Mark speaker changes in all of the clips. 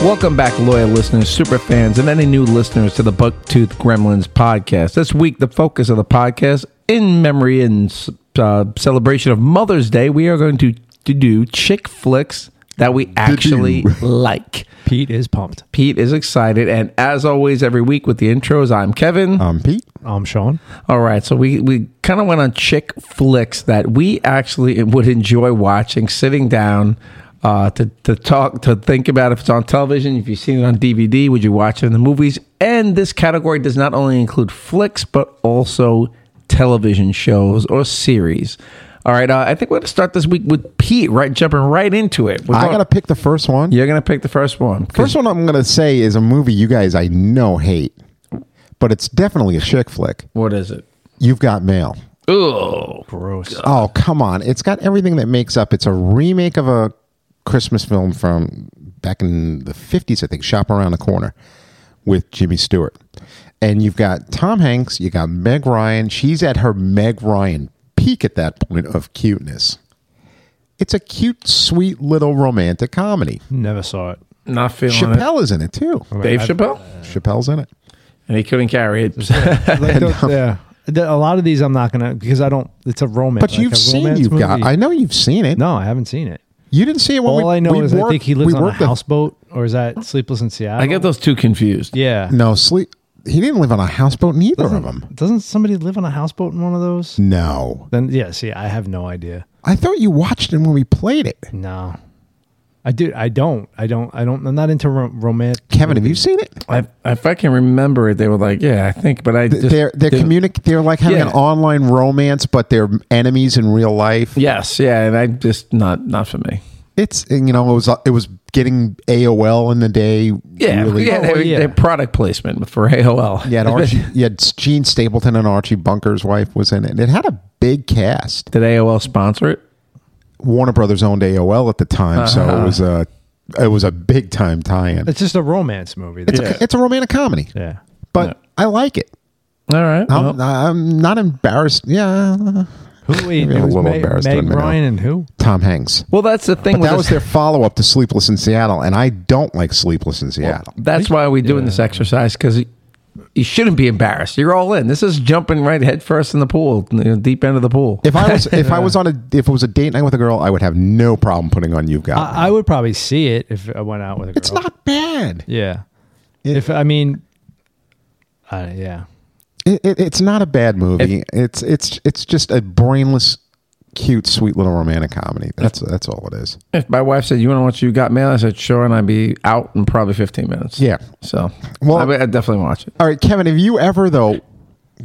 Speaker 1: Welcome back, loyal listeners, super fans, and any new listeners to the Bucktooth Gremlins podcast. This week, the focus of the podcast, in memory and uh, celebration of Mother's Day, we are going to, to do chick flicks that we actually like.
Speaker 2: Pete is pumped.
Speaker 1: Pete is excited, and as always, every week with the intros, I'm Kevin.
Speaker 3: Um, Pete.
Speaker 2: I'm Sean.
Speaker 1: All right, so we, we kind of went on chick flicks that we actually would enjoy watching, sitting down uh, to, to talk, to think about if it's on television, if you've seen it on DVD, would you watch it in the movies? And this category does not only include flicks, but also television shows or series. All right, uh, I think we're going to start this week with Pete, right? Jumping right into it. We're
Speaker 3: I
Speaker 1: going-
Speaker 3: gotta pick the first one.
Speaker 1: You're going to pick the first one.
Speaker 3: First one I'm gonna say is a movie you guys I know hate, but it's definitely a chick flick.
Speaker 1: What is it?
Speaker 3: You've got mail.
Speaker 1: Oh,
Speaker 2: Gross.
Speaker 3: Oh come on! It's got everything that makes up. It's a remake of a Christmas film from back in the '50s, I think. Shop Around the Corner with Jimmy Stewart, and you've got Tom Hanks. You got Meg Ryan. She's at her Meg Ryan peak at that point of cuteness. It's a cute, sweet little romantic comedy.
Speaker 2: Never saw it.
Speaker 1: not feeling it.
Speaker 3: Chappelle is in it too.
Speaker 1: Dave
Speaker 2: I-
Speaker 1: Chappelle?
Speaker 3: Chappelle's in it.
Speaker 1: And he couldn't carry it.
Speaker 2: Like, the- yeah. The- a lot of these I'm not gonna because I don't. It's a romance.
Speaker 3: But
Speaker 2: like
Speaker 3: you've
Speaker 2: a
Speaker 3: seen
Speaker 2: romance
Speaker 3: you've got.
Speaker 2: movie.
Speaker 3: I know you've seen it.
Speaker 2: no, I haven't seen it.
Speaker 3: You didn't see it when
Speaker 2: All
Speaker 3: we,
Speaker 2: I know
Speaker 3: we
Speaker 2: is I
Speaker 3: worked-
Speaker 2: think he
Speaker 3: we
Speaker 2: lives on a
Speaker 3: worked the-
Speaker 2: houseboat, or is that Sleepless in Seattle?
Speaker 1: I get those two confused.
Speaker 2: Yeah.
Speaker 3: No, sleep. He didn't live on a houseboat. Neither of them.
Speaker 2: Doesn't somebody live on a houseboat in one of those?
Speaker 3: No,
Speaker 2: Then yeah. See, I have no idea.
Speaker 3: I thought you watched him when we played it.
Speaker 2: No. I do. I don't. I don't. I don't. I'm not into rom- romance.
Speaker 3: Kevin, have you
Speaker 2: Mm-hmm.
Speaker 3: seen it?
Speaker 1: I, if I can remember it, they were like, "Yeah, I think," but I just,
Speaker 3: They're they're
Speaker 1: didn't-
Speaker 3: communic. They're like having
Speaker 1: Yeah.
Speaker 3: an online romance, but they're enemies in real life.
Speaker 1: Yes, yeah, and I just not not for me.
Speaker 3: It's and, you know it was it was getting AOL in the day.
Speaker 1: Yeah,
Speaker 3: really.
Speaker 1: yeah,
Speaker 2: Oh,
Speaker 1: they, were-
Speaker 2: yeah.
Speaker 1: they were product placement for AOL.
Speaker 3: You had Archie. You had Gene Stapleton and Archie Bunker's wife was in it. It had a big cast.
Speaker 1: Did AOL sponsor it?
Speaker 3: Warner Brothers owned AOL at the time, so it was a it was a big time tie-in. It's,
Speaker 2: Uh-huh. It's just a romance movie.
Speaker 1: a-
Speaker 2: yeah.
Speaker 3: a romantic comedy,
Speaker 2: yeah. Uh-huh.
Speaker 3: but I like it.
Speaker 1: All right,
Speaker 3: I'm, I'm not embarrassed. Yeah,
Speaker 2: Who? Wait,
Speaker 3: Maybe I'm
Speaker 2: it
Speaker 3: a
Speaker 2: was
Speaker 3: little
Speaker 2: Meg,
Speaker 3: embarrassed to
Speaker 2: Meg
Speaker 3: admit now.
Speaker 2: Ryan and who?
Speaker 3: Tom Hanks.
Speaker 1: well, that's the thing.
Speaker 3: But
Speaker 1: with
Speaker 3: that
Speaker 1: this-
Speaker 3: was their follow-up to Sleepless in Seattle, and I don't like Sleepless in Seattle.
Speaker 1: That's why we're doing this exercise because you shouldn't be embarrassed. You're all in. This is jumping right head first in the pool, you know, deep end of the pool.
Speaker 3: If I was if I was on a if it was a date night with a girl, I would have no problem putting on You've Got. Mail.
Speaker 2: I, I would probably see it if I went out with a Uh, girl.
Speaker 3: it's not bad.
Speaker 2: Yeah.
Speaker 3: It-
Speaker 2: if I mean, uh, yeah.
Speaker 3: It, it, it's not a bad movie. it's it's it's just a brainless, cute, sweet little romantic comedy. That's that's all it is.
Speaker 1: If my wife said, "You want to watch You Got Mail?" I said, "Sure," and I'd be out in probably 15 minutes.
Speaker 3: Yeah.
Speaker 1: So, well,
Speaker 3: Well-
Speaker 1: I, would definitely watch it.
Speaker 3: All right, Kevin, have you ever though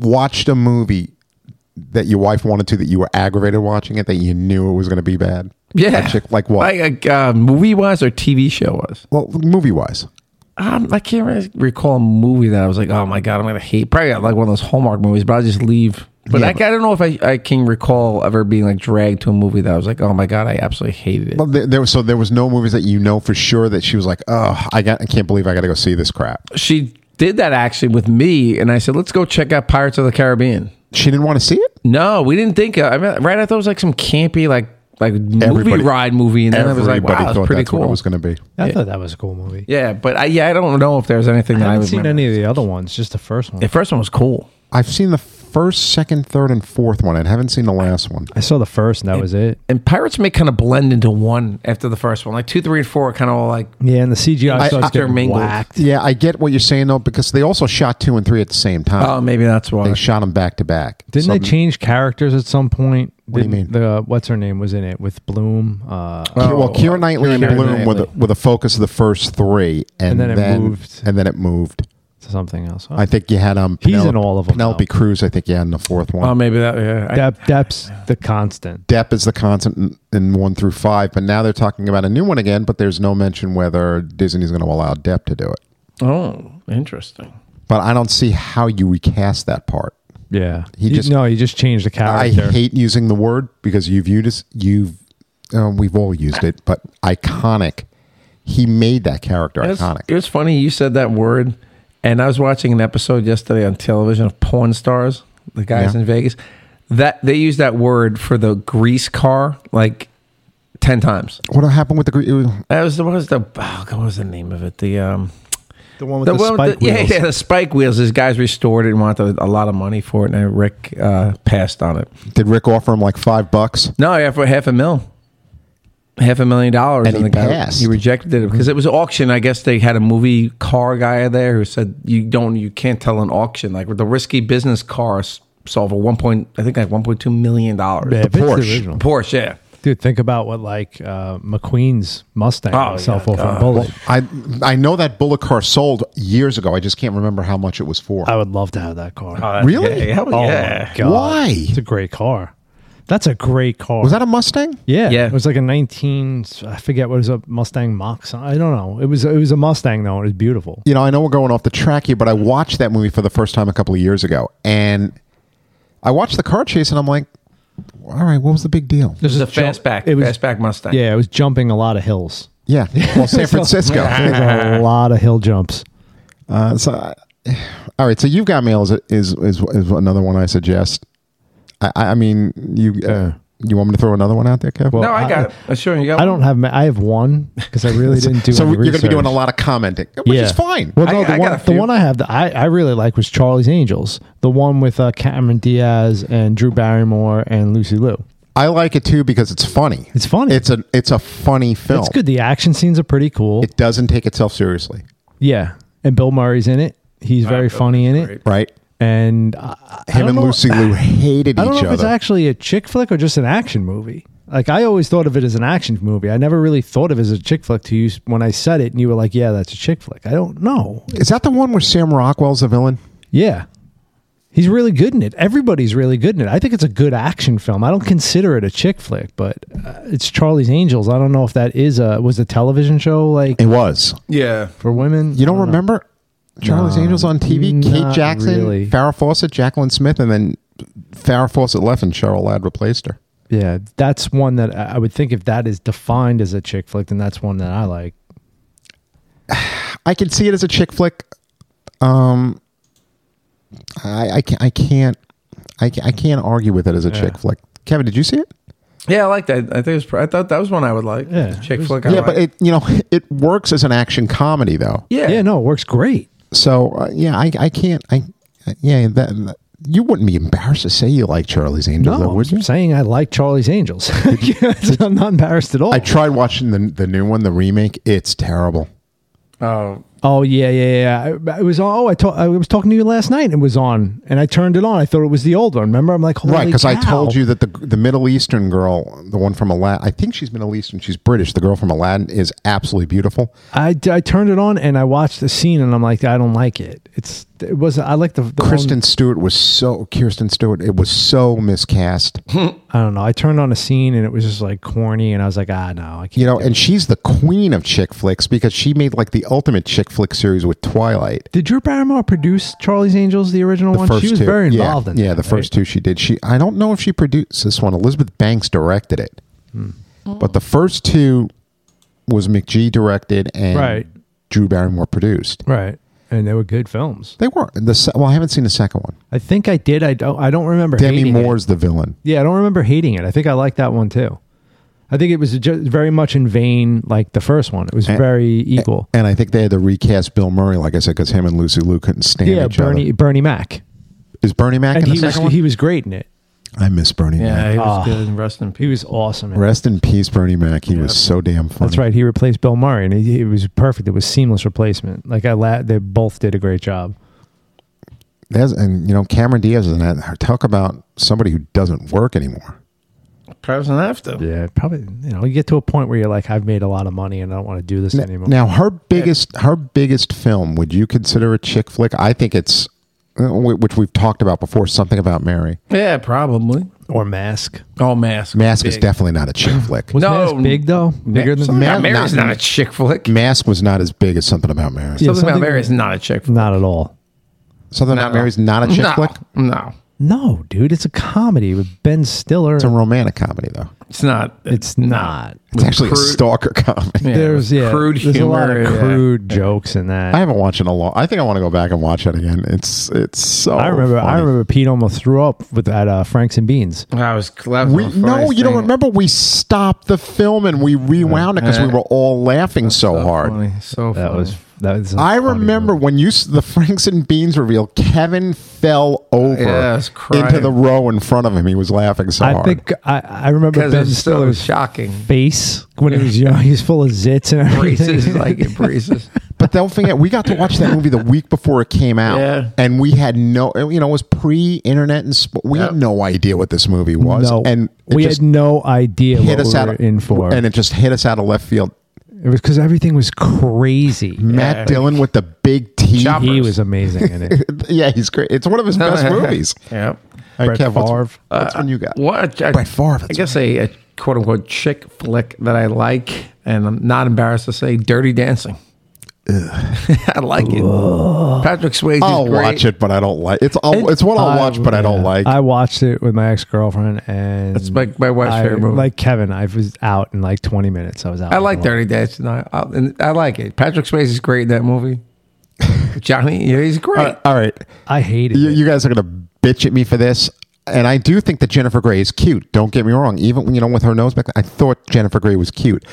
Speaker 3: watched a movie that your wife wanted to that you were aggravated watching it that you knew it was going to be bad?
Speaker 1: Yeah,
Speaker 3: A chick- like what?
Speaker 1: Like uh, movie wise or TV show wise?
Speaker 3: well, movie wise,
Speaker 1: Um, I can't really recall a movie that I was like, oh my god, I'm gonna hate. Probably like one of those Hallmark movies, but I just leave. But
Speaker 3: Yeah,
Speaker 1: I, I don't know if I, I can recall ever being like dragged to a movie that I was like, oh my god, I absolutely hated it.
Speaker 3: well, there, there was so there was no movies that you know for sure that she was like, oh, I got, I can't believe I got to go see this crap.
Speaker 1: She did that actually with me, and I said, let's go check out Pirates of the Caribbean.
Speaker 3: She didn't want to see it.
Speaker 1: No, we didn't think. I mean, right, I thought it was like some campy like like movie
Speaker 3: Everybody-
Speaker 1: ride movie, and then I was like, wow, that's pretty
Speaker 3: that's what
Speaker 1: cool.
Speaker 3: it was going to be.
Speaker 2: I thought that was a cool movie.
Speaker 1: yeah, but I yeah, I don't know if there was anything
Speaker 2: I
Speaker 1: that I
Speaker 2: haven't
Speaker 1: was.
Speaker 2: seen any of the other ones, just the first one.
Speaker 1: The first one was cool.
Speaker 3: I've seen the first, second, third, and fourth one. I haven't seen the last one.
Speaker 2: I saw the first, and that was it.
Speaker 1: And Pirates may kind of blend into one after the first one. Like two, three, and four are kind of all like
Speaker 2: Yeah, and the CGI
Speaker 3: I-
Speaker 2: starts
Speaker 1: after
Speaker 2: getting
Speaker 1: Mingled.
Speaker 2: whacked.
Speaker 3: Yeah, I get what you're saying though, because they also shot two and three at the same time.
Speaker 1: Oh, maybe that's why.
Speaker 3: they shot them back to back.
Speaker 2: Didn't
Speaker 3: So
Speaker 2: they change characters at some point? What
Speaker 3: do you mean?
Speaker 2: The what's her name was in it with Bloom, uh,
Speaker 3: Ki- well, Kira Knightley
Speaker 1: Keira
Speaker 3: and Bloom were the,
Speaker 1: Knightley.
Speaker 3: were the focus of the first three, and,
Speaker 2: And then it
Speaker 3: then
Speaker 2: moved.
Speaker 3: And then it moved.
Speaker 2: to something else.
Speaker 3: I think you had um.
Speaker 2: He's in
Speaker 3: Penelope-
Speaker 2: all of 'em
Speaker 3: Penelope
Speaker 2: now.
Speaker 3: Cruz, I think you had in the fourth one.
Speaker 1: Oh, maybe that. Yeah. I-
Speaker 2: Dep, Depp's the constant.
Speaker 3: Depp is the constant in, in one through five, but now they're talking about a new one again. But there's no mention whether Disney's going to allow Depp to do it.
Speaker 1: oh, interesting.
Speaker 3: But I don't see how you recast that part.
Speaker 2: Yeah,
Speaker 3: He
Speaker 2: You-
Speaker 3: just-
Speaker 2: no, he just changed the
Speaker 3: I
Speaker 2: character.
Speaker 3: hate using the word because you've used you've um, we've all used it, but iconic. He made that character
Speaker 1: It's,
Speaker 3: iconic.
Speaker 1: it was funny you said that word, and I was watching an episode yesterday on television of Porn Stars, the guys
Speaker 3: Yeah.
Speaker 1: in Vegas. That they use that word for the grease car, like ten times.
Speaker 3: What happened with the gre- it was-
Speaker 1: That was the what was the oh God, what was the name of it? The um
Speaker 2: The one with the,
Speaker 1: one
Speaker 2: spike
Speaker 1: with the- yeah,
Speaker 2: wheels.
Speaker 1: yeah, the spike wheels. This guy's restored it and wanted a lot of money for it, and Rick uh, passed on it.
Speaker 3: did Rick offer him like five bucks?
Speaker 1: No, yeah, for half a mil, half a million dollars,
Speaker 3: And he
Speaker 1: the guy
Speaker 3: passed.
Speaker 1: he Mm-hmm. rejected it because it was auction. I guess they had a movie car guy there who said you don't, you can't tell an auction like with the risky business cars sold for one point, I think like one point two million dollars.
Speaker 2: Yeah, if it's the
Speaker 3: Porsche.
Speaker 2: original.
Speaker 1: Porsche, yeah.
Speaker 2: Dude, think about what like uh, McQueen's Mustang
Speaker 1: Oh,
Speaker 2: cell
Speaker 1: yeah,
Speaker 2: phone
Speaker 1: God.
Speaker 2: from Bullet.
Speaker 3: I I know that bullet car sold years ago. I just can't remember how much it was for.
Speaker 2: I would love to have that car.
Speaker 1: Oh, that-
Speaker 3: Really?
Speaker 1: Yeah. yeah,
Speaker 2: Oh
Speaker 1: yeah.
Speaker 2: my god!
Speaker 3: Why?
Speaker 2: It's a great car. That's a great car.
Speaker 3: was that a Mustang?
Speaker 2: Yeah,
Speaker 1: Yeah.
Speaker 2: It was like a nineteen. I forget what it was a Mustang Mach. some- I don't know. It was it was a Mustang though. It was beautiful.
Speaker 3: You know, I know we're going off the track here, but I watched that movie for the first time a couple of years ago, and I watched the car chase, and I'm like, all right, what was the big deal?
Speaker 1: This is a
Speaker 2: jump-
Speaker 1: fastback.
Speaker 2: it was-
Speaker 1: fastback Mustang.
Speaker 2: Yeah, it was jumping a lot of hills.
Speaker 3: Yeah, well, San Francisco.
Speaker 2: It was a lot of hill jumps.
Speaker 3: Uh, so, uh, all right. So you've got mail is is is, is another one I suggest. I, I I mean, you uh, you want me to throw another one out there, Kev?
Speaker 1: No, I
Speaker 2: I-
Speaker 1: got it. I'm sure you got.
Speaker 2: I don't have. ma- I have one because I really didn't do.
Speaker 3: so
Speaker 2: any
Speaker 3: you're going to be
Speaker 2: research.
Speaker 3: doing a lot of commenting, which is fine.
Speaker 2: Well,
Speaker 1: I-
Speaker 2: no,
Speaker 1: I
Speaker 2: the,
Speaker 1: got a
Speaker 2: one, the
Speaker 1: few.
Speaker 2: one I have that I, I really like was Charlie's Angels, the one with uh, Cameron Diaz and Drew Barrymore and Lucy Liu.
Speaker 3: I like it too because it's funny.
Speaker 2: It's funny.
Speaker 3: It's a it's a funny film.
Speaker 2: It's good. The action scenes are pretty cool.
Speaker 3: It doesn't take itself seriously,
Speaker 2: yeah, and Bill Murray's in it. He's very funny in it.
Speaker 3: right?
Speaker 2: And I, I
Speaker 3: Him
Speaker 2: don't
Speaker 3: and
Speaker 2: know-
Speaker 3: Lucy Liu hated
Speaker 2: I don't know
Speaker 3: each
Speaker 2: if it's
Speaker 3: other.
Speaker 2: actually a chick flick or just an action movie. Like I always thought of it as an action movie. I never really thought of it as a chick flick to you when I said it, and you were like, "Yeah, that's a chick flick." I don't know.
Speaker 3: is that the one where Sam Rockwell's the villain?
Speaker 2: Yeah. He's really good in it. Everybody's really good in it. I think it's a good action film. I don't consider it a chick flick, but uh, it's Charlie's Angels. I don't know if that is a was a television show like
Speaker 3: It was.
Speaker 1: Yeah.
Speaker 2: for women.
Speaker 3: You don't remember Charlie's Angels on TV? Kate
Speaker 2: not
Speaker 3: Jackson,
Speaker 2: really.
Speaker 3: Farrah Fawcett, Jacqueline Smith, and then Farrah Fawcett left and Cheryl Ladd replaced her.
Speaker 2: Yeah, that's one that I I would think if that is defined as a chick flick, then that's one that I like.
Speaker 3: I can see it as a chick flick. Um, I, I can't. I can't. I can't, I can't argue with it as a chick flick. Kevin, did you see it?
Speaker 1: Yeah, I like that. I think it was. pr- I thought that was one I would like.
Speaker 2: Yeah.
Speaker 1: Chick flick. I
Speaker 2: Oh,
Speaker 3: yeah,
Speaker 1: like.
Speaker 3: but it you know it works as an action comedy though.
Speaker 1: Yeah.
Speaker 2: Yeah, no, it works great.
Speaker 3: So uh, yeah, I I can't. I uh, yeah that. You wouldn't be embarrassed to say you like Charlie's Angels,
Speaker 2: No,
Speaker 3: though, would you?
Speaker 2: I'm saying I like Charlie's Angels. I'm not embarrassed at all.
Speaker 3: I tried watching the the new one, the remake. It's terrible.
Speaker 1: Oh,
Speaker 2: Oh yeah, yeah, yeah. I- It was on. Oh, I, ta- I was talking to you last night. and It was on, and I turned it on. I thought it was the old one. Remember? I'm like, Holy
Speaker 3: Right, because I
Speaker 2: cow.
Speaker 3: told you that the the Middle Eastern girl, the one from Aladdin, I think she's Middle Eastern. She's British. The girl from Aladdin is absolutely beautiful.
Speaker 2: I, I turned it on and I watched the scene, and I'm like, I don't like it. It's it was I like the, the
Speaker 3: Kristen Stewart was so Kirsten Stewart. It was so miscast,
Speaker 2: one- I don't know. I turned on a scene and it was just like corny, and I was like, ah, no, I can't.
Speaker 3: you know. And she's the queen of chick flicks because she made like the ultimate chick flick series with Twilight.
Speaker 2: Did Drew Barrymore produce Charlie's Angels, the original
Speaker 3: The
Speaker 2: one?
Speaker 3: first
Speaker 2: she was
Speaker 3: two,
Speaker 2: very
Speaker 3: yeah,
Speaker 2: involved in
Speaker 3: yeah.
Speaker 2: that,
Speaker 3: the first two she did. She I don't know if she produced this one. Elizabeth Banks directed it,
Speaker 2: Hmm.
Speaker 3: but the first two was McGee directed and
Speaker 2: Right.
Speaker 3: Drew Barrymore produced.
Speaker 2: right? Right. And they were good films.
Speaker 3: They were the se- well. I haven't seen the second one.
Speaker 2: I think I did. I don't. I don't remember.
Speaker 3: Demi
Speaker 2: hating it.
Speaker 3: Moore's the villain.
Speaker 2: Yeah, I don't remember hating it. I think I liked that one too. I think it was just very much in vain like the first one. It was
Speaker 3: And-
Speaker 2: very equal.
Speaker 3: And I think they had to recast Bill Murray, like I said, because him and Lucy Liu couldn't stand
Speaker 2: yeah,
Speaker 3: each
Speaker 2: Bernie
Speaker 3: other.
Speaker 2: Bernie Mac.
Speaker 3: Is Bernie Mac
Speaker 2: And
Speaker 3: in the
Speaker 2: he was
Speaker 3: second one?
Speaker 2: he was great in it.
Speaker 3: I miss Bernie
Speaker 1: yeah.
Speaker 3: Mac.
Speaker 1: He was
Speaker 2: Ah.
Speaker 1: good. Rest in
Speaker 2: He
Speaker 1: peace.
Speaker 2: was awesome. in it.
Speaker 3: Rest in peace, Bernie Mac. He was so damn funny.
Speaker 2: That's right. He replaced Bill Murray, and it, it was perfect. It was seamless replacement. Like I, la- they both did a great job.
Speaker 3: There's, and you know, Cameron Diaz is in that. Talk about somebody who doesn't work anymore.
Speaker 1: Perhaps an after.
Speaker 2: Yeah, probably. You know, you get to a point where you're like, I've made a lot of money, and I don't want to do this anymore.
Speaker 3: Now, her biggest her biggest film, would you consider a chick flick? I think it's uh, wh- which we've talked about before. Something about Mary.
Speaker 1: Yeah, probably.
Speaker 2: or Mask.
Speaker 1: Oh, mask.
Speaker 3: Mask is
Speaker 1: Big.
Speaker 3: definitely not a chick flick.
Speaker 2: Was
Speaker 1: No.
Speaker 2: Mask big though, bigger than
Speaker 1: Something About
Speaker 3: Ma-
Speaker 1: Mary's
Speaker 3: not-
Speaker 1: not a chick flick.
Speaker 3: Mask was not as big as something about Mary.
Speaker 2: Yeah,
Speaker 1: something about
Speaker 2: something-
Speaker 1: Mary's not a chick. flick.
Speaker 2: Not at all.
Speaker 3: Something about Mary's not a chick
Speaker 1: no,
Speaker 3: flick.
Speaker 1: No.
Speaker 2: No, dude, it's a comedy with Ben Stiller.
Speaker 3: It's a romantic comedy, though.
Speaker 1: It's not.
Speaker 2: It's not.
Speaker 3: It's actually a
Speaker 1: crude-
Speaker 3: stalker comedy.
Speaker 1: Yeah,
Speaker 2: there's yeah,
Speaker 1: crude
Speaker 2: there's
Speaker 1: humor.
Speaker 2: a lot of
Speaker 1: yeah.
Speaker 2: crude jokes in that.
Speaker 3: I haven't watched it in a long. I think I want to go back and watch it again. It's it's so.
Speaker 2: I remember. I
Speaker 3: funny.
Speaker 2: remember Pete almost threw up with that uh, Franks and Beans.
Speaker 1: I was clever.
Speaker 3: We, no, you don't remember. We stopped the film and we rewound it because we
Speaker 1: Yeah.
Speaker 3: were all laughing so, hard.
Speaker 1: Funny. So
Speaker 2: That was that was. a
Speaker 3: I
Speaker 2: funny
Speaker 3: remember
Speaker 2: movie.
Speaker 3: when you s- the Franks and Beans reveal. Kevin fell over
Speaker 1: Yeah, I was crying.
Speaker 3: into the row in front of him. He was laughing so
Speaker 2: I
Speaker 3: hard.
Speaker 2: think I, I remember
Speaker 1: because
Speaker 2: Ben
Speaker 1: it's still
Speaker 2: Stiller's
Speaker 1: shocking.
Speaker 2: face when he was young. He was full of zits and everything.
Speaker 1: Braces like it braces.
Speaker 3: But don't forget, we got to watch that movie the week before it came out,
Speaker 1: Yeah.
Speaker 3: and we had no, you know, it was pre-internet and sp- we
Speaker 1: Yep.
Speaker 3: had no idea what this movie was,
Speaker 2: no,
Speaker 3: and it
Speaker 2: we
Speaker 3: just
Speaker 2: had no idea
Speaker 3: hit
Speaker 2: what
Speaker 3: us
Speaker 2: we
Speaker 3: out
Speaker 2: were
Speaker 3: of,
Speaker 2: in for.
Speaker 3: and it just hit us out of left field.
Speaker 2: it was because everything was crazy.
Speaker 3: Matt Dillon with the big teeth,
Speaker 1: Chop-
Speaker 2: He was amazing in it.
Speaker 3: yeah, he's great. It's one of his best movies.
Speaker 1: Yep.
Speaker 3: All right,
Speaker 2: Brett
Speaker 3: Kev, what's-
Speaker 2: Favre.
Speaker 3: What's one you got?
Speaker 1: What? I,
Speaker 3: Brett Favre.
Speaker 1: I guess a, a quote unquote chick flick that I like, and I'm not embarrassed to say, Dirty Dancing. I like it. Patrick Swayze.
Speaker 3: I'll watch it, but I don't like it's. I'll, it's one I'll watch, but I don't
Speaker 2: yeah.
Speaker 3: like.
Speaker 2: I watched it with my ex girlfriend, and
Speaker 1: It's my, my wife's
Speaker 2: I,
Speaker 1: favorite movie.
Speaker 2: like Kevin, I was out in like twenty minutes. I was out.
Speaker 1: I like Dirty Dancing. I, I, and I like it. Patrick Swayze is great in that movie. Johnny, yeah, he's great.
Speaker 3: all
Speaker 2: Uh,
Speaker 3: right, all right.
Speaker 2: I hated
Speaker 3: you,
Speaker 2: it.
Speaker 3: you guys are gonna bitch at me for this and i do think that jennifer gray is cute don't get me wrong even you know with her nose back i thought jennifer gray was cute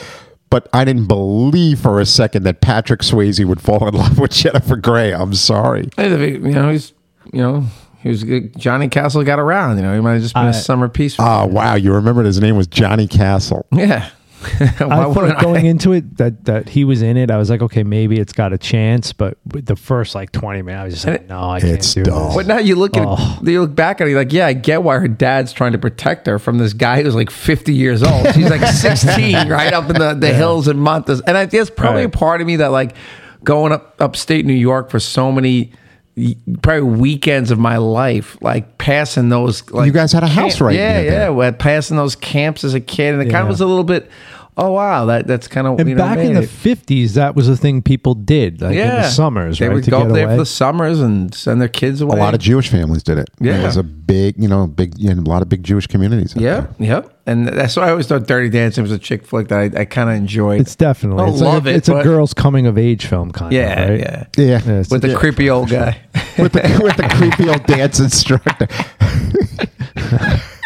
Speaker 3: but i didn't believe for a second that patrick swayze would fall in love with jennifer gray i'm sorry
Speaker 1: Hey, the- you know, he's you know he was good. Johnny Castle got around. You know, he might have just been a
Speaker 2: I-
Speaker 1: summer piece. for-
Speaker 3: oh wow you remembered his name was johnny castle
Speaker 1: yeah. Why
Speaker 2: I
Speaker 1: wouldn't
Speaker 2: thought
Speaker 1: I?
Speaker 2: going into it that that he was in it. I was like, okay, maybe it's got a chance. But with the first like twenty minutes, I was just like, no, I can't
Speaker 3: It's
Speaker 2: do
Speaker 3: dull.
Speaker 2: this.
Speaker 1: But now you look at
Speaker 2: Oh.
Speaker 1: you look back at it like, yeah, I get why her dad's trying to protect her from this guy who's like 50 years old. She's like 16, right up in the, the hills in Montes. And I there's probably a
Speaker 2: Right.
Speaker 1: part of me that like going up upstate New York for so many y- probably weekends of my life, like passing those. Like,
Speaker 3: You guys had a house
Speaker 1: camp-
Speaker 3: right
Speaker 1: Yeah,
Speaker 3: near
Speaker 1: yeah.
Speaker 3: there.
Speaker 1: We're passing those camps as a kid, and it kind
Speaker 2: Yeah.
Speaker 1: of was a little bit. Oh wow, that that's kind of
Speaker 2: and
Speaker 1: you know,
Speaker 2: back in
Speaker 1: man,
Speaker 2: the
Speaker 1: it-
Speaker 2: fifties, that was a thing people did, like in the summers,
Speaker 1: they
Speaker 2: right?
Speaker 1: would
Speaker 2: to
Speaker 1: go
Speaker 2: get
Speaker 1: up there
Speaker 2: away.
Speaker 1: for the summers and send their kids
Speaker 3: a
Speaker 1: away.
Speaker 3: lot of jewish families did it
Speaker 1: Yeah.
Speaker 3: it was a big you know big you know, a lot of big jewish communities out
Speaker 1: Yeah,
Speaker 3: there.
Speaker 1: yeah, and that's why I always thought Dirty Dancing was a chick flick that I, I kind of enjoyed.
Speaker 2: it's definitely
Speaker 1: I
Speaker 2: it's
Speaker 1: love
Speaker 2: like a,
Speaker 1: it,
Speaker 2: It's a
Speaker 1: but-
Speaker 2: girls coming of age film kind
Speaker 1: yeah,
Speaker 2: of, right?
Speaker 1: yeah,
Speaker 3: yeah,
Speaker 2: Yes.
Speaker 1: with the
Speaker 3: Yeah.
Speaker 1: creepy old guy.
Speaker 3: with the with the creepy old dance instructor.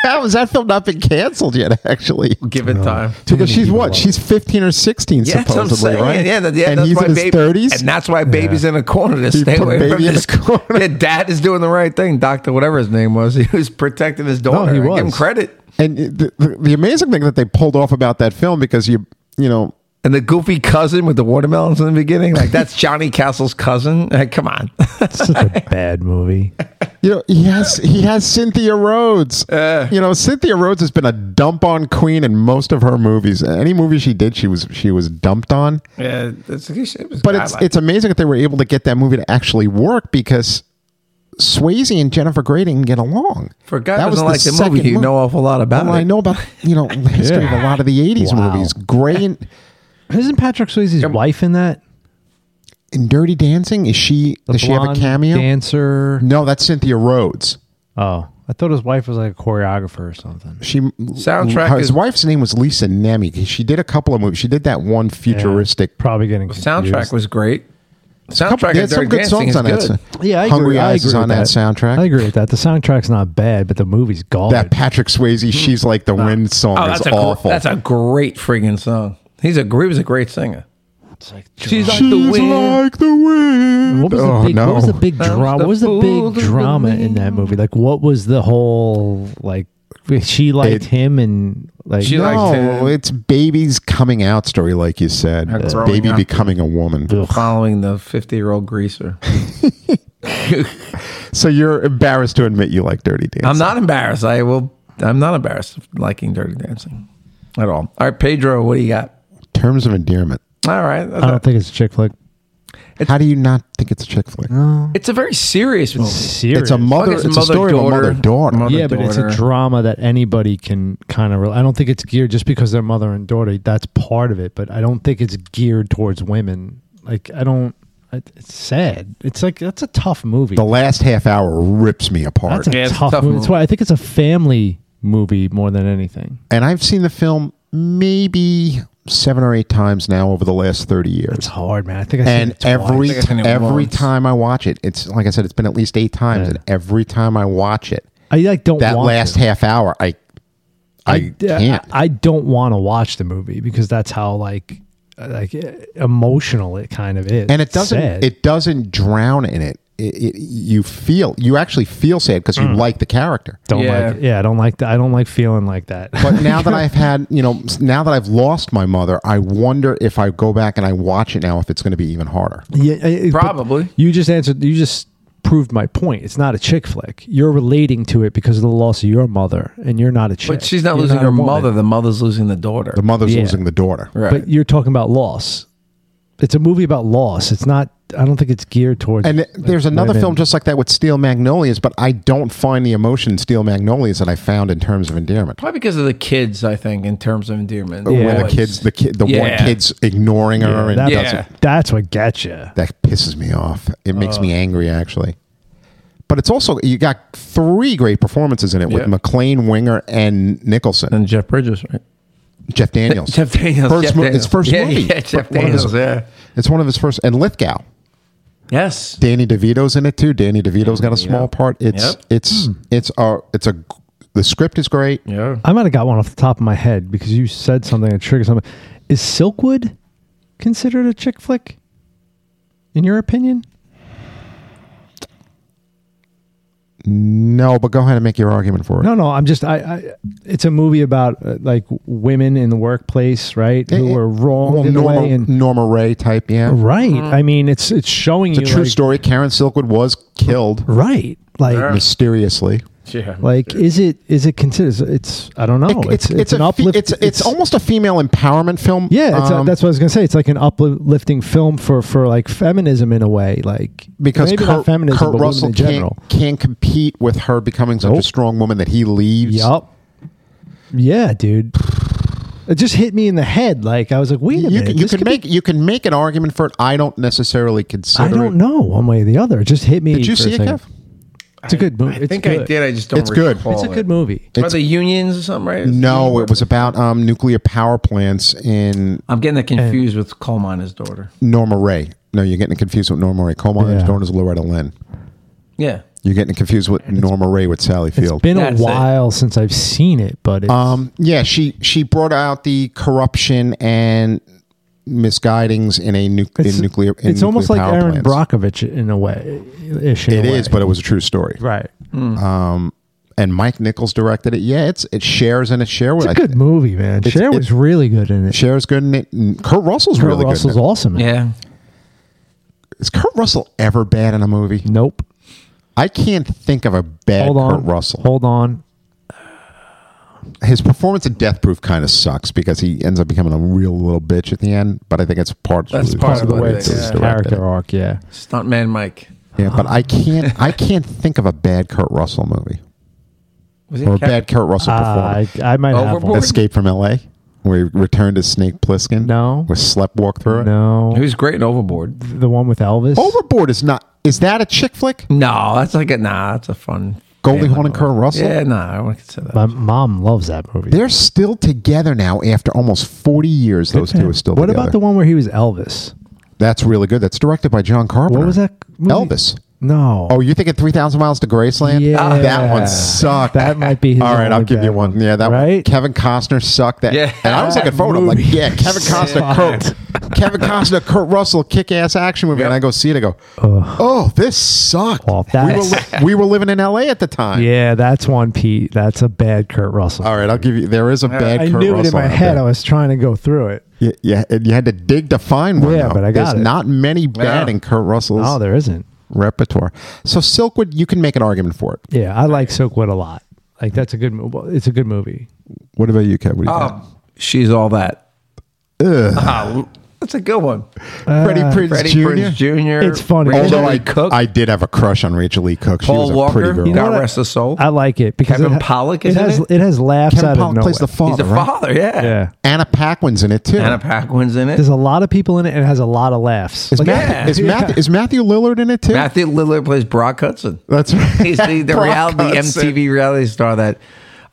Speaker 3: How has that film not been canceled yet? Actually,
Speaker 1: Give it time.
Speaker 3: because she's what? She's fifteen or sixteen,
Speaker 1: Yeah, that's what I'm
Speaker 3: supposedly,
Speaker 1: saying.
Speaker 3: right?
Speaker 1: Yeah, that, yeah
Speaker 3: and
Speaker 1: that's
Speaker 3: he's
Speaker 1: why
Speaker 3: in his
Speaker 1: baby-
Speaker 3: thirties.
Speaker 1: and that's why baby's in a corner to stay
Speaker 3: put
Speaker 1: away
Speaker 3: baby
Speaker 1: from
Speaker 3: in
Speaker 1: this
Speaker 3: the corner.
Speaker 1: Yeah, dad is doing the right thing. Doctor, whatever his name was, he was protecting his daughter.
Speaker 2: he
Speaker 1: I Give him
Speaker 2: was.
Speaker 1: credit.
Speaker 3: And the, the, the amazing thing that they pulled off about that film because you you know
Speaker 1: And the goofy cousin with the watermelons in the beginning, like that's Johnny Castle's cousin. Like, come on,
Speaker 2: It's such a bad movie.
Speaker 3: you know he has he has Cynthia Rhodes.
Speaker 1: Uh.
Speaker 3: you know Cynthia Rhodes has been a dump on queen in most of her movies. Any movie she did, she was she was dumped on.
Speaker 1: yeah, that's, it was
Speaker 3: But it's it's amazing that they were able to get that movie to actually work because Swayze and Jennifer Gray didn't get along.
Speaker 1: for a guy
Speaker 3: that
Speaker 1: who doesn't like the
Speaker 3: second
Speaker 1: movie. You
Speaker 3: movie.
Speaker 1: know awful lot about
Speaker 3: Well,
Speaker 1: it.
Speaker 3: I know about you know the history of a lot of the '80s
Speaker 2: Wow.
Speaker 3: movies. Gray and,
Speaker 2: Isn't Patrick Swayze's wife in that?
Speaker 3: and Dirty Dancing. Is she?
Speaker 2: The
Speaker 3: does she have a
Speaker 2: blonde
Speaker 3: cameo?
Speaker 2: dancer?
Speaker 3: no, that's Cynthia Rhodes.
Speaker 2: Oh, I thought his wife was like a choreographer or something.
Speaker 3: She
Speaker 1: Soundtrack
Speaker 3: her- His
Speaker 1: is-
Speaker 3: wife's name was Lisa Nemi. She did a couple of movies. She did that one futuristic.
Speaker 2: Probably getting confused.
Speaker 1: soundtrack was great.
Speaker 3: couple-
Speaker 1: Soundtrack
Speaker 3: they
Speaker 1: and
Speaker 3: had some
Speaker 1: Dirty
Speaker 3: good
Speaker 1: Dancing
Speaker 3: songs
Speaker 1: is
Speaker 3: on that.
Speaker 1: good.
Speaker 2: Yeah, I
Speaker 3: Hungry
Speaker 2: agree. I
Speaker 3: Eyes is
Speaker 2: agree
Speaker 3: on
Speaker 2: with
Speaker 3: that, soundtrack.
Speaker 2: I agree with that. The soundtrack's not bad, but the movie's garbage.
Speaker 3: That Patrick Swayze, she's like the wind song
Speaker 1: Oh,
Speaker 3: is
Speaker 1: that's a
Speaker 3: awful.
Speaker 1: gr- that's a great friggin' song. He's a gr- he was a great singer.
Speaker 2: It's like
Speaker 1: She's
Speaker 2: drama.
Speaker 1: like the
Speaker 3: She's
Speaker 1: wind.
Speaker 3: like the wind.
Speaker 2: what was,
Speaker 3: oh,
Speaker 2: the big,
Speaker 3: no.
Speaker 2: what was the big drama? What was the
Speaker 1: fool
Speaker 2: big
Speaker 1: that
Speaker 2: drama in that movie? Like, what was the whole like? She liked
Speaker 3: It-
Speaker 2: him, and like
Speaker 1: She liked-
Speaker 3: no,
Speaker 1: to-
Speaker 3: it's baby's coming out story, like you said.
Speaker 1: Her
Speaker 3: It's
Speaker 1: growing
Speaker 3: baby
Speaker 1: up.
Speaker 3: becoming a woman.
Speaker 1: Following the fifty-year-old greaser.
Speaker 3: So you're embarrassed to admit you like Dirty Dancing.
Speaker 1: I'm not embarrassed. I will. I'm not embarrassed of liking Dirty Dancing at all. All right, Pedro, what do you got?
Speaker 3: Terms of endearment.
Speaker 1: All right, that's
Speaker 2: I don't think it's a chick flick.
Speaker 3: How do you not think it's a chick flick?
Speaker 2: Oh.
Speaker 1: a- it's a very serious movie.
Speaker 2: Serious.
Speaker 3: It's a mother.
Speaker 1: it's
Speaker 3: It's, a story of a
Speaker 1: mother-daughter.
Speaker 3: mother daughter.
Speaker 1: Mother-
Speaker 2: yeah, but it's a
Speaker 1: daughter.
Speaker 2: drama that anybody can kind of. Re- I don't think it's geared just because they're mother and daughter. That's part of it, but I don't think it's geared towards women. Like I don't. It- It's sad. It's like that's a tough movie.
Speaker 3: The last half hour rips me apart.
Speaker 2: That's a
Speaker 1: Yeah, it's a
Speaker 2: tough,
Speaker 1: tough
Speaker 2: movie. That's
Speaker 1: movie.
Speaker 2: why I think it's a family movie more than anything.
Speaker 3: and I've seen the film maybe seven or eight times now over the last 30
Speaker 2: It's
Speaker 3: years.
Speaker 2: hard, man. I think I seen
Speaker 3: And
Speaker 2: it twice.
Speaker 3: every
Speaker 1: I think I've seen it
Speaker 3: every
Speaker 1: once.
Speaker 3: time I watch it, it's like I said, it's been at least eight times,
Speaker 2: Yeah.
Speaker 3: and every time I watch it,
Speaker 2: I like don't
Speaker 3: that
Speaker 2: want
Speaker 3: last
Speaker 2: to.
Speaker 3: half hour, I I, can't.
Speaker 2: I uh, don't want to watch the movie because that's how like uh, like emotional it kind of is.
Speaker 3: and it
Speaker 2: It's
Speaker 3: doesn't
Speaker 2: sad.
Speaker 3: it doesn't drown in it. It, it. You feel you actually feel sad because you
Speaker 2: Mm.
Speaker 3: like the character.
Speaker 2: don't
Speaker 1: Yeah.
Speaker 2: like it. yeah, I don't like that. I don't like feeling like that.
Speaker 3: But now that I've had, you know, now that I've lost my mother, I wonder if I go back and I watch it now, if it's going to be even harder.
Speaker 2: Yeah, I- I- but
Speaker 1: Probably.
Speaker 2: You just answered. You just proved my point. It's not a chick flick. You're relating to it because of the loss of your mother, and you're not a chick.
Speaker 1: But she's not
Speaker 2: You're
Speaker 1: losing
Speaker 2: a
Speaker 1: her
Speaker 2: woman.
Speaker 1: mother. The mother's losing the daughter.
Speaker 3: The mother's
Speaker 2: Yeah.
Speaker 3: losing the daughter.
Speaker 1: right.
Speaker 2: But you're talking about loss. It's a movie about loss. It's not. I don't think it's geared towards.
Speaker 3: And th- there's
Speaker 2: like,
Speaker 3: another
Speaker 2: women.
Speaker 3: film just like that with Steel Magnolias, but I don't find the emotion in Steel Magnolias that I found in terms of endearment.
Speaker 1: Probably because of the kids, I think, in terms of endearment.
Speaker 2: Yeah.
Speaker 3: Where the
Speaker 1: Boys.
Speaker 3: kids, the kid, the one
Speaker 1: Yeah.
Speaker 3: kid's ignoring her, and
Speaker 2: That-
Speaker 1: Yeah.
Speaker 3: doesn't-
Speaker 2: That's what gets you.
Speaker 3: that pisses me off. It makes me angry actually. But it's also you got three great performances in it with
Speaker 1: Yeah.
Speaker 3: McLean, Winger, and Nicholson,
Speaker 1: and Jeff Bridges, right?
Speaker 3: Jeff Daniels.
Speaker 1: Jeff Daniels.
Speaker 3: First
Speaker 1: Jeff
Speaker 3: mo-
Speaker 1: Daniels.
Speaker 3: His first
Speaker 1: yeah,
Speaker 3: movie.
Speaker 1: Yeah, Jeff
Speaker 3: One of his-
Speaker 1: Daniels. Yeah.
Speaker 3: It's one of his first, and Lithgow.
Speaker 1: Yes.
Speaker 3: Danny DeVito's in it too. Danny DeVito's got a small part. It's
Speaker 1: Yep.
Speaker 3: it's
Speaker 2: Hmm.
Speaker 3: it's a it's a the script is great.
Speaker 1: Yeah.
Speaker 2: I might have got one off the top of my head because you said something that triggered something. Is Silkwood considered a chick flick? In your opinion?
Speaker 3: No, but go ahead and make your argument for it.
Speaker 2: No, no. I'm just. I. I it's a movie about uh, like women in the workplace, right?
Speaker 3: It-
Speaker 2: who
Speaker 3: it-
Speaker 2: were wrong
Speaker 3: well,
Speaker 2: in a
Speaker 3: Norma,
Speaker 2: way. And,
Speaker 3: Norma Ray type. Yeah,
Speaker 2: right. I mean, it's it's showing
Speaker 3: it's
Speaker 2: you
Speaker 3: a true
Speaker 2: like-
Speaker 3: story. Karen Silkwood was killed
Speaker 2: Right. Like.
Speaker 1: Yeah.
Speaker 3: mysteriously.
Speaker 1: Yeah.
Speaker 2: Like is it is it considered? It's I don't know.
Speaker 3: It-
Speaker 2: Oh, it's, it's, an
Speaker 3: a fe-
Speaker 2: uplift.
Speaker 3: It's, it's almost a female empowerment film.
Speaker 2: yeah. It's
Speaker 3: um,
Speaker 2: a, that's what I was gonna say. It's like an uplifting film for for like feminism in a way. Like
Speaker 3: because
Speaker 2: maybe
Speaker 3: Kurt,
Speaker 2: not feminism,
Speaker 3: Kurt
Speaker 2: but women
Speaker 3: Russell
Speaker 2: in general.
Speaker 3: Can't, can't compete with her becoming such a
Speaker 2: Nope.
Speaker 3: strong woman that he leaves.
Speaker 2: Yup. Yeah, dude. It just hit me in the head. Like I was like, wait a
Speaker 3: You
Speaker 2: minute.
Speaker 3: can, you
Speaker 2: this
Speaker 3: can
Speaker 2: could be-
Speaker 3: make you can make an argument for it. I don't necessarily consider.
Speaker 2: I don't
Speaker 3: it.
Speaker 2: know one way or the other. It just hit me.
Speaker 3: Did you
Speaker 2: for
Speaker 3: see
Speaker 2: a
Speaker 3: it,
Speaker 2: second.
Speaker 3: Kev?
Speaker 2: It's a good movie.
Speaker 1: I
Speaker 2: It's
Speaker 1: think I
Speaker 2: good.
Speaker 1: did. I just don't.
Speaker 3: It's good.
Speaker 1: recall
Speaker 2: It's a
Speaker 1: it.
Speaker 2: good movie.
Speaker 1: Are the unions or something? Right? It's
Speaker 3: No,
Speaker 1: union
Speaker 3: it was
Speaker 1: workers.
Speaker 3: about um, nuclear power plants in
Speaker 1: I'm getting that confused with coal miner's daughter.
Speaker 3: Norma Ray. No, you're getting it confused with Norma Ray. Coal miner's
Speaker 2: Yeah.
Speaker 3: known as Loretta Lynn.
Speaker 1: Yeah.
Speaker 3: You're getting it confused with Norma Ray with Sally
Speaker 2: It's
Speaker 3: Field.
Speaker 2: been a
Speaker 1: That's it.
Speaker 2: while since I've seen it, but it's,
Speaker 3: um, yeah, she she brought out the corruption and misguidings in a nu-
Speaker 2: it's,
Speaker 3: in nuclear. In
Speaker 2: it's almost like
Speaker 3: nuclear power
Speaker 2: Aaron
Speaker 3: plants.
Speaker 2: Brockovich in a way. Ish. in
Speaker 3: It
Speaker 2: a way.
Speaker 3: is, but it was a true story. Um,
Speaker 2: right.
Speaker 3: And Mike Nichols directed it. Yeah, it's it shares and it share with
Speaker 2: It's a good movie, man. Cher
Speaker 3: it's-
Speaker 2: was really good in it.
Speaker 3: Shares good in it. and Kurt Russell's
Speaker 2: Kurt
Speaker 3: really
Speaker 2: Russell's
Speaker 3: good. in it.
Speaker 2: awesome. in it.
Speaker 1: Yeah.
Speaker 3: Is Kurt Russell ever bad in a movie?
Speaker 2: Nope.
Speaker 3: I can't think of a bad
Speaker 2: Hold on.
Speaker 3: Kurt Russell.
Speaker 2: Hold on.
Speaker 3: his performance in Death Proof kind of sucks because he ends up becoming a real little bitch at the end. But I think it's part
Speaker 1: That's
Speaker 3: of,
Speaker 1: part
Speaker 2: Part of the
Speaker 1: what
Speaker 2: way
Speaker 1: it
Speaker 2: it's
Speaker 1: is.
Speaker 2: his
Speaker 1: Yeah.
Speaker 2: character arc. Yeah.
Speaker 1: Stuntman Mike.
Speaker 3: Yeah, but I can't I can't think of a bad Kurt Russell movie
Speaker 1: Was he
Speaker 3: or a
Speaker 1: Cap-
Speaker 3: bad Kurt Russell
Speaker 2: Uh,
Speaker 3: performance.
Speaker 2: I, I might have
Speaker 1: Overboard?
Speaker 2: one.
Speaker 3: Escape from L.A. where he returned as Snake Plissken.
Speaker 2: No.
Speaker 3: with Sleptwalk through it.
Speaker 1: He
Speaker 2: No,
Speaker 1: was great in Overboard.
Speaker 2: the one with Elvis.
Speaker 3: Overboard is not. Is that a chick flick?
Speaker 1: No, that's like a nah. That's a fun.
Speaker 3: Goldie
Speaker 1: family
Speaker 3: Hawn and
Speaker 1: movie.
Speaker 3: Kurt Russell.
Speaker 1: Yeah, nah. I wouldn't consider that.
Speaker 2: My mom loves that movie.
Speaker 3: They're still together now after almost forty years. Those two are still
Speaker 2: What
Speaker 3: together.
Speaker 2: about the one where he was Elvis?
Speaker 3: That's really good. That's directed by John Carpenter.
Speaker 2: What was that? movie?
Speaker 3: Elvis.
Speaker 2: No.
Speaker 3: Oh, you're thinking 3,000 Miles to Graceland?
Speaker 2: Yeah.
Speaker 3: That one sucked.
Speaker 2: That might be his
Speaker 3: All right, I'll
Speaker 2: only
Speaker 3: give you
Speaker 2: bad
Speaker 3: one.
Speaker 2: one.
Speaker 3: Yeah, that one.
Speaker 2: Right?
Speaker 3: Kevin Costner sucked that.
Speaker 1: Yeah.
Speaker 3: And I was looking forward. I'm like, yeah, Kevin Costner, Kurt, Kevin Costner, Kurt Russell, kick ass action movie. And
Speaker 1: Yep.
Speaker 3: I go see it. I go, oh, this sucked.
Speaker 2: Well,
Speaker 3: we, were
Speaker 2: that's-
Speaker 3: li- we were living in LA at the time.
Speaker 2: yeah, that's one, Pete. That's a bad Kurt Russell.
Speaker 3: All right, I'll give you. There is a bad
Speaker 2: I
Speaker 3: Kurt
Speaker 2: knew it in
Speaker 3: Russell
Speaker 2: my
Speaker 3: out
Speaker 2: head.
Speaker 3: there.
Speaker 2: I was trying to go through it.
Speaker 3: Yeah, yeah, and you had to dig to find one.
Speaker 2: Yeah,
Speaker 3: though.
Speaker 2: but I got
Speaker 3: There's
Speaker 2: it.
Speaker 3: not many bad
Speaker 1: Yeah.
Speaker 3: in Kurt Russell's
Speaker 2: Oh, there isn't.
Speaker 3: repertoire. So Silkwood, you can make an argument for it.
Speaker 2: Yeah, I like Silkwood a lot. Like that's a good movie. It's a good movie.
Speaker 3: What
Speaker 1: Oh,
Speaker 3: about you, Kev? What do you think?
Speaker 1: Um, she's all that. Ah, that's a good one.
Speaker 3: Freddie Prinze
Speaker 1: Freddie
Speaker 3: Jr.
Speaker 1: Prinze Jr.
Speaker 2: It's funny.
Speaker 1: Rachel
Speaker 3: Although
Speaker 1: Lee
Speaker 3: I
Speaker 1: Cook,
Speaker 3: I did have a crush on Rachel Lee Cook. she was
Speaker 1: Paul
Speaker 3: a pretty
Speaker 1: Walker,
Speaker 3: girl.
Speaker 1: you know
Speaker 2: what
Speaker 1: God
Speaker 2: I-
Speaker 1: rest his soul.
Speaker 2: I like it because
Speaker 1: Kevin
Speaker 2: it
Speaker 1: Pollak
Speaker 2: It
Speaker 1: is in
Speaker 2: has
Speaker 1: it?
Speaker 2: it has laughs
Speaker 3: Kevin
Speaker 2: out of
Speaker 3: Pollak
Speaker 2: nowhere.
Speaker 3: plays the father.
Speaker 1: He's the
Speaker 3: right?
Speaker 1: father, yeah.
Speaker 2: yeah,
Speaker 3: Anna Paquin's in it too.
Speaker 1: Anna Paquin's in it.
Speaker 2: there's a lot of people in it and it has a lot of laughs.
Speaker 3: is,
Speaker 2: Like,
Speaker 3: Matthew,
Speaker 1: Yeah.
Speaker 3: is, Matthew, is Matthew Lillard in it too?
Speaker 1: Matthew Lillard plays Brock Hudson.
Speaker 3: That's right.
Speaker 1: He's the, the
Speaker 3: Brock
Speaker 1: reality
Speaker 3: Hudson.
Speaker 1: MTV reality star that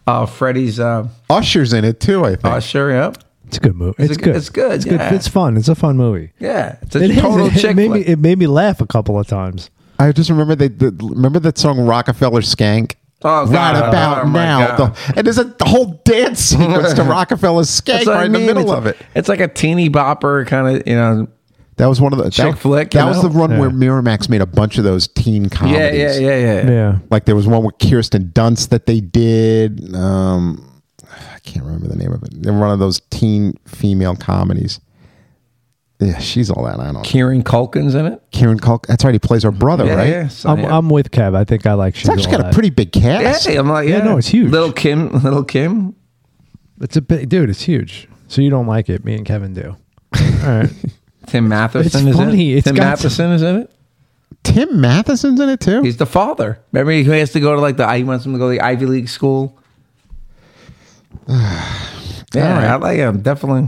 Speaker 1: uh, Freddie's uh,
Speaker 3: Usher's in it too. I think.
Speaker 1: usher. Yep.
Speaker 2: it's a good movie.
Speaker 1: It's
Speaker 2: It's,
Speaker 1: a-
Speaker 2: good.
Speaker 1: it's good,
Speaker 2: It's
Speaker 1: yeah.
Speaker 2: It's fun. It's a fun movie.
Speaker 1: Yeah, it's a
Speaker 2: It is.
Speaker 1: total
Speaker 2: It
Speaker 1: chick
Speaker 2: made me
Speaker 1: flick.
Speaker 2: it made me laugh a couple of times.
Speaker 3: I just remember they the, remember that song Rockefeller Skank.
Speaker 1: Oh, God.
Speaker 3: right about
Speaker 1: Oh, my
Speaker 3: now,
Speaker 1: God.
Speaker 3: The- and there's a whole dance sequence to Rockefeller Skank
Speaker 1: That's what
Speaker 3: right
Speaker 1: I
Speaker 3: in the
Speaker 1: mean.
Speaker 3: middle
Speaker 1: it's,
Speaker 3: of it.
Speaker 1: It's like a teeny bopper kind of, you know.
Speaker 3: That was one of the that-
Speaker 1: Chick flick, you
Speaker 3: That was
Speaker 1: know?
Speaker 3: the run
Speaker 2: Yeah.
Speaker 3: where Miramax made a bunch of those teen comedies.
Speaker 1: Yeah, yeah, yeah, yeah,
Speaker 2: Yeah.
Speaker 3: Like there was one with Kirsten Dunst that they did. Um, I can't remember the name of it. They were one of those teen female comedies. Yeah, she's all that. I don't. know.
Speaker 1: Kieran Culkin's in it.
Speaker 3: Kieran Culkin. That's right. He plays her brother,
Speaker 1: Yeah,
Speaker 3: Oh, right?
Speaker 1: yeah. So,
Speaker 2: I'm,
Speaker 1: yeah.
Speaker 2: I'm with Kev. I think I like.
Speaker 3: It's actually got a pretty big
Speaker 1: yeah,
Speaker 3: cast.
Speaker 1: I'm like, yeah,
Speaker 2: Yeah, no, it's huge.
Speaker 1: Little Kim, little Kim.
Speaker 2: It's a big dude. It's huge. So you don't like it? Me and Kevin do. All right.
Speaker 1: Tim Matheson is
Speaker 2: funny.
Speaker 1: in it.
Speaker 2: It's
Speaker 1: Tim
Speaker 2: got
Speaker 1: Matheson is in it.
Speaker 3: Tim Matheson's in it too.
Speaker 1: He's the father. Remember, he has to go to like the. He wants him to go to the Ivy League school. yeah,
Speaker 3: All right.
Speaker 1: I like him definitely.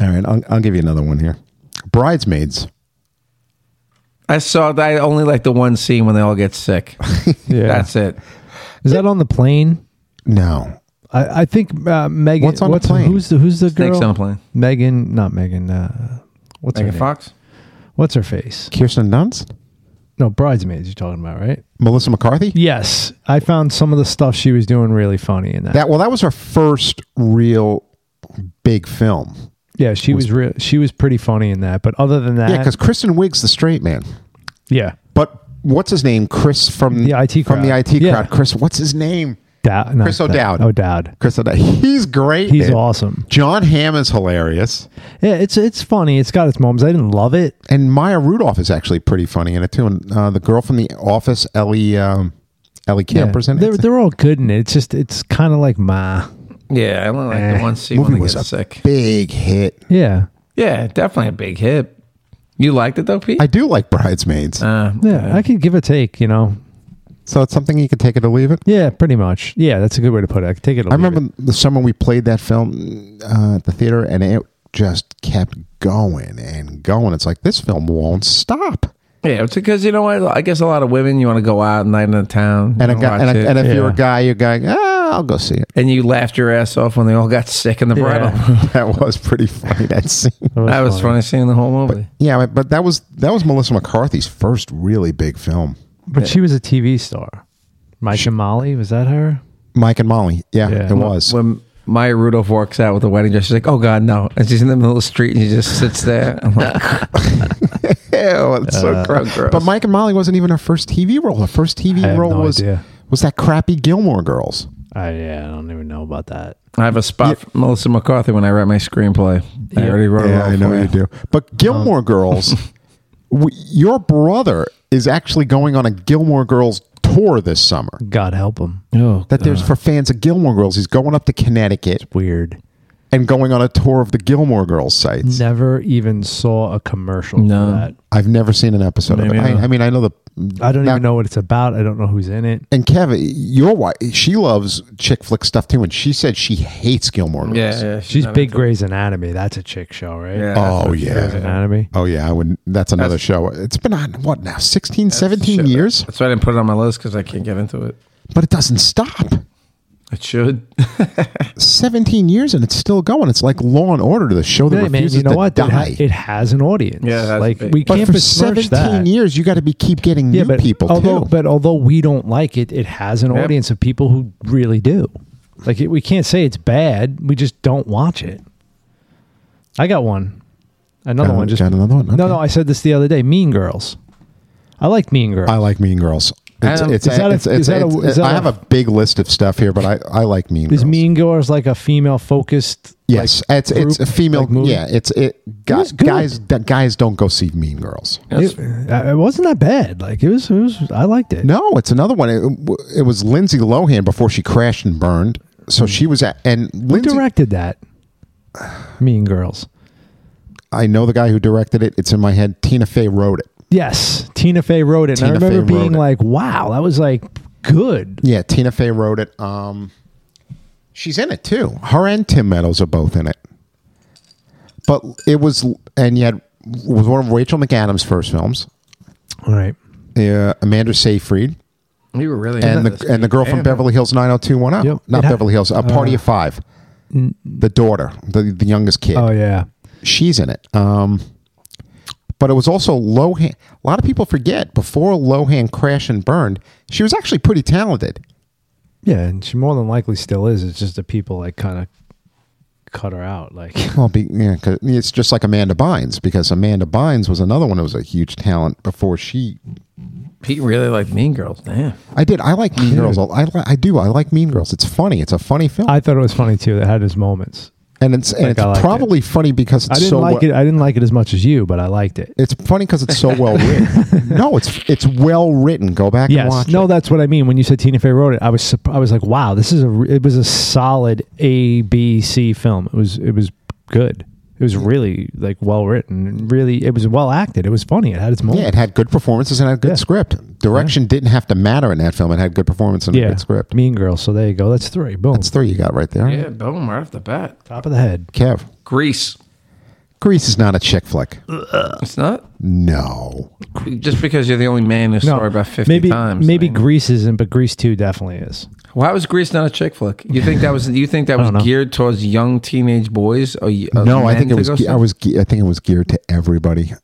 Speaker 3: All right, I'll, I'll give you another one here. Bridesmaids.
Speaker 1: I saw that. I only like the one scene when they all get sick.
Speaker 2: Yeah.
Speaker 1: That's it.
Speaker 2: Is that on the plane?
Speaker 3: No,
Speaker 2: I, I think uh, Megan.
Speaker 3: What's on the plane?
Speaker 2: Who's the Who's the
Speaker 1: Snakes
Speaker 2: girl?
Speaker 1: on a plane.
Speaker 2: Megan, not Megan. Uh, what's
Speaker 1: Megan
Speaker 2: her name?
Speaker 1: Fox.
Speaker 2: What's her face?
Speaker 3: Kirsten Dunst,
Speaker 2: No, bridesmaids. You're talking about right?
Speaker 3: Melissa McCarthy.
Speaker 2: Yes, I found some of the stuff she was doing really funny in that.
Speaker 3: That well, that was her first real big film.
Speaker 2: yeah, she was, real. She was pretty funny in that. But other than that,
Speaker 3: Yeah, because Kristen Wiig's the straight man.
Speaker 2: yeah,
Speaker 3: But what's his name? Chris from
Speaker 2: The IT
Speaker 3: from the
Speaker 2: crowd.
Speaker 3: IT
Speaker 2: Yeah.
Speaker 3: crowd. Chris, what's his name?
Speaker 2: Dow- not
Speaker 3: Chris
Speaker 2: Dow-
Speaker 3: O'Dowd.
Speaker 2: O'Dowd.
Speaker 3: Chris O'Dowd. He's great.
Speaker 2: He's
Speaker 3: dude.
Speaker 2: awesome.
Speaker 3: John Hamm is hilarious,
Speaker 2: Yeah, it's it's funny. It's got its moments. I didn't love it.
Speaker 3: and Maya Rudolph is actually pretty funny in it too. And uh, the girl from the Office, Ellie um, Ellie
Speaker 2: Yeah.
Speaker 3: Kemper's in it.
Speaker 2: They're they're all good in it. It's just it's kind of like ma.
Speaker 1: Yeah, I only like the
Speaker 2: Eh,
Speaker 1: one scene when
Speaker 3: movie
Speaker 1: they get
Speaker 3: was a
Speaker 1: sick.
Speaker 3: big hit.
Speaker 2: Yeah,
Speaker 1: Yeah, definitely a big hit. You liked it though, Pete?
Speaker 3: I do like Bridesmaids.
Speaker 1: uh,
Speaker 2: yeah. I could give a take. You know.
Speaker 3: So it's something you can take it or leave it.
Speaker 2: Yeah, pretty much. Yeah, that's a good way to put it. I could take it. or
Speaker 3: I
Speaker 2: leave
Speaker 3: remember the summer we played that film uh, at the theater, and it just kept going and going. It's like this film won't stop.
Speaker 1: yeah, it's because you know what? I guess a lot of women you want to go out night in the town
Speaker 3: And,
Speaker 1: you know,
Speaker 3: a guy, and,
Speaker 1: watch
Speaker 3: a,
Speaker 1: it.
Speaker 3: and if you're a
Speaker 2: Yeah.
Speaker 3: guy, you're going, ah, I'll go see it.
Speaker 1: And you laughed your ass off when they all got sick in the
Speaker 2: Yeah.
Speaker 1: bridal.
Speaker 3: That was pretty funny that scene.
Speaker 2: It.
Speaker 1: That was funny seeing the whole movie.
Speaker 3: Yeah, but- but that was that was Melissa McCarthy's first really big film.
Speaker 2: But she was a TV star. Mike and Molly, was that her?
Speaker 3: Mike and Molly. Yeah,
Speaker 2: Yeah.
Speaker 3: it was.
Speaker 1: when Maya Rudolph walks out with the wedding dress, she's like, "Oh God, no!" And she's in the middle of the street and she just sits there. I'm like, uh,
Speaker 3: Ew, it's so
Speaker 2: uh,
Speaker 3: gross.
Speaker 1: gross.
Speaker 3: But Mike and Molly wasn't even her first TV role. Her first TV
Speaker 2: I have
Speaker 3: role
Speaker 2: no
Speaker 3: was
Speaker 2: idea.
Speaker 3: was that crappy Gilmore Girls.
Speaker 2: I yeah, I don't even know about that.
Speaker 1: I have a spot for Melissa McCarthy when I write my screenplay. I already wrote it.
Speaker 3: Yeah, I know you do. But Gilmore Girls, w- your brother is actually going on a Gilmore Girls tour this summer.
Speaker 2: God help him.
Speaker 3: That there's
Speaker 2: Uh-huh.
Speaker 3: for fans of Gilmore Girls. He's going up to Connecticut
Speaker 2: Weird.
Speaker 3: and going on a tour of the Gilmore Girls sites.
Speaker 2: Never even saw a commercial
Speaker 1: No.
Speaker 2: for that.
Speaker 3: I've never seen an episode
Speaker 1: Maybe
Speaker 3: of it. I,
Speaker 1: not.
Speaker 3: I mean, I know the.
Speaker 2: I don't
Speaker 3: Now-
Speaker 2: even know what it's about. I don't know who's in it.
Speaker 3: And Kevin, your wife, she loves chick flick stuff too, and she said she hates Gilmore Girls.
Speaker 1: Yeah, yeah
Speaker 2: She's
Speaker 1: not
Speaker 2: big
Speaker 1: into it.
Speaker 2: Grey's Anatomy. That's a chick show, right?
Speaker 1: Yeah,
Speaker 3: Oh
Speaker 1: that's-
Speaker 3: yeah.
Speaker 2: Grey's Anatomy.
Speaker 3: Oh yeah. I would. That's another show. It's been on what now? 16, 17
Speaker 1: shit.
Speaker 3: years,
Speaker 1: That's why I didn't put it on my list because I can't get into it.
Speaker 3: but it doesn't stop.
Speaker 1: It should.
Speaker 3: 17 years and it's still going. It's like Law and Order, the show that
Speaker 2: Hey, man,
Speaker 3: refuses
Speaker 2: you know
Speaker 3: to
Speaker 2: what? It, ha-
Speaker 3: die.
Speaker 2: it has an audience.
Speaker 1: Yeah, it has a
Speaker 2: like
Speaker 1: big-
Speaker 2: we
Speaker 3: but
Speaker 2: can't
Speaker 3: for
Speaker 2: besmirch
Speaker 3: 17
Speaker 2: that.
Speaker 3: years, you got to be keep getting
Speaker 2: yeah,
Speaker 3: new
Speaker 2: but
Speaker 3: people
Speaker 2: although,
Speaker 3: too.
Speaker 2: But although we don't like it, it has an
Speaker 1: Yep.
Speaker 2: audience of people who really do. Like it, we can't say it's bad. We just don't watch it. I got one, another
Speaker 3: Got-
Speaker 2: one. Just
Speaker 3: got another one?
Speaker 2: No,
Speaker 3: Okay.
Speaker 2: no. I said this the other day. Mean Girls. I like Mean Girls.
Speaker 3: I like Mean Girls. It's,
Speaker 1: Adam,
Speaker 3: it's,
Speaker 2: is that a-
Speaker 3: it's, it's,
Speaker 2: is that a-
Speaker 3: it's-
Speaker 2: is that
Speaker 3: I
Speaker 2: a-
Speaker 3: have a big list of stuff here, but I, I like Mean
Speaker 2: Is
Speaker 3: Girls.
Speaker 2: Mean Girls like a female focused?
Speaker 3: yes, it's it's a female.
Speaker 2: movie?
Speaker 3: yeah, it's it. Guys,
Speaker 2: was good.
Speaker 3: guys, d- guys don't go see Mean Girls.
Speaker 2: It, uh, it wasn't that bad. Like it was. It was. I liked it.
Speaker 3: No, it's another one. It, it was Lindsay Lohan before she crashed and burned. So she was at and
Speaker 2: Hmm. Who
Speaker 3: Lindsay.
Speaker 2: directed that? Mean Girls.
Speaker 3: I know the guy who directed it. It's in my head. Tina Fey wrote it.
Speaker 2: Yes, Tina Fey wrote it. and
Speaker 3: Tina
Speaker 2: I remember
Speaker 3: Fey
Speaker 2: being
Speaker 3: wrote it.
Speaker 2: like, "Wow, that was like good."
Speaker 3: Yeah, Tina Fey wrote it. Um, she's in it too. Her and Tim Meadows are both in it. But it was, and yet was one of Rachel McAdams' first films.
Speaker 2: All right.
Speaker 3: Uh, Amanda Seyfried
Speaker 1: We were really
Speaker 3: and
Speaker 1: into
Speaker 3: the
Speaker 1: this.
Speaker 3: and the girl from
Speaker 1: Damn.
Speaker 3: Beverly Hills 90210.
Speaker 2: Yep.
Speaker 3: Not
Speaker 2: It ha- uh,
Speaker 3: Beverly Hills. A Party of Five. The daughter, the the youngest kid.
Speaker 2: Oh yeah.
Speaker 3: she's in it. Um, but it was also Lohan. A lot of people forget before Lohan crashed and burned, she was actually pretty talented.
Speaker 2: Yeah, and she more than likely still is. It's just the people like kind of cut her out. Like,
Speaker 3: Well, be, yeah, 'cause it's just like Amanda Bynes because Amanda Bynes was another one who was a huge talent before she.
Speaker 1: Pete really liked Mean Girls. Damn.
Speaker 3: I did. I like Mean Girls. a- I li- I do. I like Mean Girls. It's funny. It's a funny film,
Speaker 2: I thought it was funny too. That had its moments.
Speaker 3: and it's and
Speaker 2: think
Speaker 3: it's
Speaker 2: I liked it.
Speaker 3: probably funny because
Speaker 2: I
Speaker 3: it's
Speaker 2: didn't
Speaker 3: so
Speaker 2: like
Speaker 3: well-
Speaker 2: it. I didn't like it as much as you, but I liked it.
Speaker 3: It's funny because it's so well written. no, it's it's well written. Go back and
Speaker 2: Yes.
Speaker 3: watch.
Speaker 2: No,
Speaker 3: it.
Speaker 2: that's what I mean. When you said Tina Fey wrote it, I was surp- I was like, wow, this is a. re- It was a solid A B C film. It was it was good. It was really like well written. Really, it was well acted. It was funny. It had its
Speaker 3: Yeah, it
Speaker 2: moments.
Speaker 3: had good performances and had good
Speaker 2: Yeah.
Speaker 3: script. Direction didn't have to matter in that film. It had good performance and a good script.
Speaker 2: Mean Girls. So there you go. That's three. Boom.
Speaker 3: That's three you got right there.
Speaker 1: Yeah, boom, right off the bat.
Speaker 2: Top of the head.
Speaker 3: Kev,
Speaker 1: Grease.
Speaker 3: Grease is not a chick flick.
Speaker 1: It's not
Speaker 3: No.
Speaker 1: just because you're the only man who's sorry about 50
Speaker 2: maybe
Speaker 1: times. I
Speaker 2: maybe
Speaker 1: mean,
Speaker 2: Grease isn't, but Grease Two definitely is.
Speaker 1: why was Grease not a chick flick? You think that was you think that was
Speaker 2: don't know.
Speaker 1: geared towards young teenage boys? Or, y- or
Speaker 3: No, I
Speaker 1: men
Speaker 3: think it
Speaker 1: to
Speaker 3: was.
Speaker 1: go
Speaker 3: ge- I
Speaker 1: see?
Speaker 3: was. ge- I think it was geared to everybody.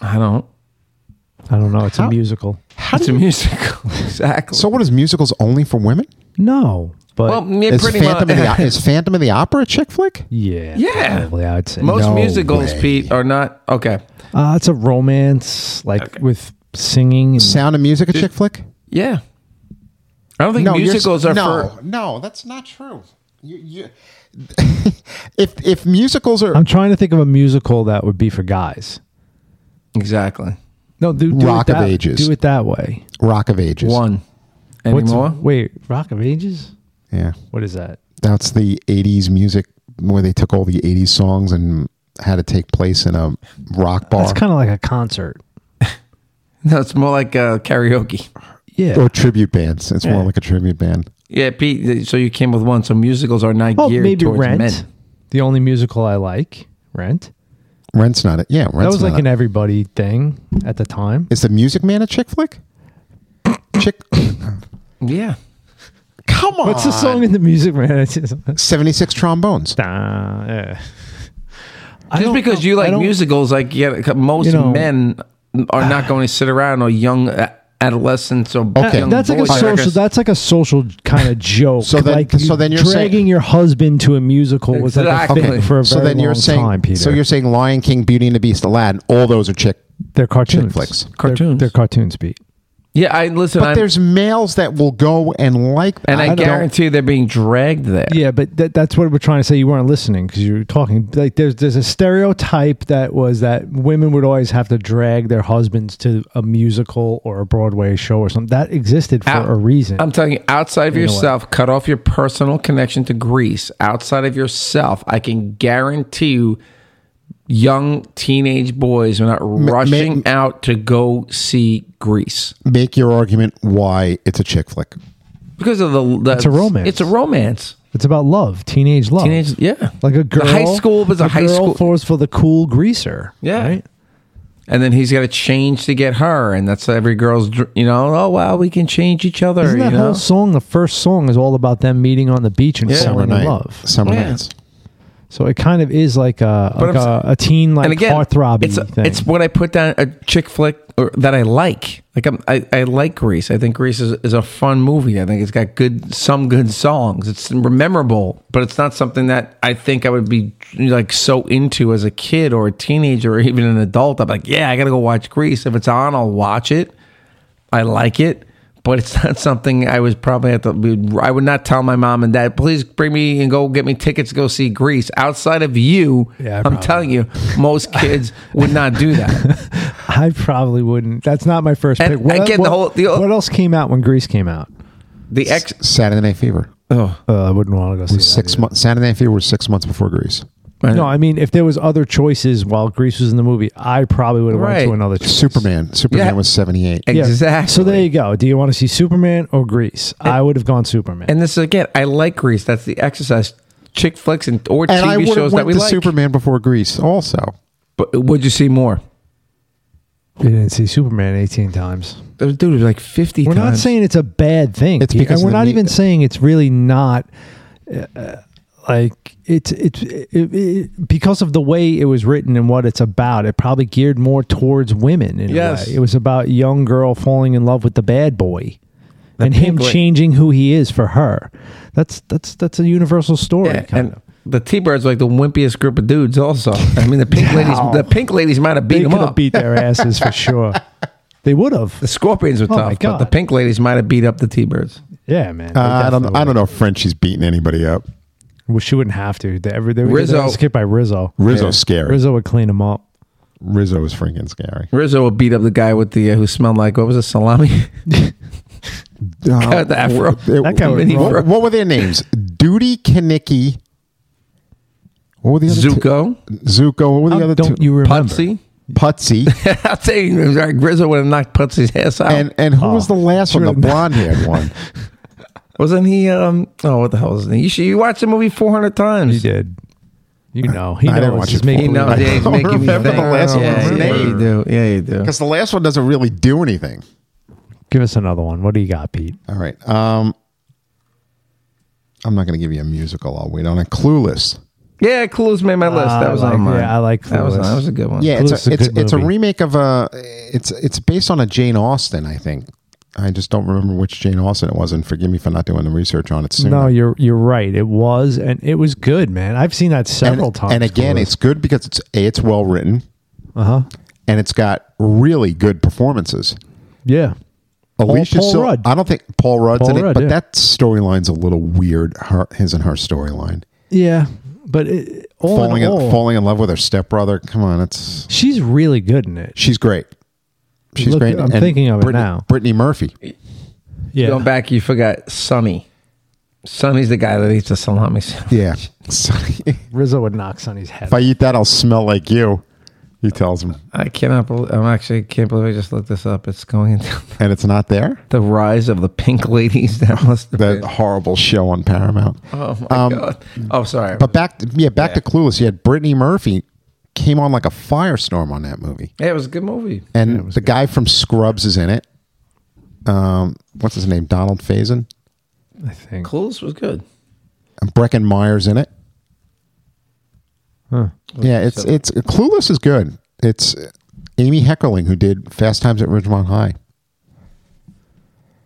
Speaker 1: I don't.
Speaker 2: I don't know. It's
Speaker 3: How-
Speaker 2: a musical.
Speaker 1: it's a musical. exactly.
Speaker 3: So, what is musicals only for women?
Speaker 2: No, but
Speaker 1: well, yeah,
Speaker 3: Is
Speaker 1: pretty
Speaker 3: Phantom,
Speaker 1: much.
Speaker 3: of the, O- is Phantom of the Opera a chick flick?
Speaker 2: yeah,
Speaker 1: Yeah.
Speaker 2: probably I'd say.
Speaker 1: Most
Speaker 3: No
Speaker 1: musicals,
Speaker 3: way.
Speaker 1: Pete, are not okay.
Speaker 2: uh, it's a romance like with singing. And,
Speaker 3: Sound of Music a chick flick?
Speaker 1: Yeah, I don't think
Speaker 3: you're s-
Speaker 1: musicals are
Speaker 3: no,
Speaker 1: for.
Speaker 3: No, that's not true. You, you, if if musicals are
Speaker 2: I'm trying to think of a musical that would be for guys.
Speaker 1: Exactly.
Speaker 2: No, do, do
Speaker 3: Rock
Speaker 2: it
Speaker 3: of
Speaker 2: that,
Speaker 3: Ages.
Speaker 2: Do it that way.
Speaker 3: Rock of Ages,
Speaker 1: One. Any
Speaker 2: What's
Speaker 1: more?
Speaker 2: wait? Rock of Ages?
Speaker 3: yeah,
Speaker 2: What is that?
Speaker 3: that's the '80s music where they took all the '80s songs and had it take place in a rock bar
Speaker 2: That's kind of like a concert.
Speaker 1: No, it's more like uh, karaoke.
Speaker 2: Yeah.
Speaker 3: or tribute bands. It's more like a tribute band.
Speaker 1: Yeah, Pete. So you came with one. So musicals are not
Speaker 2: oh,
Speaker 1: geared
Speaker 2: maybe
Speaker 1: towards
Speaker 2: Rent.
Speaker 1: men.
Speaker 2: The only musical I like, Rent.
Speaker 3: Rent's not it. Yeah, Rent's
Speaker 2: that was
Speaker 3: not
Speaker 2: like
Speaker 3: it.
Speaker 2: an everybody thing at the time.
Speaker 3: Is the Music Man a chick flick? Chick.
Speaker 1: Yeah.
Speaker 3: Come on.
Speaker 2: What's the song in the music, man? It's just,
Speaker 3: Seventy-six trombones.
Speaker 2: Nah, yeah. I
Speaker 1: Just
Speaker 2: don't
Speaker 1: because
Speaker 2: know.
Speaker 1: you
Speaker 2: I
Speaker 1: like
Speaker 2: don't-
Speaker 1: musicals, like yeah, most
Speaker 2: You know-
Speaker 1: men are not going to sit around or young uh, adolescents or
Speaker 3: Okay.
Speaker 1: young
Speaker 2: That's like a
Speaker 1: boys.
Speaker 2: social. That's like a social kind of joke.
Speaker 3: So then-
Speaker 2: like
Speaker 3: so then you're
Speaker 2: dragging
Speaker 3: saying-
Speaker 2: your husband to a musical was like a
Speaker 1: Exactly.
Speaker 2: thing
Speaker 1: Okay.
Speaker 2: for a very
Speaker 3: So then you're
Speaker 2: long
Speaker 3: saying.
Speaker 2: time, Peter.
Speaker 3: So you're saying Lion King, Beauty and the Beast, Aladdin. All those are chick.
Speaker 2: they're cartoons.
Speaker 3: flicks.
Speaker 2: They're-
Speaker 1: Cartoons.
Speaker 2: They're, cartoons, Pete.
Speaker 1: yeah, I listen.
Speaker 3: But
Speaker 1: I'm,
Speaker 3: there's males that will go and like.
Speaker 1: and I,
Speaker 3: don't-
Speaker 1: guarantee they're being dragged there.
Speaker 2: Yeah, but that, that's what we're trying to say. You weren't listening because you were talking. Like there's there's a stereotype that was that women would always have to drag their husbands to a musical or a Broadway show or something that existed for
Speaker 1: Out-
Speaker 2: a reason.
Speaker 1: I'm telling you, outside of
Speaker 2: You know
Speaker 1: yourself, cut off your personal connection to Greece. Outside of yourself, I can guarantee you, young teenage boys are not rushing out to go see Greece
Speaker 3: Make your argument why it's a chick flick.
Speaker 1: because of the, the.
Speaker 2: It's a romance.
Speaker 1: It's a romance.
Speaker 2: it's about love, teenage love.
Speaker 1: Teenage, yeah.
Speaker 2: like a girl.
Speaker 1: The high school was a, high
Speaker 2: girl
Speaker 1: school,
Speaker 2: falls for the cool greaser.
Speaker 1: Yeah.
Speaker 2: right?
Speaker 1: and then he's got to change to get her, and that's every girl's. dr- You know, oh wow, we can change each other.
Speaker 2: Isn't
Speaker 1: you
Speaker 2: that
Speaker 1: know?
Speaker 2: whole song? The first song is all about them meeting on the beach and
Speaker 1: Yeah.
Speaker 2: falling
Speaker 3: Summer
Speaker 2: in
Speaker 3: night.
Speaker 2: love.
Speaker 3: Summer
Speaker 1: Yeah.
Speaker 3: nights.
Speaker 2: So it kind of is like a
Speaker 1: But
Speaker 2: like
Speaker 1: I'm
Speaker 2: a, a teen like
Speaker 1: and again,
Speaker 2: heartthrob
Speaker 1: it's
Speaker 2: thing.
Speaker 1: it's what I put down a chick flick or, that I like. Like I'm, I I like Grease. I think Grease is, is a fun movie. I think it's got good some good songs. It's memorable, but it's not something that I think I would be like so into as a kid or a teenager or even an adult. I'm like, yeah, I gotta go watch Grease. If it's on, I'll watch it. I like it. But it's not something I was probably at the. I would not tell my mom and dad, please bring me and go get me tickets to go see Grease. Outside of you,
Speaker 2: Yeah,
Speaker 1: I'm
Speaker 2: probably.
Speaker 1: telling you, most kids would not do that.
Speaker 2: I probably wouldn't. That's not my first
Speaker 1: And
Speaker 2: pick. What,
Speaker 1: again, the
Speaker 2: what-
Speaker 1: whole- the-
Speaker 2: what else came out when Grease came out?
Speaker 1: The ex,
Speaker 3: Saturday Night Fever.
Speaker 1: oh,
Speaker 2: Uh, I wouldn't want to go see that
Speaker 3: Six
Speaker 2: either.
Speaker 3: months. Saturday Night Fever was six months before Grease.
Speaker 1: Right.
Speaker 2: No, I mean, if there was other choices while Grease was in the movie, I probably would have
Speaker 1: Right.
Speaker 2: went to another choice.
Speaker 3: Superman. Superman
Speaker 1: Yeah.
Speaker 3: was 78.
Speaker 2: Yeah.
Speaker 1: exactly.
Speaker 2: So there you go. Do you want to see Superman or Grease? I would have gone Superman.
Speaker 1: And this is again, I like Grease. That's the exercise. Chick flicks and or
Speaker 3: And I
Speaker 1: TV
Speaker 3: would
Speaker 1: shows
Speaker 3: have
Speaker 1: that
Speaker 3: went
Speaker 1: we
Speaker 3: to
Speaker 1: like.
Speaker 3: Superman before Grease also.
Speaker 1: But would you see more?
Speaker 2: we didn't see Superman 18 times.
Speaker 1: Those dude was like 50
Speaker 2: We're not
Speaker 1: times.
Speaker 2: saying it's a bad thing.
Speaker 3: It's
Speaker 2: Pete,
Speaker 3: because
Speaker 2: and
Speaker 3: of
Speaker 2: we're
Speaker 3: the
Speaker 2: not
Speaker 3: need-
Speaker 2: even saying it's really not uh, like it's it's it, it- because of the way it was written and what it's about. It probably geared more towards women in
Speaker 1: Yes.
Speaker 2: a way. It was about a young girl falling in love with the bad boy. and
Speaker 1: big
Speaker 2: him
Speaker 1: boy.
Speaker 2: changing who he is for her. That's that's that's a universal story
Speaker 1: Yeah,
Speaker 2: kind
Speaker 1: and
Speaker 2: of.
Speaker 1: the T Birds like the wimpiest group of dudes. Also, I mean the pink ladies. The pink ladies might have beat
Speaker 2: They
Speaker 1: them
Speaker 2: could
Speaker 1: up.
Speaker 2: have beat their asses for sure. They would have.
Speaker 1: the Scorpions were
Speaker 2: Oh, my
Speaker 1: tough, but the
Speaker 2: God.
Speaker 1: pink ladies might have beat up the T Birds.
Speaker 2: Yeah, man.
Speaker 3: Uh, I don't. I don't know if Frenchie's beating anybody up.
Speaker 2: Well, she wouldn't have to. They, every- they were
Speaker 1: Rizzo-
Speaker 2: skipped by Rizzo.
Speaker 3: Rizzo's scary. Rizzo.
Speaker 2: Rizzo would clean them up.
Speaker 3: is freaking scary.
Speaker 1: Rizzo would beat up the guy with the uh, who smelled like what was it salami?
Speaker 3: Uh,
Speaker 1: with the afro.
Speaker 3: it-
Speaker 2: That guy would
Speaker 1: Mini
Speaker 2: roll.
Speaker 1: fro-
Speaker 3: what, what were their names? Duty Kaneki. What were the other two?
Speaker 1: Zuko,
Speaker 3: Zuko. What were the
Speaker 2: How
Speaker 3: other
Speaker 2: Um, don't
Speaker 3: two?
Speaker 2: you remember?
Speaker 1: Putsy.
Speaker 3: Putzi.
Speaker 1: I'll tell you, like, Rizzo would have knocked Putsy's ass out.
Speaker 3: and and who was the
Speaker 2: Oh,
Speaker 3: last one? The
Speaker 2: sure.
Speaker 3: blonde haired one.
Speaker 1: Wasn't he? Um, oh, what the hell was he? You, should, you watched the movie four hundred times.
Speaker 2: He did. You know, he
Speaker 3: I didn't
Speaker 2: knows.
Speaker 3: watch
Speaker 2: He's
Speaker 3: it
Speaker 1: He
Speaker 2: making.
Speaker 1: knows.
Speaker 3: I
Speaker 1: Yeah, he's
Speaker 3: don't
Speaker 1: making me think.
Speaker 3: remember the last one.
Speaker 1: yeah, yeah,
Speaker 3: Remember.
Speaker 1: you do. Yeah, you do.
Speaker 3: Because the last one doesn't really do anything.
Speaker 2: Give us another one. What do you got, Pete?
Speaker 3: All right. Um, I'm not going to give you a musical. I'll wait on it. Clueless.
Speaker 1: Yeah, Clues made my list.
Speaker 2: Ah,
Speaker 1: That was
Speaker 2: I like-
Speaker 1: on mine.
Speaker 2: yeah, I like
Speaker 1: that was
Speaker 2: Clueless.
Speaker 1: that was a good one.
Speaker 3: Yeah, it's
Speaker 2: Clueless is
Speaker 3: a,
Speaker 2: a
Speaker 3: it's
Speaker 2: good
Speaker 3: it's a
Speaker 2: movie.
Speaker 3: remake of a. It's it's based on a Jane Austen, I think. I just don't remember which Jane Austen it was, and forgive me for not doing the research on it sooner.
Speaker 2: No, you're you're right. It was, and it was good, man. I've seen that
Speaker 3: and,
Speaker 2: several times.
Speaker 3: And again, it's good because it's a, it's well written,
Speaker 2: uh huh.
Speaker 3: and it's got really good performances.
Speaker 2: Yeah,
Speaker 3: Alicia
Speaker 2: Paul
Speaker 3: Sil-
Speaker 2: Rudd.
Speaker 3: I don't think Paul Rudd's
Speaker 2: Paul
Speaker 3: in it,
Speaker 2: Rudd,
Speaker 3: but
Speaker 2: yeah.
Speaker 3: that storyline's a little weird. Her, his and her storyline,
Speaker 2: yeah. But it, all
Speaker 3: falling in,
Speaker 2: in all,
Speaker 3: falling in love with her stepbrother. Come on, it's
Speaker 2: she's really good in it.
Speaker 3: she's great. She's
Speaker 2: Look,
Speaker 3: great.
Speaker 2: I'm thinking of it
Speaker 3: Brittany,
Speaker 2: now.
Speaker 3: Brittany Murphy.
Speaker 2: Yeah,
Speaker 1: Going back, you forgot Sonny. Sonny's the guy that eats the salami. sandwich.
Speaker 3: Yeah. Sorry.
Speaker 2: Rizzo would knock Sonny's head.
Speaker 3: If I eat that, I'll smell like you. He tells him,
Speaker 1: I cannot believe. I'm actually can't believe I just looked this up. It's going into
Speaker 3: and it's not there.
Speaker 1: the rise of the pink ladies. That must have
Speaker 3: That
Speaker 1: been.
Speaker 3: horrible show on Paramount.
Speaker 1: Oh my
Speaker 3: Um,
Speaker 1: god. Oh, sorry.
Speaker 3: But back, to, yeah, back
Speaker 1: Yeah.
Speaker 3: to Clueless. You had Brittany Murphy came on like a firestorm on that movie,
Speaker 1: yeah, it was a good movie.
Speaker 3: and the guy from Scrubs is in it. Um, what's his name? Donald Faison.
Speaker 2: I think.
Speaker 1: Clueless was good.
Speaker 3: And Brecken Myers in it. Yeah, it's it's Clueless is good. It's Amy Heckerling who did Fast Times at Ridgemont High.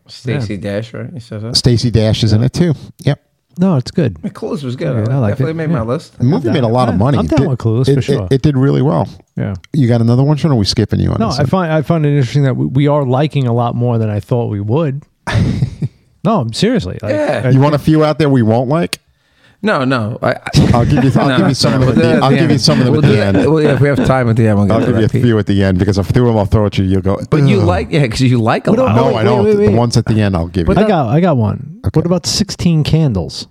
Speaker 1: Stacy Dash, right? You said that.
Speaker 3: Stacey Dash is in it too. Yep.
Speaker 2: No, it's good.
Speaker 1: Yeah, Clueless was good.
Speaker 2: Yeah, I
Speaker 1: I
Speaker 2: liked
Speaker 1: definitely
Speaker 2: it.
Speaker 1: made
Speaker 2: Yeah.
Speaker 1: my list.
Speaker 3: The movie
Speaker 2: down-
Speaker 3: made a lot of
Speaker 2: I'm-
Speaker 3: money.
Speaker 2: I'm
Speaker 3: It
Speaker 2: down
Speaker 3: did-
Speaker 2: with Clueless for
Speaker 3: it- it-
Speaker 2: sure.
Speaker 3: It, did really well.
Speaker 2: Yeah.
Speaker 3: You got another one, Sean, or are we skipping you on
Speaker 2: No,
Speaker 3: this?
Speaker 2: I find I find it interesting that we, we are liking a lot more than I thought we would. no, I'm seriously. Like,
Speaker 1: Yeah.
Speaker 2: I-
Speaker 3: you want a few out there we won't like?
Speaker 1: No, no. I, I,
Speaker 3: I'll give you. I'll
Speaker 1: no,
Speaker 3: give you some of
Speaker 1: no, we'll
Speaker 3: them. At
Speaker 1: do
Speaker 3: the,
Speaker 1: that
Speaker 3: I'll give you some of them
Speaker 1: We'll
Speaker 3: at
Speaker 1: do
Speaker 3: the
Speaker 1: that-
Speaker 3: end.
Speaker 1: Well, yeah, if we have time at the end, we'll get
Speaker 3: I'll
Speaker 1: to
Speaker 3: give
Speaker 1: that,
Speaker 3: you a
Speaker 1: Pete.
Speaker 3: few at the end because if I threw them, I'll throw at you. You'll go.
Speaker 1: But you
Speaker 3: "Ugh."
Speaker 1: like, yeah, because you like a
Speaker 2: What
Speaker 1: lot.
Speaker 2: about-
Speaker 3: No,
Speaker 2: Oh, wait,
Speaker 3: I don't.
Speaker 2: wait, wait,
Speaker 3: The
Speaker 2: wait.
Speaker 3: ones at the end, I'll give you.
Speaker 2: I got I got one. What about sixteen candles?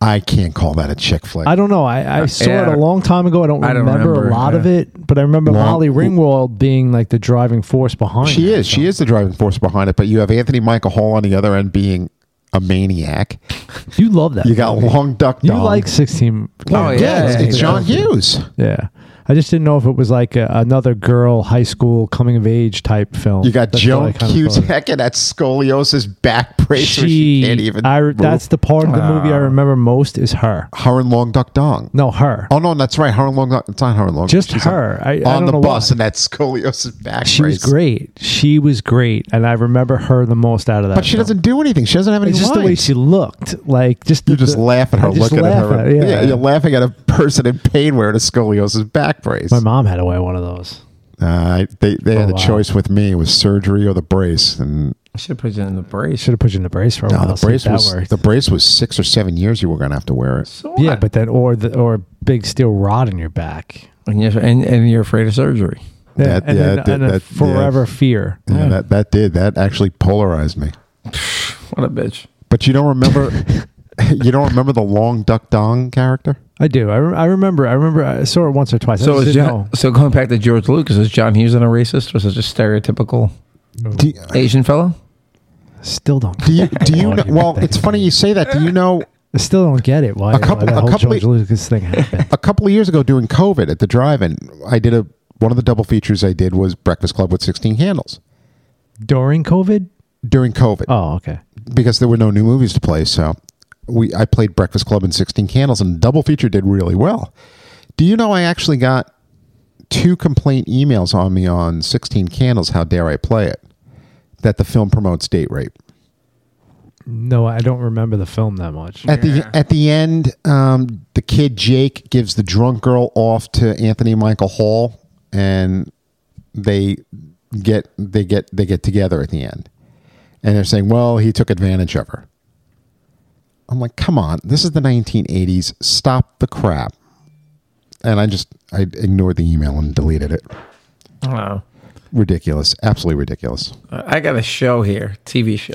Speaker 3: I can't call that a chick flick.
Speaker 2: I don't know. I, I saw
Speaker 1: yeah.
Speaker 2: it a long time ago. I don't,
Speaker 1: I don't
Speaker 2: remember,
Speaker 1: remember,
Speaker 2: a lot of
Speaker 1: yeah.
Speaker 2: it, but I remember
Speaker 3: Long-
Speaker 2: Molly Ringwald being like the driving force behind.
Speaker 3: She
Speaker 2: that,
Speaker 3: is.
Speaker 2: so.
Speaker 3: She is the driving force behind it. But you have Anthony Michael Hall on the other end being a maniac.
Speaker 2: You love that.
Speaker 3: You got Long Duck.
Speaker 2: you
Speaker 3: Dong.
Speaker 2: like sixteen.
Speaker 1: Oh,
Speaker 2: Candles.
Speaker 1: yeah,
Speaker 3: Yeah, it's,
Speaker 1: yeah,
Speaker 3: it's
Speaker 1: yeah.
Speaker 3: John Hughes.
Speaker 2: Yeah. I just didn't know if it was like a, another girl high school coming of age type film.
Speaker 3: You got
Speaker 2: That's what I
Speaker 3: Joan
Speaker 2: kinda thought.
Speaker 3: Cusack and that scoliosis back brace where she
Speaker 2: She,
Speaker 3: can't even. Ah.
Speaker 2: I,
Speaker 3: move.
Speaker 2: that's the part of the movie I remember most is her.
Speaker 3: her and Long Duck Dong.
Speaker 2: No, her.
Speaker 3: Oh no, that's right. Her and Long Duck. It's not her and Long.
Speaker 2: Just
Speaker 3: she's
Speaker 2: her. I- I
Speaker 3: on,
Speaker 2: don't
Speaker 3: the
Speaker 2: know
Speaker 3: bus
Speaker 2: why.
Speaker 3: and that scoliosis back.
Speaker 2: she was
Speaker 3: brace.
Speaker 2: great. She was great, and I remember her the most out of that.
Speaker 3: But she
Speaker 2: film.
Speaker 3: doesn't do anything. She doesn't have any
Speaker 2: It's just the way
Speaker 3: lines.
Speaker 2: she looked, like just
Speaker 3: you
Speaker 2: the-
Speaker 3: just
Speaker 2: the-
Speaker 3: laugh at her,
Speaker 2: I just
Speaker 3: looking
Speaker 2: laugh
Speaker 3: at her.
Speaker 2: yeah.
Speaker 3: you're laughing at a person in pain wearing a scoliosis back brace.
Speaker 2: My mom had away one of those.
Speaker 3: Uh, they they had a
Speaker 2: Oh, wow.
Speaker 3: choice with me: it was surgery or the brace. And
Speaker 1: I should put you in the brace.
Speaker 2: Should have put you in the brace for a
Speaker 3: no,
Speaker 2: while.
Speaker 3: the
Speaker 2: see
Speaker 3: brace
Speaker 2: if that
Speaker 3: was
Speaker 2: worked.
Speaker 3: the brace was six or seven years. You were going to have to wear it.
Speaker 1: So
Speaker 2: yeah,
Speaker 1: what?
Speaker 2: but then or the or a big steel rod in your back.
Speaker 1: and you're, and, and you're afraid of surgery.
Speaker 2: Yeah,
Speaker 3: That-
Speaker 2: and,
Speaker 3: yeah,
Speaker 2: then-
Speaker 3: that-
Speaker 2: and a
Speaker 3: that- yeah.
Speaker 2: forever fear.
Speaker 3: Yeah, that that did that actually polarized me.
Speaker 1: What a bitch.
Speaker 3: But you don't remember. you don't remember the long duck dong character?
Speaker 2: I do. I, re- I remember. I remember. I saw it once or twice. I
Speaker 1: So
Speaker 2: just
Speaker 1: is
Speaker 2: didn't
Speaker 1: John,
Speaker 2: know.
Speaker 1: so going back to George Lucas, is John Hughes a racist? Was it just stereotypical
Speaker 3: Do,
Speaker 1: Asian fellow?
Speaker 2: still don't.
Speaker 3: do you, do you
Speaker 2: Oh,
Speaker 3: know,
Speaker 2: you
Speaker 3: well,
Speaker 2: think
Speaker 3: it's funny you say that. Do you know
Speaker 2: I still don't get it. Why,
Speaker 3: A couple-
Speaker 2: why
Speaker 3: a
Speaker 2: that whole
Speaker 3: couple- e-
Speaker 2: George Lucas thing happened?
Speaker 3: a couple of years ago during COVID at the drive-in, I did a one of the double features I did was Breakfast Club with 16 Candles
Speaker 2: During COVID?
Speaker 3: during COVID
Speaker 2: Oh, okay.
Speaker 3: because there were no new movies to play. So we I played Breakfast Club and 16 Candles and the double feature did really well. Do you know I actually got two complaint emails on me on 16 Candles how dare I play it that the film promotes date rape.
Speaker 2: No, I don't remember the film that much.
Speaker 3: At the at the end, um, the kid Jake gives the drunk girl off to Anthony Michael Hall, and they get they get they get together at the end, and they're saying, "Well, he took advantage of her." I'm like, "Come on, this is the 1980s. Stop the crap!" And I just I ignored the email and deleted it.
Speaker 1: Wow.
Speaker 3: Ridiculous, absolutely ridiculous.
Speaker 1: I got a show here, TV show.